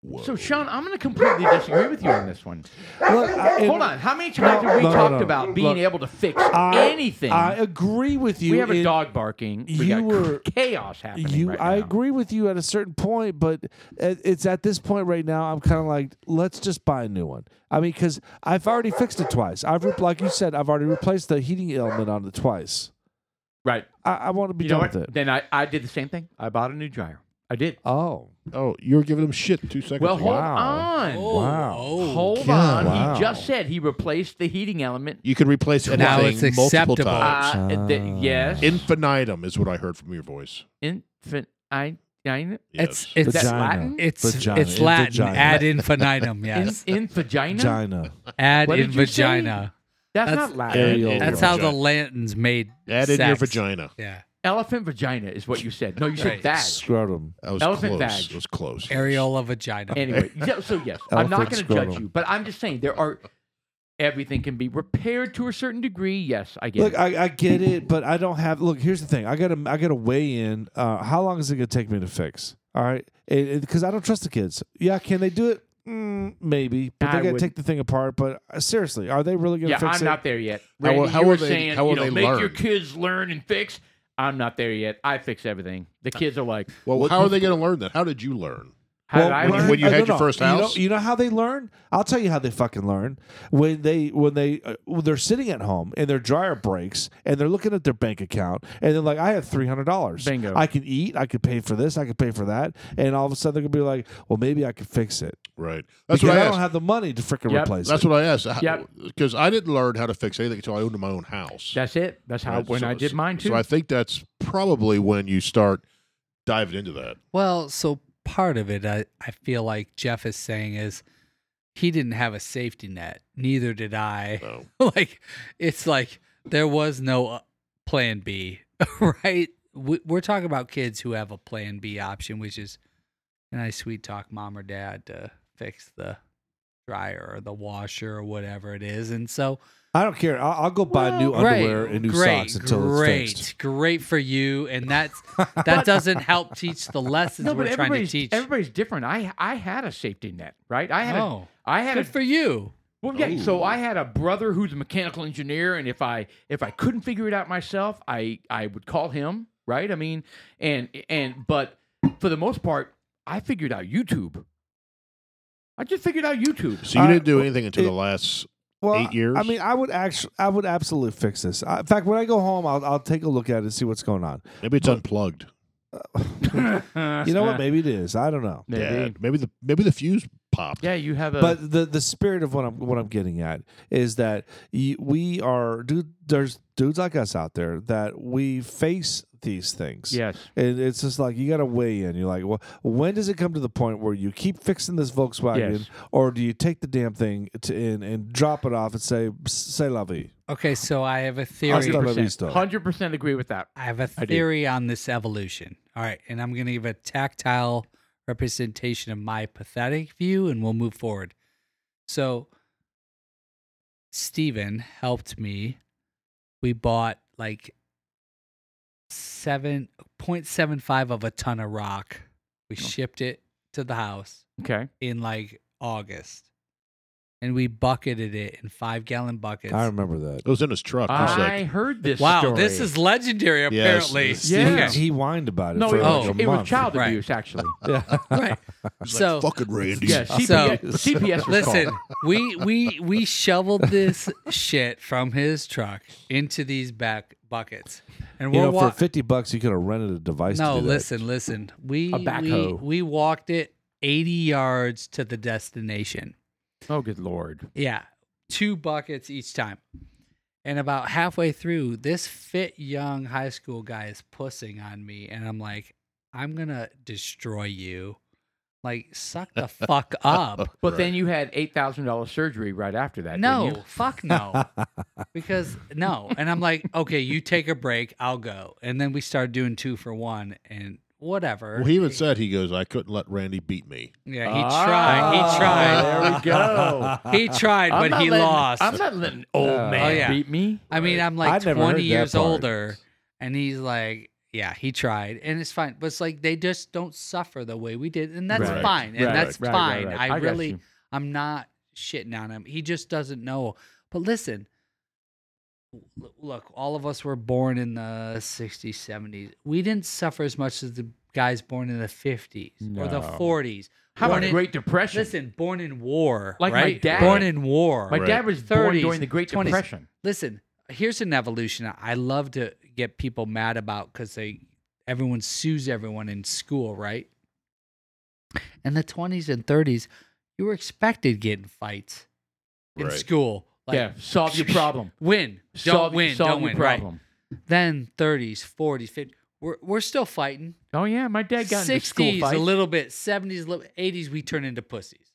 [SPEAKER 2] Whoa.
[SPEAKER 4] So, Sean, I'm going to completely disagree with you on this one.
[SPEAKER 5] Look, I,
[SPEAKER 4] Hold on. How many times
[SPEAKER 5] No,
[SPEAKER 4] have we
[SPEAKER 5] no, no,
[SPEAKER 4] talked
[SPEAKER 5] no.
[SPEAKER 4] about being
[SPEAKER 5] Look,
[SPEAKER 4] able to fix
[SPEAKER 5] I-
[SPEAKER 4] anything?
[SPEAKER 5] I agree with you.
[SPEAKER 4] we have a
[SPEAKER 5] in-
[SPEAKER 4] dog barking. We
[SPEAKER 5] you
[SPEAKER 4] got
[SPEAKER 5] were-
[SPEAKER 4] <laughs> chaos happening.
[SPEAKER 5] You,
[SPEAKER 4] right
[SPEAKER 5] I
[SPEAKER 4] now.
[SPEAKER 5] agree with you at a certain point, but it- it's at this point right now. I'm kind of like, let's just buy a new one. I mean, because I've already fixed it twice. I've re- like you said, I've already replaced the heating element on it twice.
[SPEAKER 4] Right.
[SPEAKER 5] I, I want to be
[SPEAKER 4] You know
[SPEAKER 5] done
[SPEAKER 4] what?
[SPEAKER 5] with it.
[SPEAKER 4] Then I, I did the same thing. I bought a new dryer. I did.
[SPEAKER 5] Oh,
[SPEAKER 2] Oh, you were giving them shit two seconds
[SPEAKER 4] Well,
[SPEAKER 2] ago.
[SPEAKER 4] hold
[SPEAKER 5] Wow.
[SPEAKER 4] on.
[SPEAKER 5] Wow.
[SPEAKER 1] oh.
[SPEAKER 4] Hold
[SPEAKER 2] God.
[SPEAKER 4] on.
[SPEAKER 5] Wow.
[SPEAKER 4] He just said he replaced the heating element.
[SPEAKER 2] You can replace anything
[SPEAKER 1] Now it's
[SPEAKER 2] multiple
[SPEAKER 5] uh,
[SPEAKER 1] acceptable.
[SPEAKER 2] times.
[SPEAKER 4] Uh, th- yes.
[SPEAKER 2] Infinitum is what I heard from your voice.
[SPEAKER 4] Infin- I, I
[SPEAKER 1] It's
[SPEAKER 2] Yes.
[SPEAKER 1] it's
[SPEAKER 5] Vagina.
[SPEAKER 1] Latin. It's
[SPEAKER 5] Vagina.
[SPEAKER 1] it's Latin.
[SPEAKER 5] Vagina.
[SPEAKER 4] <laughs>
[SPEAKER 1] Ad infinitum.
[SPEAKER 4] in,
[SPEAKER 1] Yes.
[SPEAKER 4] in vagina.
[SPEAKER 5] China.
[SPEAKER 1] Ad
[SPEAKER 4] What
[SPEAKER 1] in
[SPEAKER 4] did you say?
[SPEAKER 1] vagina.
[SPEAKER 4] that's,
[SPEAKER 1] That's-
[SPEAKER 4] not Latin.
[SPEAKER 2] Add in
[SPEAKER 5] Ariel.
[SPEAKER 2] your
[SPEAKER 1] That's how the
[SPEAKER 2] vagina.
[SPEAKER 1] Latins made.
[SPEAKER 2] add in your
[SPEAKER 1] sex.
[SPEAKER 2] vagina.
[SPEAKER 1] Yeah.
[SPEAKER 4] Elephant vagina is what you said. No, you said
[SPEAKER 1] Right.
[SPEAKER 4] that.
[SPEAKER 5] Scrotum.
[SPEAKER 2] That was
[SPEAKER 4] Elephant
[SPEAKER 2] close.
[SPEAKER 4] badge.
[SPEAKER 2] That was close.
[SPEAKER 1] Areola vagina.
[SPEAKER 4] Anyway, yeah, so yes, I'm not going
[SPEAKER 5] Elephant
[SPEAKER 4] to judge
[SPEAKER 5] scrotum.
[SPEAKER 4] you, but I'm just saying there are everything can be repaired to a certain degree. Yes, I get
[SPEAKER 5] Look,
[SPEAKER 4] it.
[SPEAKER 5] I, I get it, but I don't have. Look, here's the thing. I gotta, I gotta weigh in. Uh, how long is it gonna take me to fix? All right, because I don't trust the kids. Yeah, can they do it? Mm, maybe, but
[SPEAKER 4] I
[SPEAKER 5] they gotta
[SPEAKER 4] would-
[SPEAKER 5] take the thing apart. But uh, seriously, are they really gonna
[SPEAKER 4] yeah,
[SPEAKER 5] fix
[SPEAKER 4] I'm
[SPEAKER 5] it?
[SPEAKER 4] not there yet.
[SPEAKER 2] How will-
[SPEAKER 4] Randy,
[SPEAKER 2] how
[SPEAKER 4] you
[SPEAKER 2] will
[SPEAKER 4] were
[SPEAKER 2] they-
[SPEAKER 4] saying,
[SPEAKER 2] how will
[SPEAKER 4] you know,
[SPEAKER 2] they
[SPEAKER 4] make your
[SPEAKER 2] learn?
[SPEAKER 4] kids learn and fix. I'm not there yet. I fix everything. The kids are like,
[SPEAKER 2] Well,
[SPEAKER 4] What-
[SPEAKER 2] how are they going to learn that? How did you learn?
[SPEAKER 4] how did I
[SPEAKER 2] when you-
[SPEAKER 4] learn?
[SPEAKER 2] when you
[SPEAKER 5] uh,
[SPEAKER 2] had your first
[SPEAKER 5] You know-
[SPEAKER 2] house?
[SPEAKER 5] You know, how they learn? I'll tell you how they fucking learn. When they when they uh, when they're sitting at home and their dryer breaks and they're looking at their bank account and they're like, I have three hundred dollars.
[SPEAKER 4] Bingo.
[SPEAKER 5] I can eat. I could pay for this. I could pay for that. And all of a sudden they're gonna be like, Well, maybe I could fix it.
[SPEAKER 2] Right. That's
[SPEAKER 5] because
[SPEAKER 2] what I,
[SPEAKER 5] I,
[SPEAKER 2] asked.
[SPEAKER 5] don't have the money to freaking
[SPEAKER 4] Yep.
[SPEAKER 5] replace
[SPEAKER 2] That's
[SPEAKER 5] it.
[SPEAKER 2] what I asked. How-
[SPEAKER 4] Yep.
[SPEAKER 2] Because I didn't learn how to fix anything until I owned my own house.
[SPEAKER 4] That's it. That's how
[SPEAKER 2] Right?
[SPEAKER 4] when
[SPEAKER 2] So-
[SPEAKER 4] I did mine too.
[SPEAKER 2] So I think that's probably when you start diving into that.
[SPEAKER 1] Well, so part of it, I, I feel like Jeff is saying is he didn't have a safety net. Neither did I. <laughs>
[SPEAKER 2] So.
[SPEAKER 1] like, it's like there was no uh, plan B, <laughs> right? We, we're talking about kids who have a plan B option, which is can I sweet talk mom or dad to fix the dryer or the washer or whatever it is? And so,
[SPEAKER 5] I don't care. I'll, I'll go buy new underwear and new socks until
[SPEAKER 1] great,
[SPEAKER 5] it's
[SPEAKER 4] <laughs>
[SPEAKER 5] fixed.
[SPEAKER 1] Great for you. And that's that doesn't help teach the lessons
[SPEAKER 4] no, but
[SPEAKER 1] we're trying to
[SPEAKER 4] everybody's,
[SPEAKER 1] teach.
[SPEAKER 4] everybody's different. I I had a safety net, right? I had
[SPEAKER 1] Oh.
[SPEAKER 4] a I had a
[SPEAKER 1] Good for you.
[SPEAKER 4] Well, yeah. So
[SPEAKER 5] Oh.
[SPEAKER 2] Ooh.
[SPEAKER 4] I had a brother who's a mechanical engineer, and if I if I couldn't figure it out myself, I I would call him. Right? I mean, and and but for the most part, I figured out YouTube. I just figured out
[SPEAKER 2] <laughs>
[SPEAKER 4] YouTube.
[SPEAKER 2] So you
[SPEAKER 5] I-
[SPEAKER 2] didn't do anything until
[SPEAKER 5] it-
[SPEAKER 2] the last.
[SPEAKER 5] <laughs> Well,
[SPEAKER 2] Eight years?
[SPEAKER 5] I mean, I would actually, I would absolutely fix this. I, in fact, when I go home, I'll, I'll take a look at it and see what's going on.
[SPEAKER 2] Maybe it's unplugged.
[SPEAKER 5] <laughs> You know what? Maybe it is. I don't know.
[SPEAKER 4] Maybe.
[SPEAKER 2] Yeah. Maybe the maybe the fuse popped.
[SPEAKER 4] Yeah, you have a.
[SPEAKER 5] But the the spirit of what I'm what I'm getting at is that y- we are dude. There's dudes like us out there that we face these things.
[SPEAKER 4] yes.
[SPEAKER 5] And it's just like you got to weigh in. You're like, well, when does it come to the point where you keep fixing this Volkswagen,
[SPEAKER 4] Yes.
[SPEAKER 5] or do you take the damn thing to, and and drop it off and say, "Say la vie"?
[SPEAKER 1] Okay, so I have a
[SPEAKER 5] Hasta
[SPEAKER 1] theory.
[SPEAKER 5] la vista.
[SPEAKER 4] Hundred percent agree with that.
[SPEAKER 1] I have a
[SPEAKER 4] I do.
[SPEAKER 1] theory on this evolution. All right, and I'm going to give a tactile representation of my pathetic view and we'll move forward. So, Steven helped me. We bought like seven point seven five of a ton of rock. We shipped it to the house
[SPEAKER 4] Okay.
[SPEAKER 1] in like August. And we bucketed it in five gallon buckets.
[SPEAKER 5] I remember that.
[SPEAKER 2] It was in his truck. He's
[SPEAKER 4] I
[SPEAKER 2] like,
[SPEAKER 4] heard this.
[SPEAKER 1] Wow,
[SPEAKER 4] story.
[SPEAKER 1] this is legendary
[SPEAKER 2] Yes,
[SPEAKER 1] apparently.
[SPEAKER 2] it's-
[SPEAKER 4] Yeah.
[SPEAKER 5] He, he whined about it.
[SPEAKER 4] No,
[SPEAKER 5] for
[SPEAKER 4] it
[SPEAKER 5] like
[SPEAKER 4] was,
[SPEAKER 5] a
[SPEAKER 4] it was
[SPEAKER 5] month. <laughs>
[SPEAKER 4] child
[SPEAKER 1] Right.
[SPEAKER 4] abuse actually.
[SPEAKER 5] Yeah. <laughs>
[SPEAKER 1] right.
[SPEAKER 2] he's like,
[SPEAKER 1] so-
[SPEAKER 2] fucking Randy.
[SPEAKER 4] yeah. CPS, CPS was called.
[SPEAKER 1] Listen, we we
[SPEAKER 5] <laughs>
[SPEAKER 1] we shoveled this shit from his truck into these back buckets, and
[SPEAKER 5] You
[SPEAKER 1] we're
[SPEAKER 5] know,
[SPEAKER 1] wa-
[SPEAKER 5] for fifty bucks, you could have rented a device.
[SPEAKER 1] no.
[SPEAKER 5] to do that.
[SPEAKER 1] Listen, listen. We
[SPEAKER 4] A
[SPEAKER 1] we
[SPEAKER 4] backhoe.
[SPEAKER 1] we walked it eighty yards to the destination.
[SPEAKER 4] Oh, good lord.
[SPEAKER 1] Yeah, two buckets each time. And about halfway through, this fit young high school guy is pussing on me, and I'm like, I'm gonna destroy you. Like, suck the fuck up.
[SPEAKER 4] But then you had eight thousand dollars surgery right after that. didn't
[SPEAKER 1] No,
[SPEAKER 4] you?
[SPEAKER 1] fuck no. because no. And I'm like, okay, you take a break, I'll go. And then we started doing two for one and whatever.
[SPEAKER 2] Well, he even said he goes, I couldn't let Randy beat me.
[SPEAKER 1] yeah, he
[SPEAKER 5] Ah,
[SPEAKER 1] tried. He tried.
[SPEAKER 4] There we go.
[SPEAKER 1] <laughs> He tried,
[SPEAKER 4] I'm
[SPEAKER 1] but
[SPEAKER 4] not
[SPEAKER 1] he
[SPEAKER 4] letting-
[SPEAKER 1] lost.
[SPEAKER 4] I'm not letting old
[SPEAKER 5] Oh,
[SPEAKER 4] man
[SPEAKER 1] yeah.
[SPEAKER 4] beat me.
[SPEAKER 1] I mean, I'm like
[SPEAKER 5] I'd never heard
[SPEAKER 1] 20
[SPEAKER 5] that
[SPEAKER 1] years
[SPEAKER 5] part.
[SPEAKER 1] older. And he's like, yeah, he tried. And it's fine. But it's like they just don't suffer the way we did. And that's
[SPEAKER 2] Right.
[SPEAKER 1] fine. And
[SPEAKER 4] Right,
[SPEAKER 1] that's
[SPEAKER 4] right, right,
[SPEAKER 1] fine.
[SPEAKER 4] right.
[SPEAKER 1] I,
[SPEAKER 4] I got
[SPEAKER 1] really,
[SPEAKER 4] you.
[SPEAKER 1] I'm not shitting on him. He just doesn't know. But listen, l- look, all of us were born in the 60s, 70s. We didn't suffer as much as the guys born in the 50s or the
[SPEAKER 4] No.
[SPEAKER 1] 40s.
[SPEAKER 4] How
[SPEAKER 1] Born
[SPEAKER 4] about
[SPEAKER 1] in-
[SPEAKER 4] Great Depression?
[SPEAKER 1] Listen, born in war.
[SPEAKER 4] Like my
[SPEAKER 1] right?
[SPEAKER 4] dad.
[SPEAKER 1] Born in war.
[SPEAKER 4] my dad
[SPEAKER 2] Right.
[SPEAKER 4] was born
[SPEAKER 1] 30s,
[SPEAKER 4] during the Great
[SPEAKER 1] 20s.
[SPEAKER 4] Depression.
[SPEAKER 1] listen here's an evolution i love to get people mad about because they everyone sues everyone in school right in the 20s and 30s you were expected to get in fights in
[SPEAKER 2] Right.
[SPEAKER 1] school like
[SPEAKER 4] yeah, solve your problem.
[SPEAKER 1] <laughs> win don't
[SPEAKER 4] solve,
[SPEAKER 1] win
[SPEAKER 4] solve
[SPEAKER 1] don't
[SPEAKER 4] your
[SPEAKER 1] win right
[SPEAKER 4] problem.
[SPEAKER 1] then 30s 40s 50s We're we're still fighting.
[SPEAKER 4] Oh yeah, my dad got into school
[SPEAKER 1] Sixties a
[SPEAKER 4] fights.
[SPEAKER 1] little bit, seventies, eighties. We turn into pussies.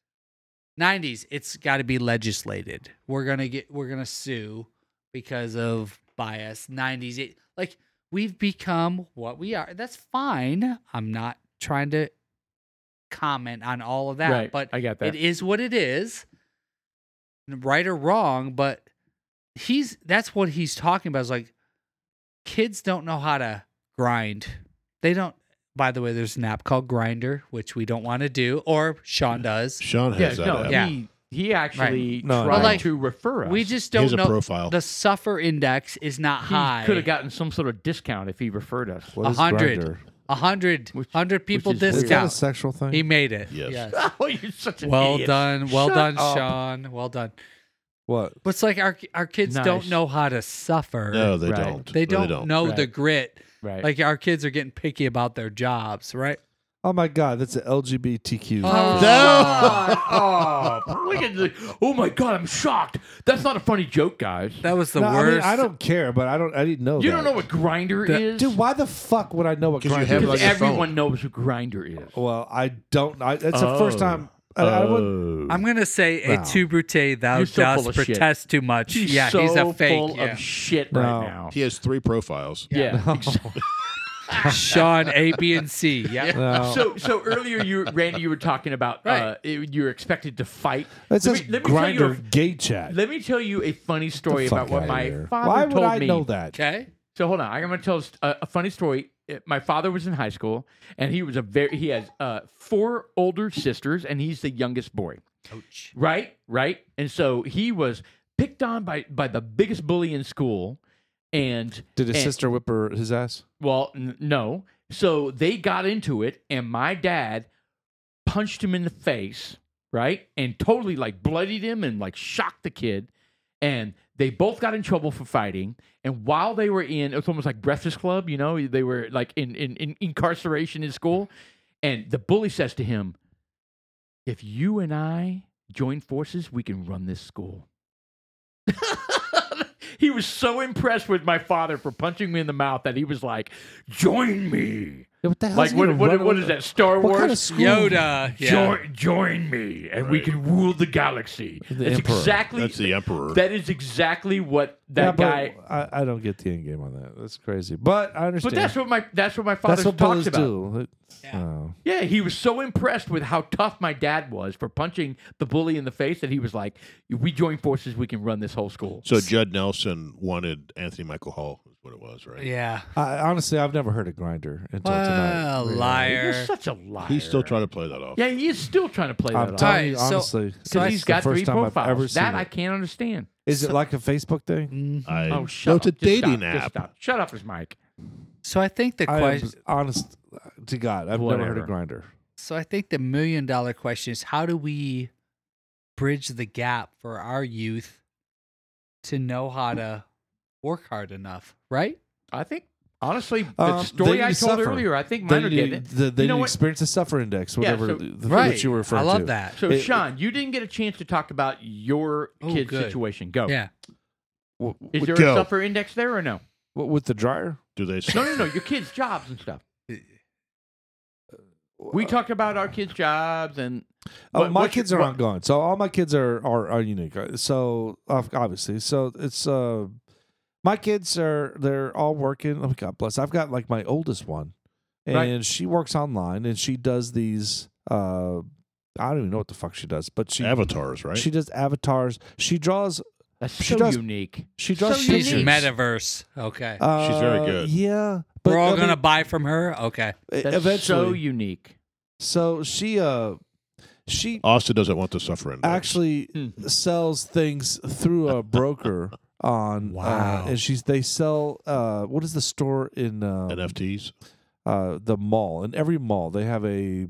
[SPEAKER 1] Nineties, it's got to be legislated. We're gonna get, we're gonna sue because of bias. Nineties, it like we've become what we are. That's fine. I'm not trying to comment on all of that,
[SPEAKER 4] right,
[SPEAKER 1] but
[SPEAKER 4] I got that.
[SPEAKER 1] it is what it is, right or wrong. But he's that's what he's talking about. Is like kids don't know how to grind. They don't. By the way, there's an app called Grinder, which we don't want to do, or Sean does.
[SPEAKER 2] Sean
[SPEAKER 4] yeah,
[SPEAKER 2] has that.
[SPEAKER 4] no,
[SPEAKER 2] app.
[SPEAKER 1] Yeah.
[SPEAKER 4] he he actually
[SPEAKER 5] No, no.
[SPEAKER 4] tried
[SPEAKER 1] But, like,
[SPEAKER 4] to refer us.
[SPEAKER 1] We just
[SPEAKER 2] He has
[SPEAKER 1] don't
[SPEAKER 2] a
[SPEAKER 1] know.
[SPEAKER 2] profile.
[SPEAKER 1] The suffer index is not high.
[SPEAKER 4] he could have gotten some sort of discount if he referred us.
[SPEAKER 5] What is
[SPEAKER 1] 100.
[SPEAKER 5] Grindr?
[SPEAKER 1] a hundred,
[SPEAKER 4] Which-
[SPEAKER 1] hundred people
[SPEAKER 4] is weird.
[SPEAKER 5] Is that a
[SPEAKER 1] discount.
[SPEAKER 5] sexual thing?
[SPEAKER 1] He made it.
[SPEAKER 2] Yes.
[SPEAKER 4] <laughs> Oh, you're such an
[SPEAKER 1] Well
[SPEAKER 4] idiot.
[SPEAKER 1] done. Well
[SPEAKER 4] Shut
[SPEAKER 1] done,
[SPEAKER 4] up.
[SPEAKER 1] Sean. Well done.
[SPEAKER 5] what?
[SPEAKER 1] But it's like our our kids
[SPEAKER 4] Nice.
[SPEAKER 1] don't know how to suffer.
[SPEAKER 2] no, they
[SPEAKER 4] Right.
[SPEAKER 2] don't.
[SPEAKER 1] they don't, know the
[SPEAKER 4] Right.
[SPEAKER 1] grit.
[SPEAKER 4] Right.
[SPEAKER 1] Like our kids are getting picky about their jobs, right?
[SPEAKER 5] Oh my God, that's an LGBTQ.
[SPEAKER 4] <laughs>
[SPEAKER 1] Oh.
[SPEAKER 4] God. oh, look at the, oh my god, I'm shocked. That's not a funny joke, guys.
[SPEAKER 1] That was the
[SPEAKER 5] No, I, mean,
[SPEAKER 1] worst.
[SPEAKER 5] I don't care, but I don't. I didn't know.
[SPEAKER 4] you
[SPEAKER 5] that.
[SPEAKER 4] don't know what grinder
[SPEAKER 1] That-
[SPEAKER 4] is?
[SPEAKER 5] dude. Why the fuck would I know what?
[SPEAKER 2] 'Cause you
[SPEAKER 5] grind
[SPEAKER 2] have,
[SPEAKER 5] is?
[SPEAKER 4] Because
[SPEAKER 2] like, a phone.
[SPEAKER 4] everyone knows what grinder is.
[SPEAKER 5] well, I don't. I, it's the
[SPEAKER 4] Oh.
[SPEAKER 5] first time. I, I wouldn't-
[SPEAKER 2] Oh.
[SPEAKER 1] I'm gonna say
[SPEAKER 5] Wow.
[SPEAKER 1] a tu brute thou
[SPEAKER 4] You're so full
[SPEAKER 1] dost
[SPEAKER 4] of shit.
[SPEAKER 1] protest too much.
[SPEAKER 4] He's
[SPEAKER 1] yeah,
[SPEAKER 4] so
[SPEAKER 1] he's a fake.
[SPEAKER 4] full
[SPEAKER 1] yeah.
[SPEAKER 4] of shit
[SPEAKER 5] No.
[SPEAKER 4] right now.
[SPEAKER 2] He has three profiles.
[SPEAKER 4] Yeah.
[SPEAKER 1] Sean A, B, and C.
[SPEAKER 5] <laughs>
[SPEAKER 1] Yeah.
[SPEAKER 5] no.
[SPEAKER 4] So, so earlier, you Randy, you were talking about uh,
[SPEAKER 1] Right.
[SPEAKER 4] it- you're expected to fight.
[SPEAKER 5] It says
[SPEAKER 4] me- let me tell you a-
[SPEAKER 5] grinder gay chat.
[SPEAKER 4] Let me tell you a funny
[SPEAKER 5] Get the
[SPEAKER 4] story
[SPEAKER 5] fuck
[SPEAKER 4] about what
[SPEAKER 5] outta
[SPEAKER 4] my
[SPEAKER 5] here.
[SPEAKER 4] father
[SPEAKER 5] Why
[SPEAKER 4] told
[SPEAKER 5] would I
[SPEAKER 4] me.
[SPEAKER 5] know that?
[SPEAKER 1] Okay.
[SPEAKER 4] So hold on, I'm going to tell a, a funny story. Uh, My father was in high school, and he was a very he has uh, four older sisters, and he's the youngest boy.
[SPEAKER 1] Ouch.
[SPEAKER 4] Right, right. And so he was picked on by by the biggest bully in school, and
[SPEAKER 5] Did his
[SPEAKER 4] and-
[SPEAKER 5] sister whip her his ass?
[SPEAKER 4] well, n- no. So they got into it, and my dad punched him in the face, right? And totally like bloodied him and like shocked the kid. And they both got in trouble for fighting. And while they were in, it's almost like Breakfast Club, you know, they were like in, in, in incarceration in school. And the bully says to him, If you and I join forces, we can run this school. he was so impressed with my father for punching me in the mouth that he was like, Join me.
[SPEAKER 5] Yeah, what the hell?
[SPEAKER 4] Like, what, what, what is that? Star
[SPEAKER 5] What
[SPEAKER 4] Wars?
[SPEAKER 5] kind of school?
[SPEAKER 1] Yoda. Yeah.
[SPEAKER 4] Join, join me, and we can rule the galaxy.
[SPEAKER 5] The
[SPEAKER 4] That's
[SPEAKER 5] Emperor.
[SPEAKER 4] exactly
[SPEAKER 2] That's the emperor.
[SPEAKER 4] that is exactly what
[SPEAKER 5] Yeah,
[SPEAKER 4] that
[SPEAKER 5] but
[SPEAKER 4] guy.
[SPEAKER 5] I, I don't get the end game on that. That's crazy. But I
[SPEAKER 4] But
[SPEAKER 5] understand.
[SPEAKER 4] that's what my that's what my father
[SPEAKER 5] That's what
[SPEAKER 4] talks
[SPEAKER 5] bullies
[SPEAKER 4] about.
[SPEAKER 5] do.
[SPEAKER 1] Yeah.
[SPEAKER 5] Oh.
[SPEAKER 4] Yeah, he was so impressed with how tough my dad was for punching the bully in the face that he was like, "We join forces, we can run this whole school."
[SPEAKER 2] So Judd Nelson wanted Anthony Michael Hall, is what it was, right?
[SPEAKER 1] Yeah.
[SPEAKER 5] uh, I, honestly, I've never heard of grinder until tonight.
[SPEAKER 1] Well,
[SPEAKER 5] Yeah.
[SPEAKER 4] You're
[SPEAKER 1] liar.
[SPEAKER 4] such a liar.
[SPEAKER 2] He's still trying to play that off.
[SPEAKER 4] Yeah, he is still trying to play
[SPEAKER 5] I'm
[SPEAKER 4] that. off.
[SPEAKER 5] telling you
[SPEAKER 1] Alright, so-
[SPEAKER 5] honestly.
[SPEAKER 1] so
[SPEAKER 5] it's
[SPEAKER 1] I-
[SPEAKER 4] He's
[SPEAKER 5] the
[SPEAKER 4] got
[SPEAKER 5] first
[SPEAKER 4] three
[SPEAKER 5] time I've
[SPEAKER 4] profiles.
[SPEAKER 5] ever seen
[SPEAKER 4] that I
[SPEAKER 5] it.
[SPEAKER 4] can't understand.
[SPEAKER 5] Is it like a Facebook thing?
[SPEAKER 1] Mhm.
[SPEAKER 2] I,
[SPEAKER 4] Oh, shut up!
[SPEAKER 2] no, it's a
[SPEAKER 4] Just
[SPEAKER 2] dating
[SPEAKER 4] stop, Just
[SPEAKER 2] app.
[SPEAKER 4] stop. Shut up, his mic.
[SPEAKER 1] So I think the
[SPEAKER 5] I am
[SPEAKER 1] question.
[SPEAKER 5] honest to God. I've never heard
[SPEAKER 4] Whatever.
[SPEAKER 5] of grinder.
[SPEAKER 1] So I think the million dollar question is how do we bridge the gap for our youth to know how to work hard enough, right?
[SPEAKER 4] I think honestly, the
[SPEAKER 5] Um, they
[SPEAKER 4] story
[SPEAKER 5] need
[SPEAKER 4] I
[SPEAKER 5] to
[SPEAKER 4] told
[SPEAKER 5] suffer.
[SPEAKER 4] earlier, I think
[SPEAKER 5] They
[SPEAKER 4] mine are
[SPEAKER 5] need,
[SPEAKER 4] getting.
[SPEAKER 5] the, they
[SPEAKER 4] You know
[SPEAKER 5] need
[SPEAKER 4] what?
[SPEAKER 5] experience to suffer index, whatever
[SPEAKER 4] so-
[SPEAKER 5] the, the,
[SPEAKER 1] right.
[SPEAKER 5] that you were referring
[SPEAKER 1] I
[SPEAKER 5] to.
[SPEAKER 1] love that.
[SPEAKER 4] So
[SPEAKER 5] It-
[SPEAKER 4] Sean, you didn't get a chance to talk about your
[SPEAKER 1] Oh,
[SPEAKER 4] kid's
[SPEAKER 1] good.
[SPEAKER 4] situation. Go.
[SPEAKER 1] Yeah.
[SPEAKER 5] W-
[SPEAKER 4] Is
[SPEAKER 5] with,
[SPEAKER 4] there
[SPEAKER 2] Go.
[SPEAKER 4] a suffer index there or no?
[SPEAKER 5] w- with the dryer?
[SPEAKER 2] Do they?
[SPEAKER 4] No,
[SPEAKER 2] <laughs>
[SPEAKER 4] no, no. Your kids' jobs
[SPEAKER 5] <laughs>
[SPEAKER 4] and stuff. We talked about our kids' jobs and
[SPEAKER 5] Oh,
[SPEAKER 4] What-
[SPEAKER 5] my
[SPEAKER 4] what's your-
[SPEAKER 5] kids are
[SPEAKER 4] what-
[SPEAKER 5] ongoing. So all my kids are are, are unique. Uh, So ob- obviously, so it's uh, my kids are they're all working. Oh God bless. I've got like my oldest one, and
[SPEAKER 4] Right.
[SPEAKER 5] she works online and she does these. Uh, I don't even know what the fuck she does, but she
[SPEAKER 2] avatars, right?
[SPEAKER 5] she does avatars. She draws.
[SPEAKER 4] that's
[SPEAKER 5] She
[SPEAKER 4] so
[SPEAKER 5] does-
[SPEAKER 4] unique.
[SPEAKER 5] She draws.
[SPEAKER 4] So
[SPEAKER 1] She's
[SPEAKER 4] unique.
[SPEAKER 5] pictures.
[SPEAKER 1] metaverse. Okay.
[SPEAKER 5] Uh,
[SPEAKER 2] She's very good.
[SPEAKER 5] Yeah,
[SPEAKER 1] We're
[SPEAKER 5] I
[SPEAKER 1] all
[SPEAKER 5] mean, e,
[SPEAKER 1] gonna buy from her. Okay.
[SPEAKER 4] That's
[SPEAKER 5] eventually.
[SPEAKER 4] so
[SPEAKER 5] So,
[SPEAKER 4] unique.
[SPEAKER 5] she uh, she
[SPEAKER 2] Austin doesn't want to suffer in that.
[SPEAKER 5] actually
[SPEAKER 4] Hmm.
[SPEAKER 5] sells things through a broker on uh,
[SPEAKER 1] Wow.
[SPEAKER 5] and she's they sell uh what is the store in
[SPEAKER 4] um,
[SPEAKER 5] uh,
[SPEAKER 2] NFTs,
[SPEAKER 5] uh the mall in every mall they have a they-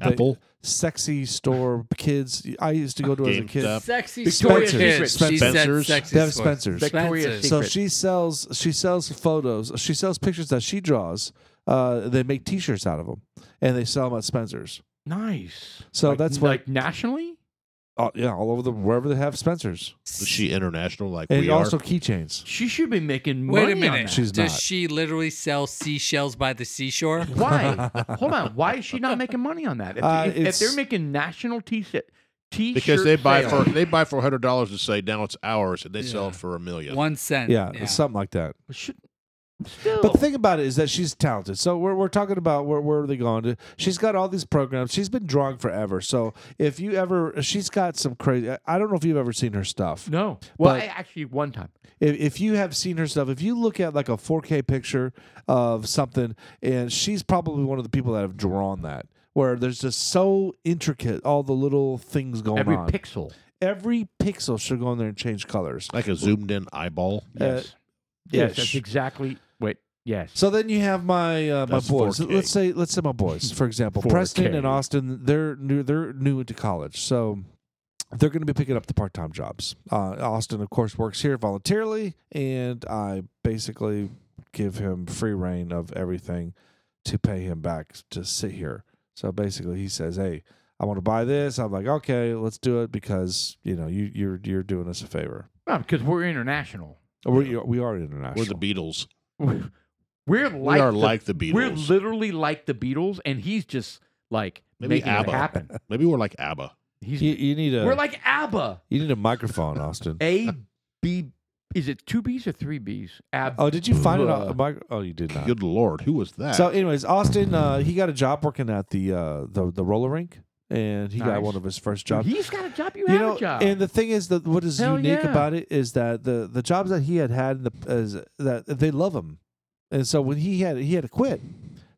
[SPEAKER 2] Apple.
[SPEAKER 5] sexy store kids i used to go to as a kid
[SPEAKER 2] GameStop.
[SPEAKER 1] Sexy
[SPEAKER 5] Victoria's
[SPEAKER 1] Kids.
[SPEAKER 5] Secret.
[SPEAKER 1] She said
[SPEAKER 2] Spencer's.
[SPEAKER 1] sexy
[SPEAKER 5] They have
[SPEAKER 1] store.
[SPEAKER 5] Spencer's.
[SPEAKER 4] Victoria's
[SPEAKER 5] so
[SPEAKER 4] Secret.
[SPEAKER 5] she sells she sells photos she sells pictures that she draws uh they make t-shirts out of them and they sell them at spencer's
[SPEAKER 4] Nice.
[SPEAKER 5] So
[SPEAKER 4] Like-
[SPEAKER 5] that's what-
[SPEAKER 4] like nationally.
[SPEAKER 5] uh, yeah, all over the wherever they have Spencers,
[SPEAKER 2] Is she international like
[SPEAKER 5] and
[SPEAKER 2] we
[SPEAKER 5] also
[SPEAKER 2] are?
[SPEAKER 5] keychains.
[SPEAKER 4] She should be making money.
[SPEAKER 1] Wait a
[SPEAKER 4] On
[SPEAKER 1] minute.
[SPEAKER 4] that.
[SPEAKER 5] She's
[SPEAKER 1] Does
[SPEAKER 5] not.
[SPEAKER 1] she literally sell seashells by the seashore?
[SPEAKER 5] <laughs>
[SPEAKER 4] Why? Hold on. Why is she not making money on that? If,
[SPEAKER 5] Uh,
[SPEAKER 4] if- if
[SPEAKER 5] it's-
[SPEAKER 4] they're making national t shirt
[SPEAKER 2] Because they buy
[SPEAKER 4] sales,
[SPEAKER 2] for they buy for hundred dollars and say now it's ours, and they sell
[SPEAKER 1] Yeah.
[SPEAKER 2] it for a million.
[SPEAKER 1] One cent.
[SPEAKER 5] Yeah, something like that.
[SPEAKER 4] Should, still,
[SPEAKER 5] But the thing about it is that she's talented. So we're, we're talking about where, where are they going to? She's got all these programs. She's been drawing forever. So if you ever, she's got some crazy. I- I don't know if you've ever seen her stuff.
[SPEAKER 4] no. Well,
[SPEAKER 5] but-
[SPEAKER 4] I actually one time.
[SPEAKER 5] If, if you have seen her stuff, if you look at like a 4K picture of something, and she's probably one of the people that have drawn that. Where there's just so intricate, all the little things going
[SPEAKER 4] Every
[SPEAKER 5] on. Uh,
[SPEAKER 4] pixel.
[SPEAKER 5] every pixel should go in there and change colors.
[SPEAKER 2] like a zoomed in eyeball.
[SPEAKER 5] Yes.
[SPEAKER 4] Yes. yes.
[SPEAKER 5] ish.
[SPEAKER 4] That's exactly. Wait. Yes.
[SPEAKER 5] So then you have my uh, my
[SPEAKER 2] That's
[SPEAKER 5] boys.
[SPEAKER 2] 4K.
[SPEAKER 5] Let's say let's say my boys, for example,
[SPEAKER 4] 4K.
[SPEAKER 5] Preston and Austin. They're new. They're new into college, so they're going to be picking up the part time jobs. Uh, Austin, of course, works here voluntarily, and I basically give him free reign of everything to pay him back to sit here. So basically, he says, "Hey, I want to buy this." I'm like, "Okay, let's do it," because you know you you're you're doing us a favor.
[SPEAKER 4] Well, because we're
[SPEAKER 5] <laughs>
[SPEAKER 4] international.
[SPEAKER 5] We we are international.
[SPEAKER 2] We're the Beatles.
[SPEAKER 4] We're like
[SPEAKER 2] we are
[SPEAKER 4] the,
[SPEAKER 2] like the Beatles.
[SPEAKER 4] We're literally like the Beatles, and he's just like
[SPEAKER 2] Maybe
[SPEAKER 4] making
[SPEAKER 2] ABBA.
[SPEAKER 4] it happen.
[SPEAKER 2] <laughs> Maybe we're like ABBA.
[SPEAKER 4] He's
[SPEAKER 5] you, you need a
[SPEAKER 4] we're like ABBA.
[SPEAKER 5] you need a microphone, Austin.
[SPEAKER 4] A B is it two B's or three B's? Ab.
[SPEAKER 5] Oh, did you find it? On,
[SPEAKER 4] Bruh.
[SPEAKER 5] a mic- oh, you did not.
[SPEAKER 2] Good lord, who was that?
[SPEAKER 5] So, anyways, Austin, uh, he got a job working at the uh, the the roller rink, and he got
[SPEAKER 4] Nice.
[SPEAKER 5] one of his first
[SPEAKER 4] Dude,
[SPEAKER 5] jobs.
[SPEAKER 4] He's got a job. You,
[SPEAKER 5] you
[SPEAKER 4] have
[SPEAKER 5] know,
[SPEAKER 4] a job.
[SPEAKER 5] and the thing is that what is
[SPEAKER 4] Hell
[SPEAKER 5] unique
[SPEAKER 4] yeah.
[SPEAKER 5] about it is that the the jobs that he had had in the, is that they love him, and so when he had he had to quit.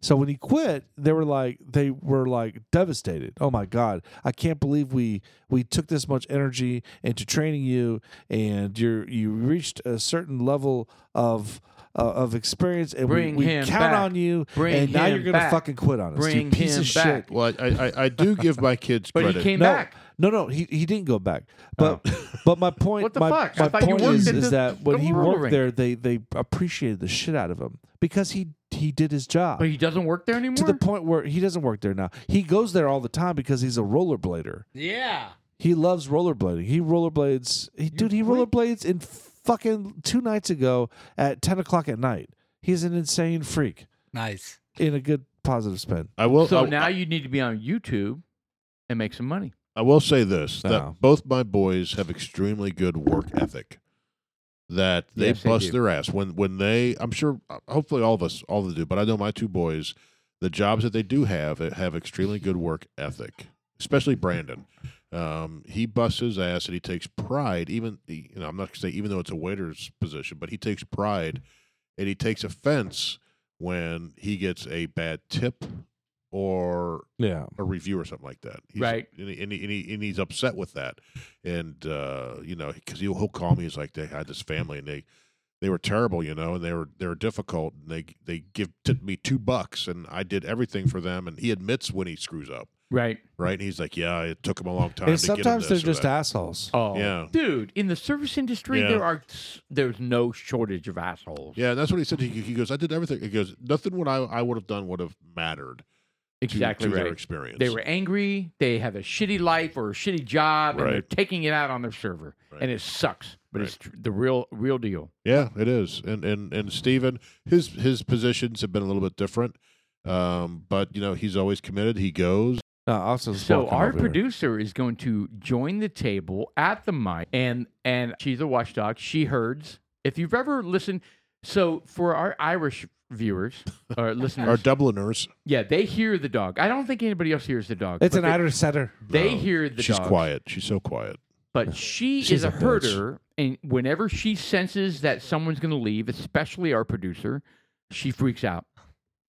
[SPEAKER 5] So when he quit, they were like they were like devastated. Oh my god, I can't believe we we took this much energy into training you, and you're you reached a certain level of uh, of experience, and we-
[SPEAKER 4] Bring
[SPEAKER 5] we,
[SPEAKER 4] him
[SPEAKER 5] count
[SPEAKER 4] back.
[SPEAKER 5] on you,
[SPEAKER 4] Bring
[SPEAKER 5] and now
[SPEAKER 4] him
[SPEAKER 5] you're gonna
[SPEAKER 4] back.
[SPEAKER 5] fucking quit on us, you
[SPEAKER 4] Bring
[SPEAKER 5] piece
[SPEAKER 4] him
[SPEAKER 5] of shit.
[SPEAKER 4] back.
[SPEAKER 2] well, I, I, I do give my kids
[SPEAKER 4] but
[SPEAKER 2] credit.
[SPEAKER 4] he came
[SPEAKER 5] No,
[SPEAKER 4] back. Oh.
[SPEAKER 5] No, no, he, he didn't go back. But <laughs> but my point,
[SPEAKER 4] What the
[SPEAKER 5] my,
[SPEAKER 4] fuck? I
[SPEAKER 5] my
[SPEAKER 4] thought you
[SPEAKER 5] point
[SPEAKER 4] worked
[SPEAKER 5] is,
[SPEAKER 4] at
[SPEAKER 5] is
[SPEAKER 4] the-
[SPEAKER 5] that when
[SPEAKER 4] the
[SPEAKER 5] he
[SPEAKER 4] roller
[SPEAKER 5] worked
[SPEAKER 4] rink.
[SPEAKER 5] there, they they appreciated the shit out of him because he he did his job
[SPEAKER 4] But he doesn't work there anymore.
[SPEAKER 5] to the point where he doesn't work there now. He goes there all the time because he's a rollerblader.
[SPEAKER 1] Yeah.
[SPEAKER 5] He loves rollerblading. He rollerblades. He, dude, he
[SPEAKER 4] quit?
[SPEAKER 5] rollerblades in fucking two nights ago at ten o'clock at night. He's an insane freak
[SPEAKER 1] Nice.
[SPEAKER 5] in a good positive spin.
[SPEAKER 2] I will.
[SPEAKER 4] so
[SPEAKER 2] I,
[SPEAKER 4] now you need to be on YouTube and make some money.
[SPEAKER 2] I will say this:
[SPEAKER 5] No.
[SPEAKER 2] that both my boys have extremely good work ethic. That they
[SPEAKER 4] Yes, they
[SPEAKER 2] bust
[SPEAKER 4] do.
[SPEAKER 2] their ass when when they. I'm sure. uh, Hopefully, all of us, all of them do. But I know my two boys. The jobs that they do have eh, have extremely good work ethic, especially Brandon. Um, he busts his ass and he takes pride. Even eh, you know, I'm not gonna say even though it's a waiter's position, but he takes pride and he takes offense when he gets a bad tip or
[SPEAKER 5] Yeah.
[SPEAKER 2] a review or something like that. He's,
[SPEAKER 4] Right.
[SPEAKER 2] And, he, and, he, and, he, and he's upset with that. And, uh, you know, because he'll, he'll call me. He's like, they had this family and they, they were terrible, you know, and they were, they were difficult. And they, they give tipped me two bucks and I did everything for them. And he admits when he screws up.
[SPEAKER 4] Right.
[SPEAKER 2] Right. And he's like, yeah, it took him a long time.
[SPEAKER 5] And
[SPEAKER 2] to get him
[SPEAKER 5] sometimes they're
[SPEAKER 2] this or
[SPEAKER 5] just
[SPEAKER 2] that.
[SPEAKER 5] assholes.
[SPEAKER 4] Oh,
[SPEAKER 2] Yeah.
[SPEAKER 4] dude! In the service industry,
[SPEAKER 2] Yeah.
[SPEAKER 4] there are there's no shortage of assholes.
[SPEAKER 2] Yeah. And that's what he said. He, he goes, I did everything. He goes, nothing what I, I would have done would have mattered to-
[SPEAKER 4] exactly
[SPEAKER 2] to,
[SPEAKER 4] right.
[SPEAKER 2] their experience.
[SPEAKER 4] They were angry. They have a shitty life or a shitty job, and they're
[SPEAKER 2] Right.
[SPEAKER 4] taking it out on their server,
[SPEAKER 2] Right.
[SPEAKER 4] and it sucks. But it's tr- the real, real deal.
[SPEAKER 2] Yeah, it is. And and and Steven, his his positions have been a little bit different. Um, but you know, he's always committed. He goes.
[SPEAKER 5] No, also
[SPEAKER 4] So our producer is going to join the table at the mic, and and she's a watchdog. She herds. If you've ever listened, so for our Irish
[SPEAKER 5] <laughs>
[SPEAKER 4] viewers or listeners,
[SPEAKER 2] Our Dubliners.
[SPEAKER 4] yeah, they hear the dog. I don't think anybody else hears the dog.
[SPEAKER 5] It's
[SPEAKER 4] but
[SPEAKER 5] an
[SPEAKER 4] they,
[SPEAKER 5] Irish setter.
[SPEAKER 4] They
[SPEAKER 2] No,
[SPEAKER 4] hear the
[SPEAKER 2] She's
[SPEAKER 4] dog.
[SPEAKER 2] quiet. She's so quiet.
[SPEAKER 4] but she
[SPEAKER 5] She's
[SPEAKER 4] is a,
[SPEAKER 5] a bitch.
[SPEAKER 4] herder, and whenever she senses that someone's going to leave, especially our producer, she freaks out,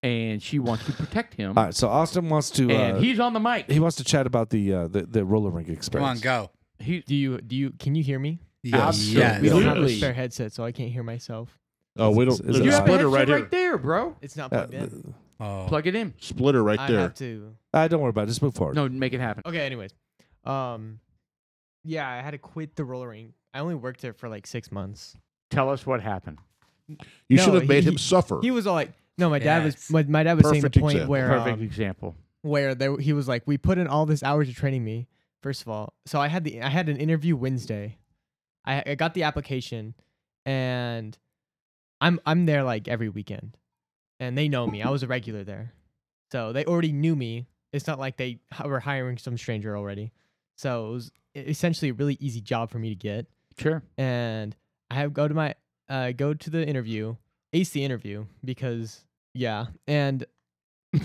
[SPEAKER 4] and she wants to protect him.
[SPEAKER 5] All right, so Austin wants to.
[SPEAKER 4] and
[SPEAKER 5] uh,
[SPEAKER 4] he's on the mic.
[SPEAKER 5] He wants to chat about the uh, the, the roller rink
[SPEAKER 1] Come on,
[SPEAKER 5] experience.
[SPEAKER 1] go.
[SPEAKER 4] He,
[SPEAKER 3] Do you do you can you hear me?
[SPEAKER 5] Absolutely.
[SPEAKER 1] Yes.
[SPEAKER 3] We don't have a
[SPEAKER 2] Yes.
[SPEAKER 3] spare headset, so I can't hear myself.
[SPEAKER 2] Oh, we
[SPEAKER 5] don't-
[SPEAKER 2] don't.
[SPEAKER 5] Is it-
[SPEAKER 2] There's
[SPEAKER 5] is
[SPEAKER 4] you
[SPEAKER 5] it
[SPEAKER 2] a
[SPEAKER 4] have a
[SPEAKER 2] splitter
[SPEAKER 4] headset
[SPEAKER 2] right
[SPEAKER 4] right,
[SPEAKER 2] here.
[SPEAKER 4] there, bro.
[SPEAKER 3] It's not
[SPEAKER 5] Uh,
[SPEAKER 3] plugged in.
[SPEAKER 1] Oh.
[SPEAKER 4] Plug it in.
[SPEAKER 2] Splitter right
[SPEAKER 3] I
[SPEAKER 2] there.
[SPEAKER 3] have to.
[SPEAKER 5] Uh, don't worry about it. Just move forward.
[SPEAKER 4] No, make it happen.
[SPEAKER 3] Okay. Anyways, um, yeah, I had to quit the roller rink. I only worked there for like six months.
[SPEAKER 4] Tell us what happened.
[SPEAKER 2] You
[SPEAKER 3] No,
[SPEAKER 2] should have made
[SPEAKER 3] he-
[SPEAKER 2] him suffer.
[SPEAKER 3] He was all like, "No, my dad
[SPEAKER 1] Yes.
[SPEAKER 3] was my, my dad was saying
[SPEAKER 2] Perfect
[SPEAKER 3] the point
[SPEAKER 2] example.
[SPEAKER 3] where
[SPEAKER 4] Perfect
[SPEAKER 3] um,
[SPEAKER 4] example.
[SPEAKER 3] where there, he was like, we put in all this hours of training me First of all, so I had the I had an interview Wednesday. I, I got the application, and I'm I'm there like every weekend, and they know me. I was a regular there, so they already knew me. It's not like they h- were hiring some stranger already. So it was e, essentially a really easy job for me to get
[SPEAKER 4] Sure.
[SPEAKER 3] and I have go to my uh go to the interview, ace the interview because yeah, and
[SPEAKER 4] <laughs>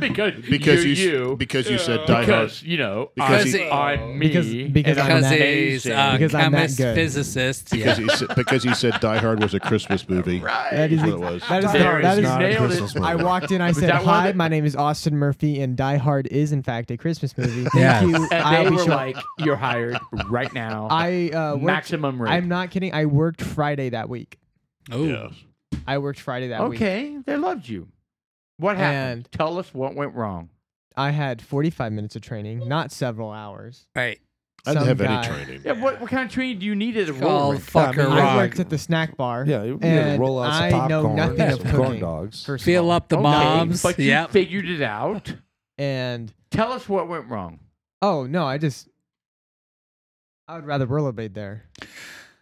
[SPEAKER 4] because
[SPEAKER 2] <laughs> Because
[SPEAKER 4] you,
[SPEAKER 2] you, s-
[SPEAKER 4] you
[SPEAKER 2] because you said
[SPEAKER 1] Yeah.
[SPEAKER 2] Die Hard.
[SPEAKER 4] because, you know
[SPEAKER 2] Because
[SPEAKER 4] I'm,
[SPEAKER 1] he-
[SPEAKER 4] I'm me
[SPEAKER 3] Because- because
[SPEAKER 4] and
[SPEAKER 3] I'm
[SPEAKER 1] because
[SPEAKER 3] that
[SPEAKER 1] he's
[SPEAKER 4] amazing.
[SPEAKER 1] a
[SPEAKER 3] Because I'm that
[SPEAKER 1] chemist,
[SPEAKER 3] good.
[SPEAKER 1] physicist.
[SPEAKER 2] <laughs>
[SPEAKER 1] Yeah.
[SPEAKER 2] Because he said, because he said Die Hard was a Christmas movie.
[SPEAKER 4] right.
[SPEAKER 3] That is
[SPEAKER 2] That's what it was.
[SPEAKER 3] that is
[SPEAKER 4] There
[SPEAKER 3] that
[SPEAKER 4] is
[SPEAKER 3] is
[SPEAKER 4] not a nailed it.
[SPEAKER 5] Christmas movie.
[SPEAKER 3] I walked in. I
[SPEAKER 4] Was
[SPEAKER 3] said,
[SPEAKER 4] that one of
[SPEAKER 3] "Hi,
[SPEAKER 4] the-
[SPEAKER 3] my name is Austin Murphy, and Die Hard is in fact a
[SPEAKER 5] <laughs>
[SPEAKER 3] Christmas movie." Thank
[SPEAKER 1] Yes.
[SPEAKER 3] you.
[SPEAKER 4] <laughs> and
[SPEAKER 3] I'll
[SPEAKER 4] they
[SPEAKER 3] be
[SPEAKER 4] were
[SPEAKER 3] sure-
[SPEAKER 4] like, "You're hired right now."
[SPEAKER 3] "I uh, worked,
[SPEAKER 4] maximum rate.
[SPEAKER 3] I'm not kidding. I worked Friday that week.
[SPEAKER 1] Oh,
[SPEAKER 2] Yeah.
[SPEAKER 3] I worked Friday that week.
[SPEAKER 4] okay, they loved you. What happened?
[SPEAKER 3] And-
[SPEAKER 4] Tell us what went wrong.
[SPEAKER 3] I had 45 minutes of training, not several hours.
[SPEAKER 1] right.
[SPEAKER 2] I didn't
[SPEAKER 3] Some
[SPEAKER 2] have
[SPEAKER 3] guy-
[SPEAKER 2] any training.
[SPEAKER 4] Yeah, what, what kind of training do you need at a
[SPEAKER 1] Called
[SPEAKER 4] roller?
[SPEAKER 1] fucker
[SPEAKER 5] I mean,
[SPEAKER 3] I
[SPEAKER 1] rock.
[SPEAKER 3] worked at the snack bar.
[SPEAKER 5] Yeah, you, you had to
[SPEAKER 3] and
[SPEAKER 5] roll out some
[SPEAKER 3] I know
[SPEAKER 5] popcorn,
[SPEAKER 3] nothing
[SPEAKER 5] and
[SPEAKER 3] of
[SPEAKER 5] some corn
[SPEAKER 3] cooking.
[SPEAKER 5] dogs.
[SPEAKER 3] First of
[SPEAKER 1] Fill
[SPEAKER 3] all.
[SPEAKER 1] up the
[SPEAKER 4] Okay,
[SPEAKER 1] moms.
[SPEAKER 4] but you
[SPEAKER 1] yep.
[SPEAKER 4] figured it out.
[SPEAKER 3] and
[SPEAKER 4] Tell us what went wrong.
[SPEAKER 3] Oh no, I just I would rather rollerblade there.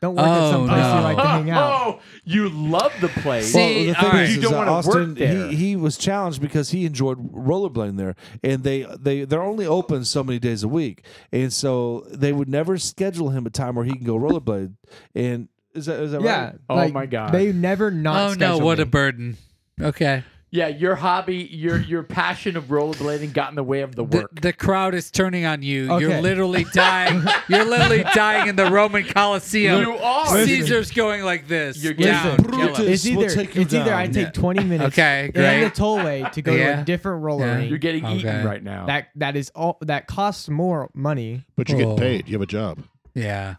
[SPEAKER 3] Don't work
[SPEAKER 1] Oh,
[SPEAKER 3] at some place
[SPEAKER 1] no.
[SPEAKER 3] you like
[SPEAKER 2] <laughs>
[SPEAKER 3] to
[SPEAKER 4] <laughs>
[SPEAKER 3] hang out.
[SPEAKER 4] Oh, you love the place.
[SPEAKER 1] See,
[SPEAKER 5] well, the
[SPEAKER 1] all
[SPEAKER 5] thing
[SPEAKER 1] right.
[SPEAKER 5] is,
[SPEAKER 4] You
[SPEAKER 5] is
[SPEAKER 4] don't
[SPEAKER 5] that
[SPEAKER 4] wanna work
[SPEAKER 5] Austin,
[SPEAKER 4] there.
[SPEAKER 5] He, he was challenged because he enjoyed rollerblading there, and they they they're only open so many days a week, and so they would never schedule him a time where he can go rollerblade. And is that is that
[SPEAKER 3] Yeah.
[SPEAKER 5] right?
[SPEAKER 4] Oh
[SPEAKER 3] like,
[SPEAKER 4] my God.
[SPEAKER 3] They never not
[SPEAKER 1] Oh no, what a
[SPEAKER 3] bird.
[SPEAKER 1] burden. Okay.
[SPEAKER 4] yeah, your hobby, your your passion of rollerblading got in the way of the
[SPEAKER 1] The,
[SPEAKER 4] work.
[SPEAKER 1] the crowd is turning on you. You're
[SPEAKER 3] Okay.
[SPEAKER 1] literally dying. You're literally dying in the Roman Colosseum.
[SPEAKER 4] you are.
[SPEAKER 1] Caesar's going like this.
[SPEAKER 4] You're
[SPEAKER 1] down,
[SPEAKER 4] getting-
[SPEAKER 1] kill him.
[SPEAKER 5] Brutus.
[SPEAKER 3] It's
[SPEAKER 5] This will
[SPEAKER 3] either
[SPEAKER 5] take you
[SPEAKER 3] it's either I
[SPEAKER 5] down.
[SPEAKER 1] Yeah.
[SPEAKER 3] take 20 minutes
[SPEAKER 1] Okay,
[SPEAKER 3] and
[SPEAKER 1] great.
[SPEAKER 3] the tollway to go to
[SPEAKER 1] Yeah.
[SPEAKER 3] a different roller
[SPEAKER 1] Yeah.
[SPEAKER 3] rink.
[SPEAKER 4] You're getting
[SPEAKER 1] Okay.
[SPEAKER 4] eaten right now.
[SPEAKER 3] That that is all that costs more money.
[SPEAKER 2] But you
[SPEAKER 1] Oh.
[SPEAKER 2] get paid. You have a job.
[SPEAKER 1] Yeah.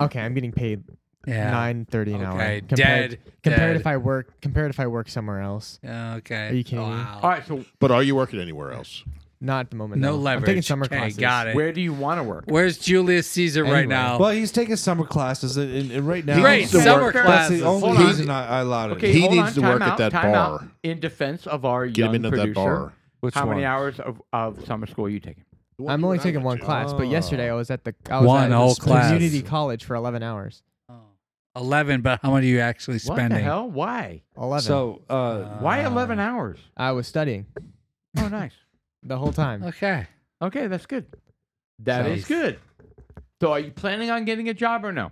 [SPEAKER 3] Okay, I'm getting paid
[SPEAKER 1] Yeah.
[SPEAKER 3] 9.30 an hour.
[SPEAKER 1] Okay,
[SPEAKER 3] Compared,
[SPEAKER 1] dead,
[SPEAKER 3] Compared
[SPEAKER 1] dead.
[SPEAKER 3] if I work compared if I work somewhere else.
[SPEAKER 1] Okay.
[SPEAKER 3] Are you kidding me?
[SPEAKER 1] Wow.
[SPEAKER 4] All right, so
[SPEAKER 2] But are you working anywhere else?
[SPEAKER 3] Not at the moment.
[SPEAKER 1] No
[SPEAKER 3] though.
[SPEAKER 1] leverage.
[SPEAKER 3] I'm taking summer
[SPEAKER 1] okay,
[SPEAKER 3] classes.
[SPEAKER 1] Got it.
[SPEAKER 4] where do you want to work?
[SPEAKER 1] Where's Julius Caesar right
[SPEAKER 3] Anyway.
[SPEAKER 4] Oh.
[SPEAKER 1] now?
[SPEAKER 5] Well, he's taking summer classes, and, and, and right now,
[SPEAKER 1] Great,
[SPEAKER 5] that's
[SPEAKER 1] summer classes.
[SPEAKER 5] the only
[SPEAKER 4] Hold on.
[SPEAKER 5] reason I, I allowed it.
[SPEAKER 4] Okay,
[SPEAKER 2] He
[SPEAKER 4] hold
[SPEAKER 2] needs
[SPEAKER 4] on,
[SPEAKER 2] to
[SPEAKER 4] time
[SPEAKER 2] work at
[SPEAKER 4] out,
[SPEAKER 2] that
[SPEAKER 4] time out.
[SPEAKER 2] bar.
[SPEAKER 4] In defense of our
[SPEAKER 2] Get
[SPEAKER 4] young
[SPEAKER 2] him into
[SPEAKER 4] producer,
[SPEAKER 2] that bar.
[SPEAKER 5] Which
[SPEAKER 4] how many
[SPEAKER 5] one?
[SPEAKER 4] hours of, of summer school are you taking?
[SPEAKER 2] The one
[SPEAKER 3] I'm
[SPEAKER 2] you
[SPEAKER 3] only
[SPEAKER 2] and I
[SPEAKER 3] taking
[SPEAKER 2] went
[SPEAKER 3] one
[SPEAKER 2] to.
[SPEAKER 3] class, but
[SPEAKER 5] Oh.
[SPEAKER 3] yesterday I was at the I was
[SPEAKER 1] One
[SPEAKER 3] at this
[SPEAKER 1] whole class.
[SPEAKER 3] community college for 11 hours.
[SPEAKER 1] Oh, Eleven, but how much are you actually spending?
[SPEAKER 4] What the hell? Why?
[SPEAKER 3] 11.
[SPEAKER 5] So, uh,
[SPEAKER 4] Why
[SPEAKER 1] Uh,
[SPEAKER 4] 11 hours?
[SPEAKER 3] I was studying
[SPEAKER 4] Oh, nice.
[SPEAKER 3] the whole time.
[SPEAKER 1] Okay.
[SPEAKER 4] Okay, that's good. That
[SPEAKER 1] So-
[SPEAKER 4] is good. So, are you planning on getting a job or no?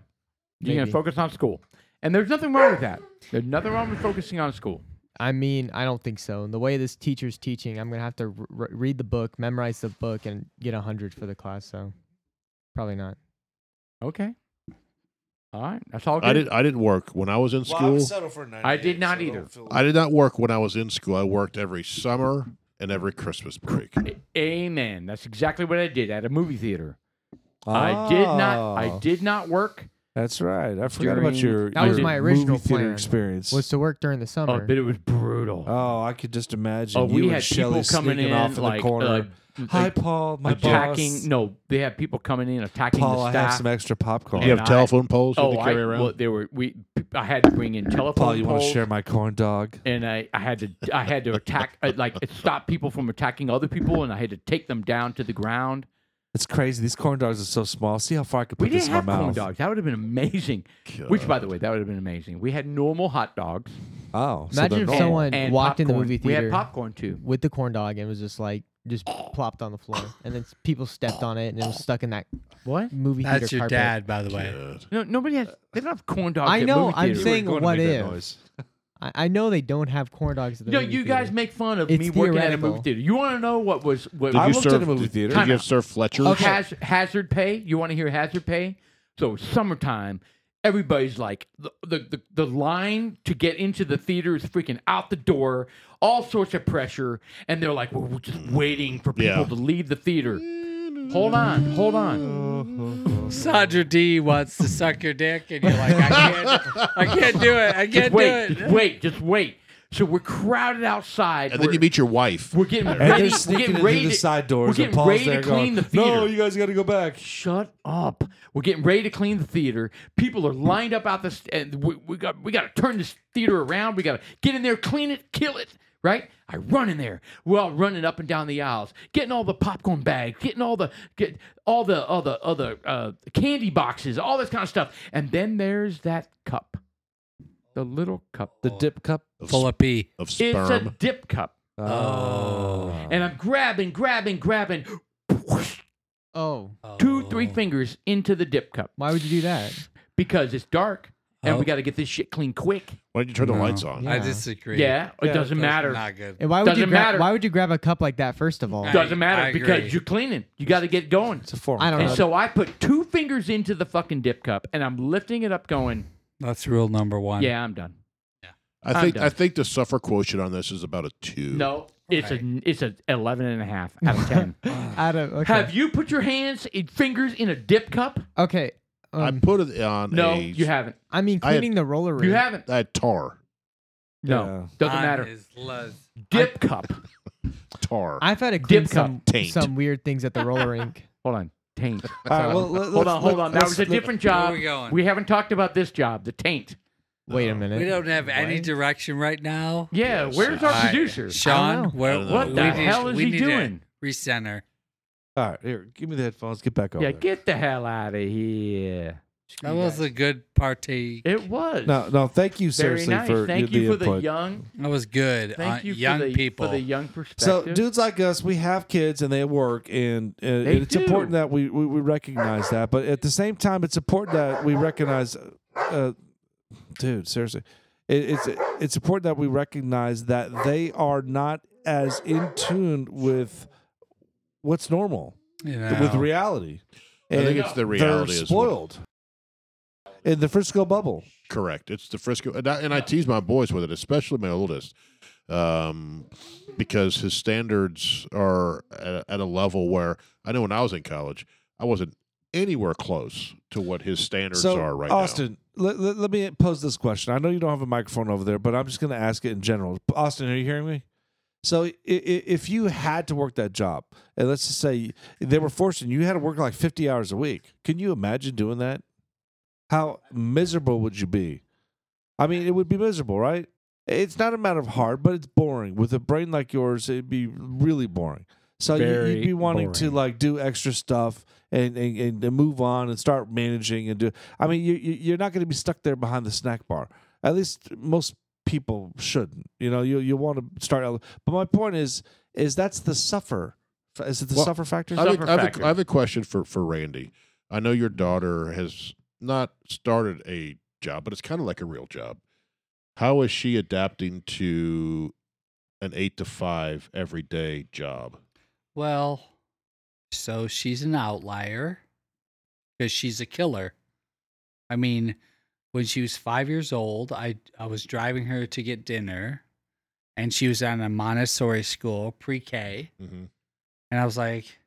[SPEAKER 4] You're going to
[SPEAKER 3] Maybe.
[SPEAKER 4] focus on school. And there's nothing wrong with that. There's nothing wrong with focusing on school.
[SPEAKER 3] I mean, I don't think so. The way this teacher's teaching, I'm gonna have to re- re- read the book, memorize the book, and get a hundred for the class. So probably not.
[SPEAKER 4] Okay. All right. That's all good.
[SPEAKER 2] I did. I didn't work when I was in school.
[SPEAKER 4] I did not either.
[SPEAKER 2] I did not work when I was in school. I worked every summer and every Christmas break.
[SPEAKER 4] Amen. That's exactly what I did at a movie theater. I did not. I
[SPEAKER 5] Oh.
[SPEAKER 4] did not work.
[SPEAKER 5] That's right. I forgot about
[SPEAKER 4] During-
[SPEAKER 5] your.
[SPEAKER 4] That was
[SPEAKER 5] your
[SPEAKER 4] my
[SPEAKER 3] original
[SPEAKER 5] movie theater
[SPEAKER 3] plan,
[SPEAKER 5] experience.
[SPEAKER 3] Was to work during the
[SPEAKER 4] Oh,
[SPEAKER 3] summer.
[SPEAKER 4] but it was brutal.
[SPEAKER 5] Oh, I could just imagine
[SPEAKER 4] Oh,
[SPEAKER 5] you
[SPEAKER 4] we
[SPEAKER 5] and
[SPEAKER 4] had
[SPEAKER 5] Shelly
[SPEAKER 4] people coming
[SPEAKER 5] sneaking
[SPEAKER 4] in
[SPEAKER 5] off in
[SPEAKER 4] like,
[SPEAKER 5] the corner.
[SPEAKER 4] uh,
[SPEAKER 5] Hi,
[SPEAKER 4] like
[SPEAKER 5] Paul. My
[SPEAKER 4] attacking.
[SPEAKER 5] boss.
[SPEAKER 4] No, they had people coming in attacking
[SPEAKER 5] Paul,
[SPEAKER 4] the
[SPEAKER 5] I
[SPEAKER 4] staff.
[SPEAKER 5] have some extra popcorn.
[SPEAKER 2] you have
[SPEAKER 4] I-
[SPEAKER 2] telephone poles you
[SPEAKER 4] oh,
[SPEAKER 2] had to carry
[SPEAKER 4] I,
[SPEAKER 2] around.
[SPEAKER 4] well, they were. We. I had to bring in telephone
[SPEAKER 5] Paul, you want to
[SPEAKER 4] poles,
[SPEAKER 5] share my corn dog?
[SPEAKER 4] and I, I had to. I had to attack. uh, like it stopped people from attacking other people, and I had to take them down to the ground.
[SPEAKER 5] It's crazy. These corn dogs are so small. See how far I could put
[SPEAKER 4] We
[SPEAKER 5] this
[SPEAKER 4] didn't
[SPEAKER 5] in
[SPEAKER 4] have
[SPEAKER 5] my
[SPEAKER 4] corn
[SPEAKER 5] mouth.
[SPEAKER 4] dogs. That would have been amazing. Which, by the way, that would have been amazing. We had normal hot dogs.
[SPEAKER 5] Oh, so
[SPEAKER 3] Imagine
[SPEAKER 5] they're
[SPEAKER 3] if
[SPEAKER 5] normal.
[SPEAKER 3] someone
[SPEAKER 4] and
[SPEAKER 3] walked in the
[SPEAKER 4] popcorn.
[SPEAKER 3] movie
[SPEAKER 4] We had
[SPEAKER 3] theater.
[SPEAKER 4] popcorn too.
[SPEAKER 3] with the corn dog and was just like just plopped on the floor, and then s- people stepped on it and it was stuck in that
[SPEAKER 4] What?
[SPEAKER 3] movie theater
[SPEAKER 1] That's your
[SPEAKER 3] carpet.
[SPEAKER 1] dad, by the way.
[SPEAKER 2] God.
[SPEAKER 4] No, nobody has. They don't have corn dogs.
[SPEAKER 3] I
[SPEAKER 4] at
[SPEAKER 3] know,
[SPEAKER 4] movie
[SPEAKER 3] I'm
[SPEAKER 4] theaters.
[SPEAKER 3] saying
[SPEAKER 5] You weren't
[SPEAKER 3] what
[SPEAKER 5] gonna make that
[SPEAKER 3] if.
[SPEAKER 5] noise.
[SPEAKER 3] I, I know they don't have corn dogs. At the
[SPEAKER 4] No,
[SPEAKER 3] movie
[SPEAKER 4] you
[SPEAKER 3] theater.
[SPEAKER 4] guys make fun of
[SPEAKER 3] It's
[SPEAKER 4] me working at a movie
[SPEAKER 3] theoretical.
[SPEAKER 4] theater. You want to know what was what
[SPEAKER 5] I
[SPEAKER 4] was
[SPEAKER 5] worked at a movie
[SPEAKER 2] did-
[SPEAKER 5] theater.
[SPEAKER 2] Did
[SPEAKER 4] Time
[SPEAKER 2] you
[SPEAKER 4] out.
[SPEAKER 2] have Sir Fletcher?
[SPEAKER 4] Haz- hazard pay? You want to hear hazard pay? So summertime, everybody's like the, the the the line to get into the theater is freaking out the door. All sorts of pressure, and they're like, "Well, we're just waiting for people
[SPEAKER 2] Yeah.
[SPEAKER 4] to leave the theater." Hold on, hold on.
[SPEAKER 5] Mm-hmm.
[SPEAKER 1] Sandra D wants to suck your dick, and you're like, I can't, I can't do it. I
[SPEAKER 4] Just
[SPEAKER 1] can't
[SPEAKER 4] wait,
[SPEAKER 1] do
[SPEAKER 4] just
[SPEAKER 1] it.
[SPEAKER 4] wait, just wait. So we're crowded outside.
[SPEAKER 2] And then
[SPEAKER 4] We're-
[SPEAKER 2] you meet your wife.
[SPEAKER 4] We're getting
[SPEAKER 5] And
[SPEAKER 4] ready.
[SPEAKER 5] they're
[SPEAKER 4] We're
[SPEAKER 5] sneaking
[SPEAKER 4] getting
[SPEAKER 5] into
[SPEAKER 4] ready
[SPEAKER 5] the
[SPEAKER 4] to-
[SPEAKER 5] side
[SPEAKER 4] We're
[SPEAKER 5] doors.
[SPEAKER 4] getting
[SPEAKER 5] and Paul's
[SPEAKER 4] ready
[SPEAKER 5] there
[SPEAKER 4] to clean
[SPEAKER 5] going,
[SPEAKER 4] the theater.
[SPEAKER 5] No, you guys got to go back.
[SPEAKER 4] shut up. We're getting ready to clean the theater. People are lined up out this, and we, we got we got to turn this theater around. We got to get in there, clean it, kill it. right? I run in there. We're all running up and down the aisles, getting all the popcorn bags, getting all the get all the all the other uh, candy boxes, all this kind of stuff. And then there's that cup, the little cup.
[SPEAKER 5] The dip cup.
[SPEAKER 2] Of,
[SPEAKER 1] Full
[SPEAKER 2] sp-
[SPEAKER 1] of pee.
[SPEAKER 2] of
[SPEAKER 4] It's a
[SPEAKER 2] sperm.
[SPEAKER 4] dip cup,
[SPEAKER 1] Oh.
[SPEAKER 4] and I'm grabbing, grabbing, grabbing.
[SPEAKER 3] Oh,
[SPEAKER 4] Two, three fingers into the dip cup
[SPEAKER 3] why would you do that?
[SPEAKER 4] because it's dark and
[SPEAKER 1] Oh.
[SPEAKER 4] we got to get this shit clean quick.
[SPEAKER 2] Why don't you turn the
[SPEAKER 5] No.
[SPEAKER 2] lights on?
[SPEAKER 3] Yeah.
[SPEAKER 1] I disagree.
[SPEAKER 4] Yeah, it doesn't
[SPEAKER 1] those are
[SPEAKER 4] matter.
[SPEAKER 1] Not good.
[SPEAKER 3] And why would you
[SPEAKER 4] Doesn't
[SPEAKER 3] grab,
[SPEAKER 4] matter.
[SPEAKER 3] Why would you grab a cup like that? First of all,
[SPEAKER 1] Doesn't
[SPEAKER 4] Doesn't matter
[SPEAKER 1] I agree.
[SPEAKER 4] because you're cleaning. You got to get going.
[SPEAKER 5] It's a form.
[SPEAKER 3] I don't
[SPEAKER 4] And
[SPEAKER 3] know.
[SPEAKER 4] so I put two fingers into the fucking dip cup and I'm lifting it up, going,
[SPEAKER 1] That's rule number one.
[SPEAKER 4] "Yeah, I'm done."
[SPEAKER 2] I
[SPEAKER 4] I'm
[SPEAKER 2] think
[SPEAKER 4] done.
[SPEAKER 2] I think the suffer quotient on this is about a two.
[SPEAKER 4] No, it's a it's a 11 and a half out of 10.
[SPEAKER 3] out of okay,
[SPEAKER 4] Have you put your hands and fingers in a dip cup?
[SPEAKER 3] okay.
[SPEAKER 2] I
[SPEAKER 3] um,
[SPEAKER 2] put it on.
[SPEAKER 4] No,
[SPEAKER 2] a-
[SPEAKER 4] you haven't.
[SPEAKER 3] I mean,
[SPEAKER 2] I had-
[SPEAKER 3] cleaning the roller rink.
[SPEAKER 4] You haven't.
[SPEAKER 2] I had tar.
[SPEAKER 4] No,
[SPEAKER 5] Yeah.
[SPEAKER 4] doesn't matter. Dip cup.
[SPEAKER 2] Tar.
[SPEAKER 3] I've had to clean
[SPEAKER 4] Dip cup
[SPEAKER 3] some
[SPEAKER 2] taint.
[SPEAKER 3] some weird things at the roller rink.
[SPEAKER 4] Hold on,
[SPEAKER 1] <laughs>
[SPEAKER 4] taint.
[SPEAKER 5] All right. Well, let,
[SPEAKER 4] Hold
[SPEAKER 5] let's-
[SPEAKER 4] on, hold
[SPEAKER 5] let-
[SPEAKER 4] on. That
[SPEAKER 5] let's-
[SPEAKER 4] was a
[SPEAKER 5] let-
[SPEAKER 4] different
[SPEAKER 1] Where
[SPEAKER 4] job.
[SPEAKER 1] we going?
[SPEAKER 4] We haven't talked about this job, the taint.
[SPEAKER 3] Wait a minute.
[SPEAKER 1] We don't have any
[SPEAKER 3] What?
[SPEAKER 1] direction right now.
[SPEAKER 4] Yeah,
[SPEAKER 2] Yes.
[SPEAKER 4] where's our
[SPEAKER 1] All right.
[SPEAKER 4] producer?
[SPEAKER 3] I
[SPEAKER 1] Sean,
[SPEAKER 3] don't know.
[SPEAKER 1] where,
[SPEAKER 2] I don't know.
[SPEAKER 4] What
[SPEAKER 1] we
[SPEAKER 4] the
[SPEAKER 1] need-
[SPEAKER 4] hell is
[SPEAKER 1] we
[SPEAKER 4] he
[SPEAKER 1] need to
[SPEAKER 4] doing?
[SPEAKER 1] Recenter.
[SPEAKER 5] All right. Here, give me the headphones. Get back over.
[SPEAKER 4] Yeah,
[SPEAKER 5] there.
[SPEAKER 4] get the hell out of here.
[SPEAKER 1] That was a good partake.
[SPEAKER 4] It was.
[SPEAKER 5] No, no. Thank you
[SPEAKER 4] Very
[SPEAKER 5] seriously
[SPEAKER 4] nice.
[SPEAKER 5] for
[SPEAKER 4] Thank
[SPEAKER 5] the
[SPEAKER 4] you for
[SPEAKER 5] input.
[SPEAKER 4] the young.
[SPEAKER 1] That was good.
[SPEAKER 4] Thank
[SPEAKER 1] Uh,
[SPEAKER 4] you
[SPEAKER 1] young
[SPEAKER 4] for the,
[SPEAKER 1] people.
[SPEAKER 4] for the young
[SPEAKER 5] So
[SPEAKER 4] perspective.
[SPEAKER 5] dudes like us, we have kids and they work, and uh, it's
[SPEAKER 4] do.
[SPEAKER 5] important that we, we we recognize that. But at the same time, it's important that we recognize, uh, dude. Seriously, it, it's it's important that we recognize that they are not as in tune with what's normal
[SPEAKER 1] you
[SPEAKER 5] with
[SPEAKER 1] know.
[SPEAKER 5] reality.
[SPEAKER 2] I
[SPEAKER 5] And
[SPEAKER 2] think it's the reality
[SPEAKER 5] They're
[SPEAKER 2] is what-
[SPEAKER 5] spoiled in the Frisco bubble.
[SPEAKER 2] Correct. It's the Frisco, and I, and I tease my boys with it, especially my oldest, um, because his standards are at, at a level where I know when I was in college, I wasn't anywhere close to what his standards
[SPEAKER 5] so,
[SPEAKER 2] are right
[SPEAKER 5] Austin, Let, let, let me pose this question. I know you don't have a microphone over there, but I'm just going to ask it in general. Austin, are you hearing me? So, i- i- if you had to work that job, and let's just say they were forcing you, you had to work like 50 hours a week. Can you imagine doing that? How miserable would you be? I mean, it would be miserable, right? It's not a matter of hard, but it's boring. With a brain like yours, it'd be really boring. So you-
[SPEAKER 4] Very
[SPEAKER 5] you'd be wanting to
[SPEAKER 4] boring.
[SPEAKER 5] like do extra stuff and, and, and- and move on and start managing and do. I mean, you, you you're not going to be stuck there behind the snack bar. At least most people shouldn't. You know, you you want to start. ele- But my point is, is that's the suffer. Is it the
[SPEAKER 2] Well,
[SPEAKER 5] suffer factor?
[SPEAKER 2] now. I have,
[SPEAKER 4] suffer
[SPEAKER 2] a, I, have
[SPEAKER 4] factor.
[SPEAKER 2] a, I have a question for for Randy. I know your daughter has not started a job, but it's kind of like a real job. How is she adapting to an eight to five everyday job?
[SPEAKER 1] Well, so she's an outlier because she's a killer. I mean, when she was five years old, I, I was driving her to get dinner, and she was at a Montessori school, pre K.
[SPEAKER 2] Mm-hmm.
[SPEAKER 1] And I was like,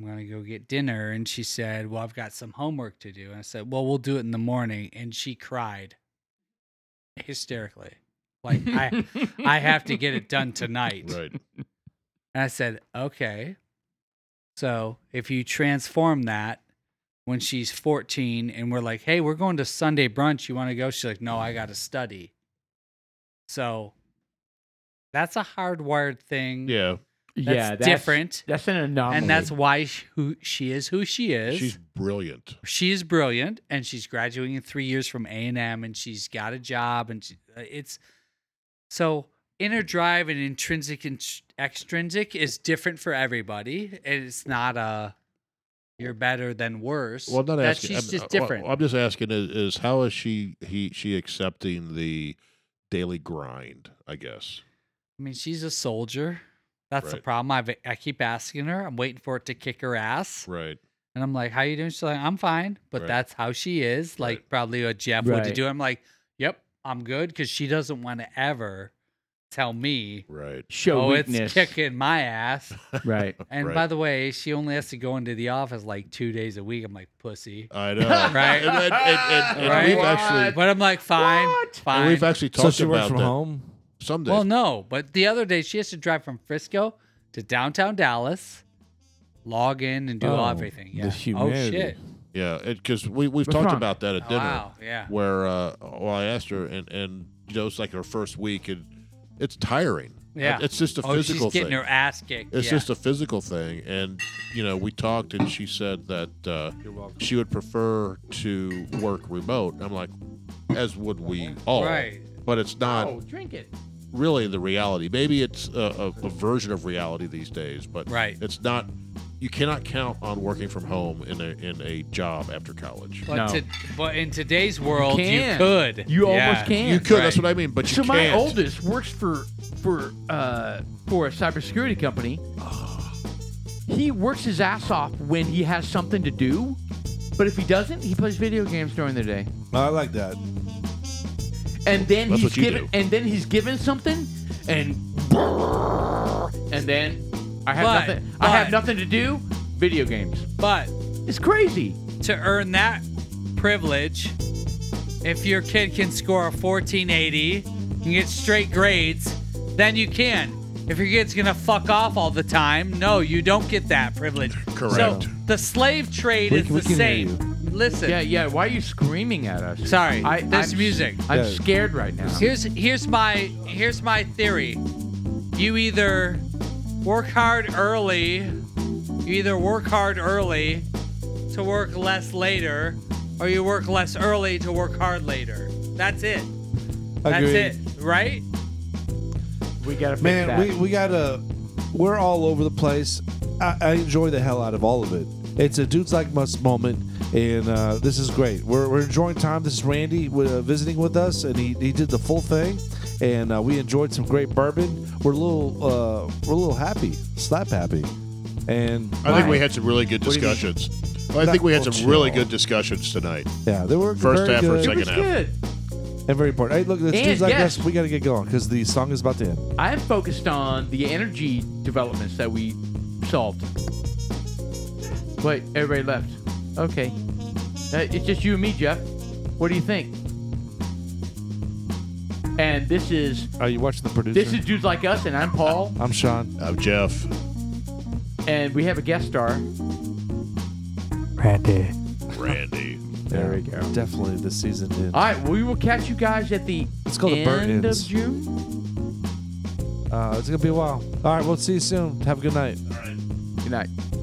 [SPEAKER 1] I'm going to go get dinner. And she said, Well, I've got some homework to do. And I said, Well, we'll do it in the morning. And she cried hysterically. Like, I, I have to get it done tonight.
[SPEAKER 2] Right.
[SPEAKER 1] And I said, okay. So if you transform that when she's 14 and we're like, hey, we're going to Sunday brunch. You want to go? She's like, no, I got to study. So that's a hardwired thing.
[SPEAKER 2] Yeah.
[SPEAKER 1] That's
[SPEAKER 4] <laughs> yeah, that's
[SPEAKER 1] different.
[SPEAKER 4] That's an anomaly.
[SPEAKER 1] And that's why she, who, she is who she is.
[SPEAKER 2] She's brilliant.
[SPEAKER 1] she is brilliant and she's graduating in three years from a&m and she's got a job and she, uh, it's so inner drive and intrinsic and sh- extrinsic is different for everybody and it's not a you're better than worse
[SPEAKER 2] Well, I'm not
[SPEAKER 1] That
[SPEAKER 2] asking.
[SPEAKER 1] she's
[SPEAKER 2] I'm, uh,
[SPEAKER 1] just
[SPEAKER 2] well,
[SPEAKER 1] different
[SPEAKER 2] I'm just asking is, is how is she he she accepting the daily grind? I guess.
[SPEAKER 1] i mean she's a soldier that's the
[SPEAKER 2] Right.
[SPEAKER 1] problem I've, i keep asking her i'm waiting for it to kick her ass
[SPEAKER 2] Right.
[SPEAKER 1] and i'm like how you doing she's like i'm fine but
[SPEAKER 2] Right.
[SPEAKER 1] that's how she is like
[SPEAKER 2] Right.
[SPEAKER 1] probably what jeff would
[SPEAKER 4] Right.
[SPEAKER 1] do i'm like yep i'm good because she doesn't want to ever tell me
[SPEAKER 2] Right.
[SPEAKER 4] show
[SPEAKER 1] oh,
[SPEAKER 4] weakness.
[SPEAKER 1] it's kicking my
[SPEAKER 2] <laughs>
[SPEAKER 1] ass.
[SPEAKER 4] Right.
[SPEAKER 1] And
[SPEAKER 2] Right.
[SPEAKER 1] by the way, she only has to go into the office like two days a week. I'm like, pussy. <laughs>
[SPEAKER 2] I know. right. And, and, and- and
[SPEAKER 1] Right?
[SPEAKER 2] we've actually
[SPEAKER 1] But I'm like, fine,
[SPEAKER 2] and
[SPEAKER 1] fine.
[SPEAKER 2] we've actually talked
[SPEAKER 5] So she
[SPEAKER 2] about
[SPEAKER 5] works from
[SPEAKER 2] that
[SPEAKER 5] home.
[SPEAKER 2] some days.
[SPEAKER 1] well, no, but the other day she has to drive from Frisco to downtown Dallas, log in and do
[SPEAKER 5] Oh,
[SPEAKER 1] everything.
[SPEAKER 5] the
[SPEAKER 1] Yeah.
[SPEAKER 5] humanity.
[SPEAKER 1] Oh shit.
[SPEAKER 2] yeah, because we we've
[SPEAKER 4] What's
[SPEAKER 2] talked
[SPEAKER 4] wrong?
[SPEAKER 2] about that at dinner.
[SPEAKER 1] Oh, Wow. Yeah.
[SPEAKER 2] Where uh, well, I asked her, and and you know, it's like her first week, and it's tiring.
[SPEAKER 1] Yeah.
[SPEAKER 2] It's just a
[SPEAKER 1] oh, she's
[SPEAKER 2] physical
[SPEAKER 1] getting
[SPEAKER 2] thing.
[SPEAKER 1] her ass kicked.
[SPEAKER 2] It's
[SPEAKER 1] yeah.
[SPEAKER 2] just a physical thing, and you know, we talked, and she said that uh, she would prefer to work remote. I'm like, as would we all,
[SPEAKER 1] Right.
[SPEAKER 2] But it's not
[SPEAKER 4] Oh, drink it.
[SPEAKER 2] really the reality. Maybe it's a, a, a version of reality these days, but
[SPEAKER 1] Right.
[SPEAKER 2] it's not. You cannot count on working from home in a in a job after college.
[SPEAKER 1] But,
[SPEAKER 4] No.
[SPEAKER 1] to, but in today's world, you,
[SPEAKER 4] can.
[SPEAKER 1] could.
[SPEAKER 4] You
[SPEAKER 1] Yeah.
[SPEAKER 4] almost can.
[SPEAKER 2] You could.
[SPEAKER 1] Right.
[SPEAKER 2] That's what I mean. But you
[SPEAKER 4] So my
[SPEAKER 2] can't.
[SPEAKER 4] oldest works for for uh, for a cybersecurity company. He works his ass off when he has something to do, but if he doesn't, he plays video games during the day.
[SPEAKER 5] I like that.
[SPEAKER 4] And then
[SPEAKER 2] That's
[SPEAKER 4] he's
[SPEAKER 2] what you
[SPEAKER 4] given
[SPEAKER 2] do.
[SPEAKER 4] and then he's given something and and then I have
[SPEAKER 1] But-
[SPEAKER 4] nothing I have
[SPEAKER 1] but-
[SPEAKER 4] nothing to do, video games.
[SPEAKER 1] But
[SPEAKER 4] It's crazy.
[SPEAKER 1] to earn that privilege, if your kid can score a 1480 and get straight grades, then you can. If your kid's gonna fuck off all the time, no, you don't get that privilege.
[SPEAKER 2] Correct.
[SPEAKER 1] So the slave trade
[SPEAKER 5] We-
[SPEAKER 1] is
[SPEAKER 5] we can
[SPEAKER 1] the
[SPEAKER 5] hear
[SPEAKER 1] same. Listen,
[SPEAKER 4] Yeah, yeah. Why are you screaming at us?
[SPEAKER 1] Sorry,
[SPEAKER 4] I,
[SPEAKER 1] this
[SPEAKER 4] I'm-
[SPEAKER 1] music.
[SPEAKER 4] I'm
[SPEAKER 5] Yeah.
[SPEAKER 4] scared right now.
[SPEAKER 1] here's here's my here's my theory. You either work hard early, you either work hard early to work less later, or you work less early to work hard later. That's it. That's
[SPEAKER 5] Agreed.
[SPEAKER 1] it, right?
[SPEAKER 4] We gotta fix
[SPEAKER 5] Man,
[SPEAKER 4] that.
[SPEAKER 5] we, we gotta. We're all over the place. I, I enjoy the hell out of all of it. It's a dudes like us moment, and uh, this is great. We're, we're enjoying time. This is Randy uh, visiting with us, and he, he did the full thing, and uh, we enjoyed some great bourbon. We're a little uh, we're a little happy, slap happy, and
[SPEAKER 2] I think we had some really good
[SPEAKER 5] What do you mean?
[SPEAKER 2] discussions. I think we had
[SPEAKER 5] Well,
[SPEAKER 2] some really
[SPEAKER 5] chill.
[SPEAKER 2] good discussions tonight.
[SPEAKER 5] yeah, they were
[SPEAKER 2] First
[SPEAKER 5] very
[SPEAKER 2] half or
[SPEAKER 5] good
[SPEAKER 4] it
[SPEAKER 2] second
[SPEAKER 4] was
[SPEAKER 2] half.
[SPEAKER 4] good.
[SPEAKER 5] and very important. Hey, look, it's
[SPEAKER 4] And
[SPEAKER 5] dudes like
[SPEAKER 4] guests.
[SPEAKER 5] us. We gotta get going because the song is about to end.
[SPEAKER 4] I'm focused on the energy developments that we solved. Wait, everybody left. Okay. Uh, it's just you and me, Jeff. What do you think? And this is
[SPEAKER 5] Are you watching the producer?
[SPEAKER 4] this is dudes like us, and I'm Paul,
[SPEAKER 5] I'm Sean.
[SPEAKER 2] I'm Uh, Jeff.
[SPEAKER 4] and we have a guest star.
[SPEAKER 2] Randy.
[SPEAKER 5] There we go. Definitely, the season ends.
[SPEAKER 4] All right, we will catch you guys at the
[SPEAKER 5] It's called the Burnt
[SPEAKER 4] end of
[SPEAKER 5] Ends.
[SPEAKER 4] June.
[SPEAKER 5] Uh, it's gonna be a while. All right, we'll see you soon. Have a good night.
[SPEAKER 4] Good night.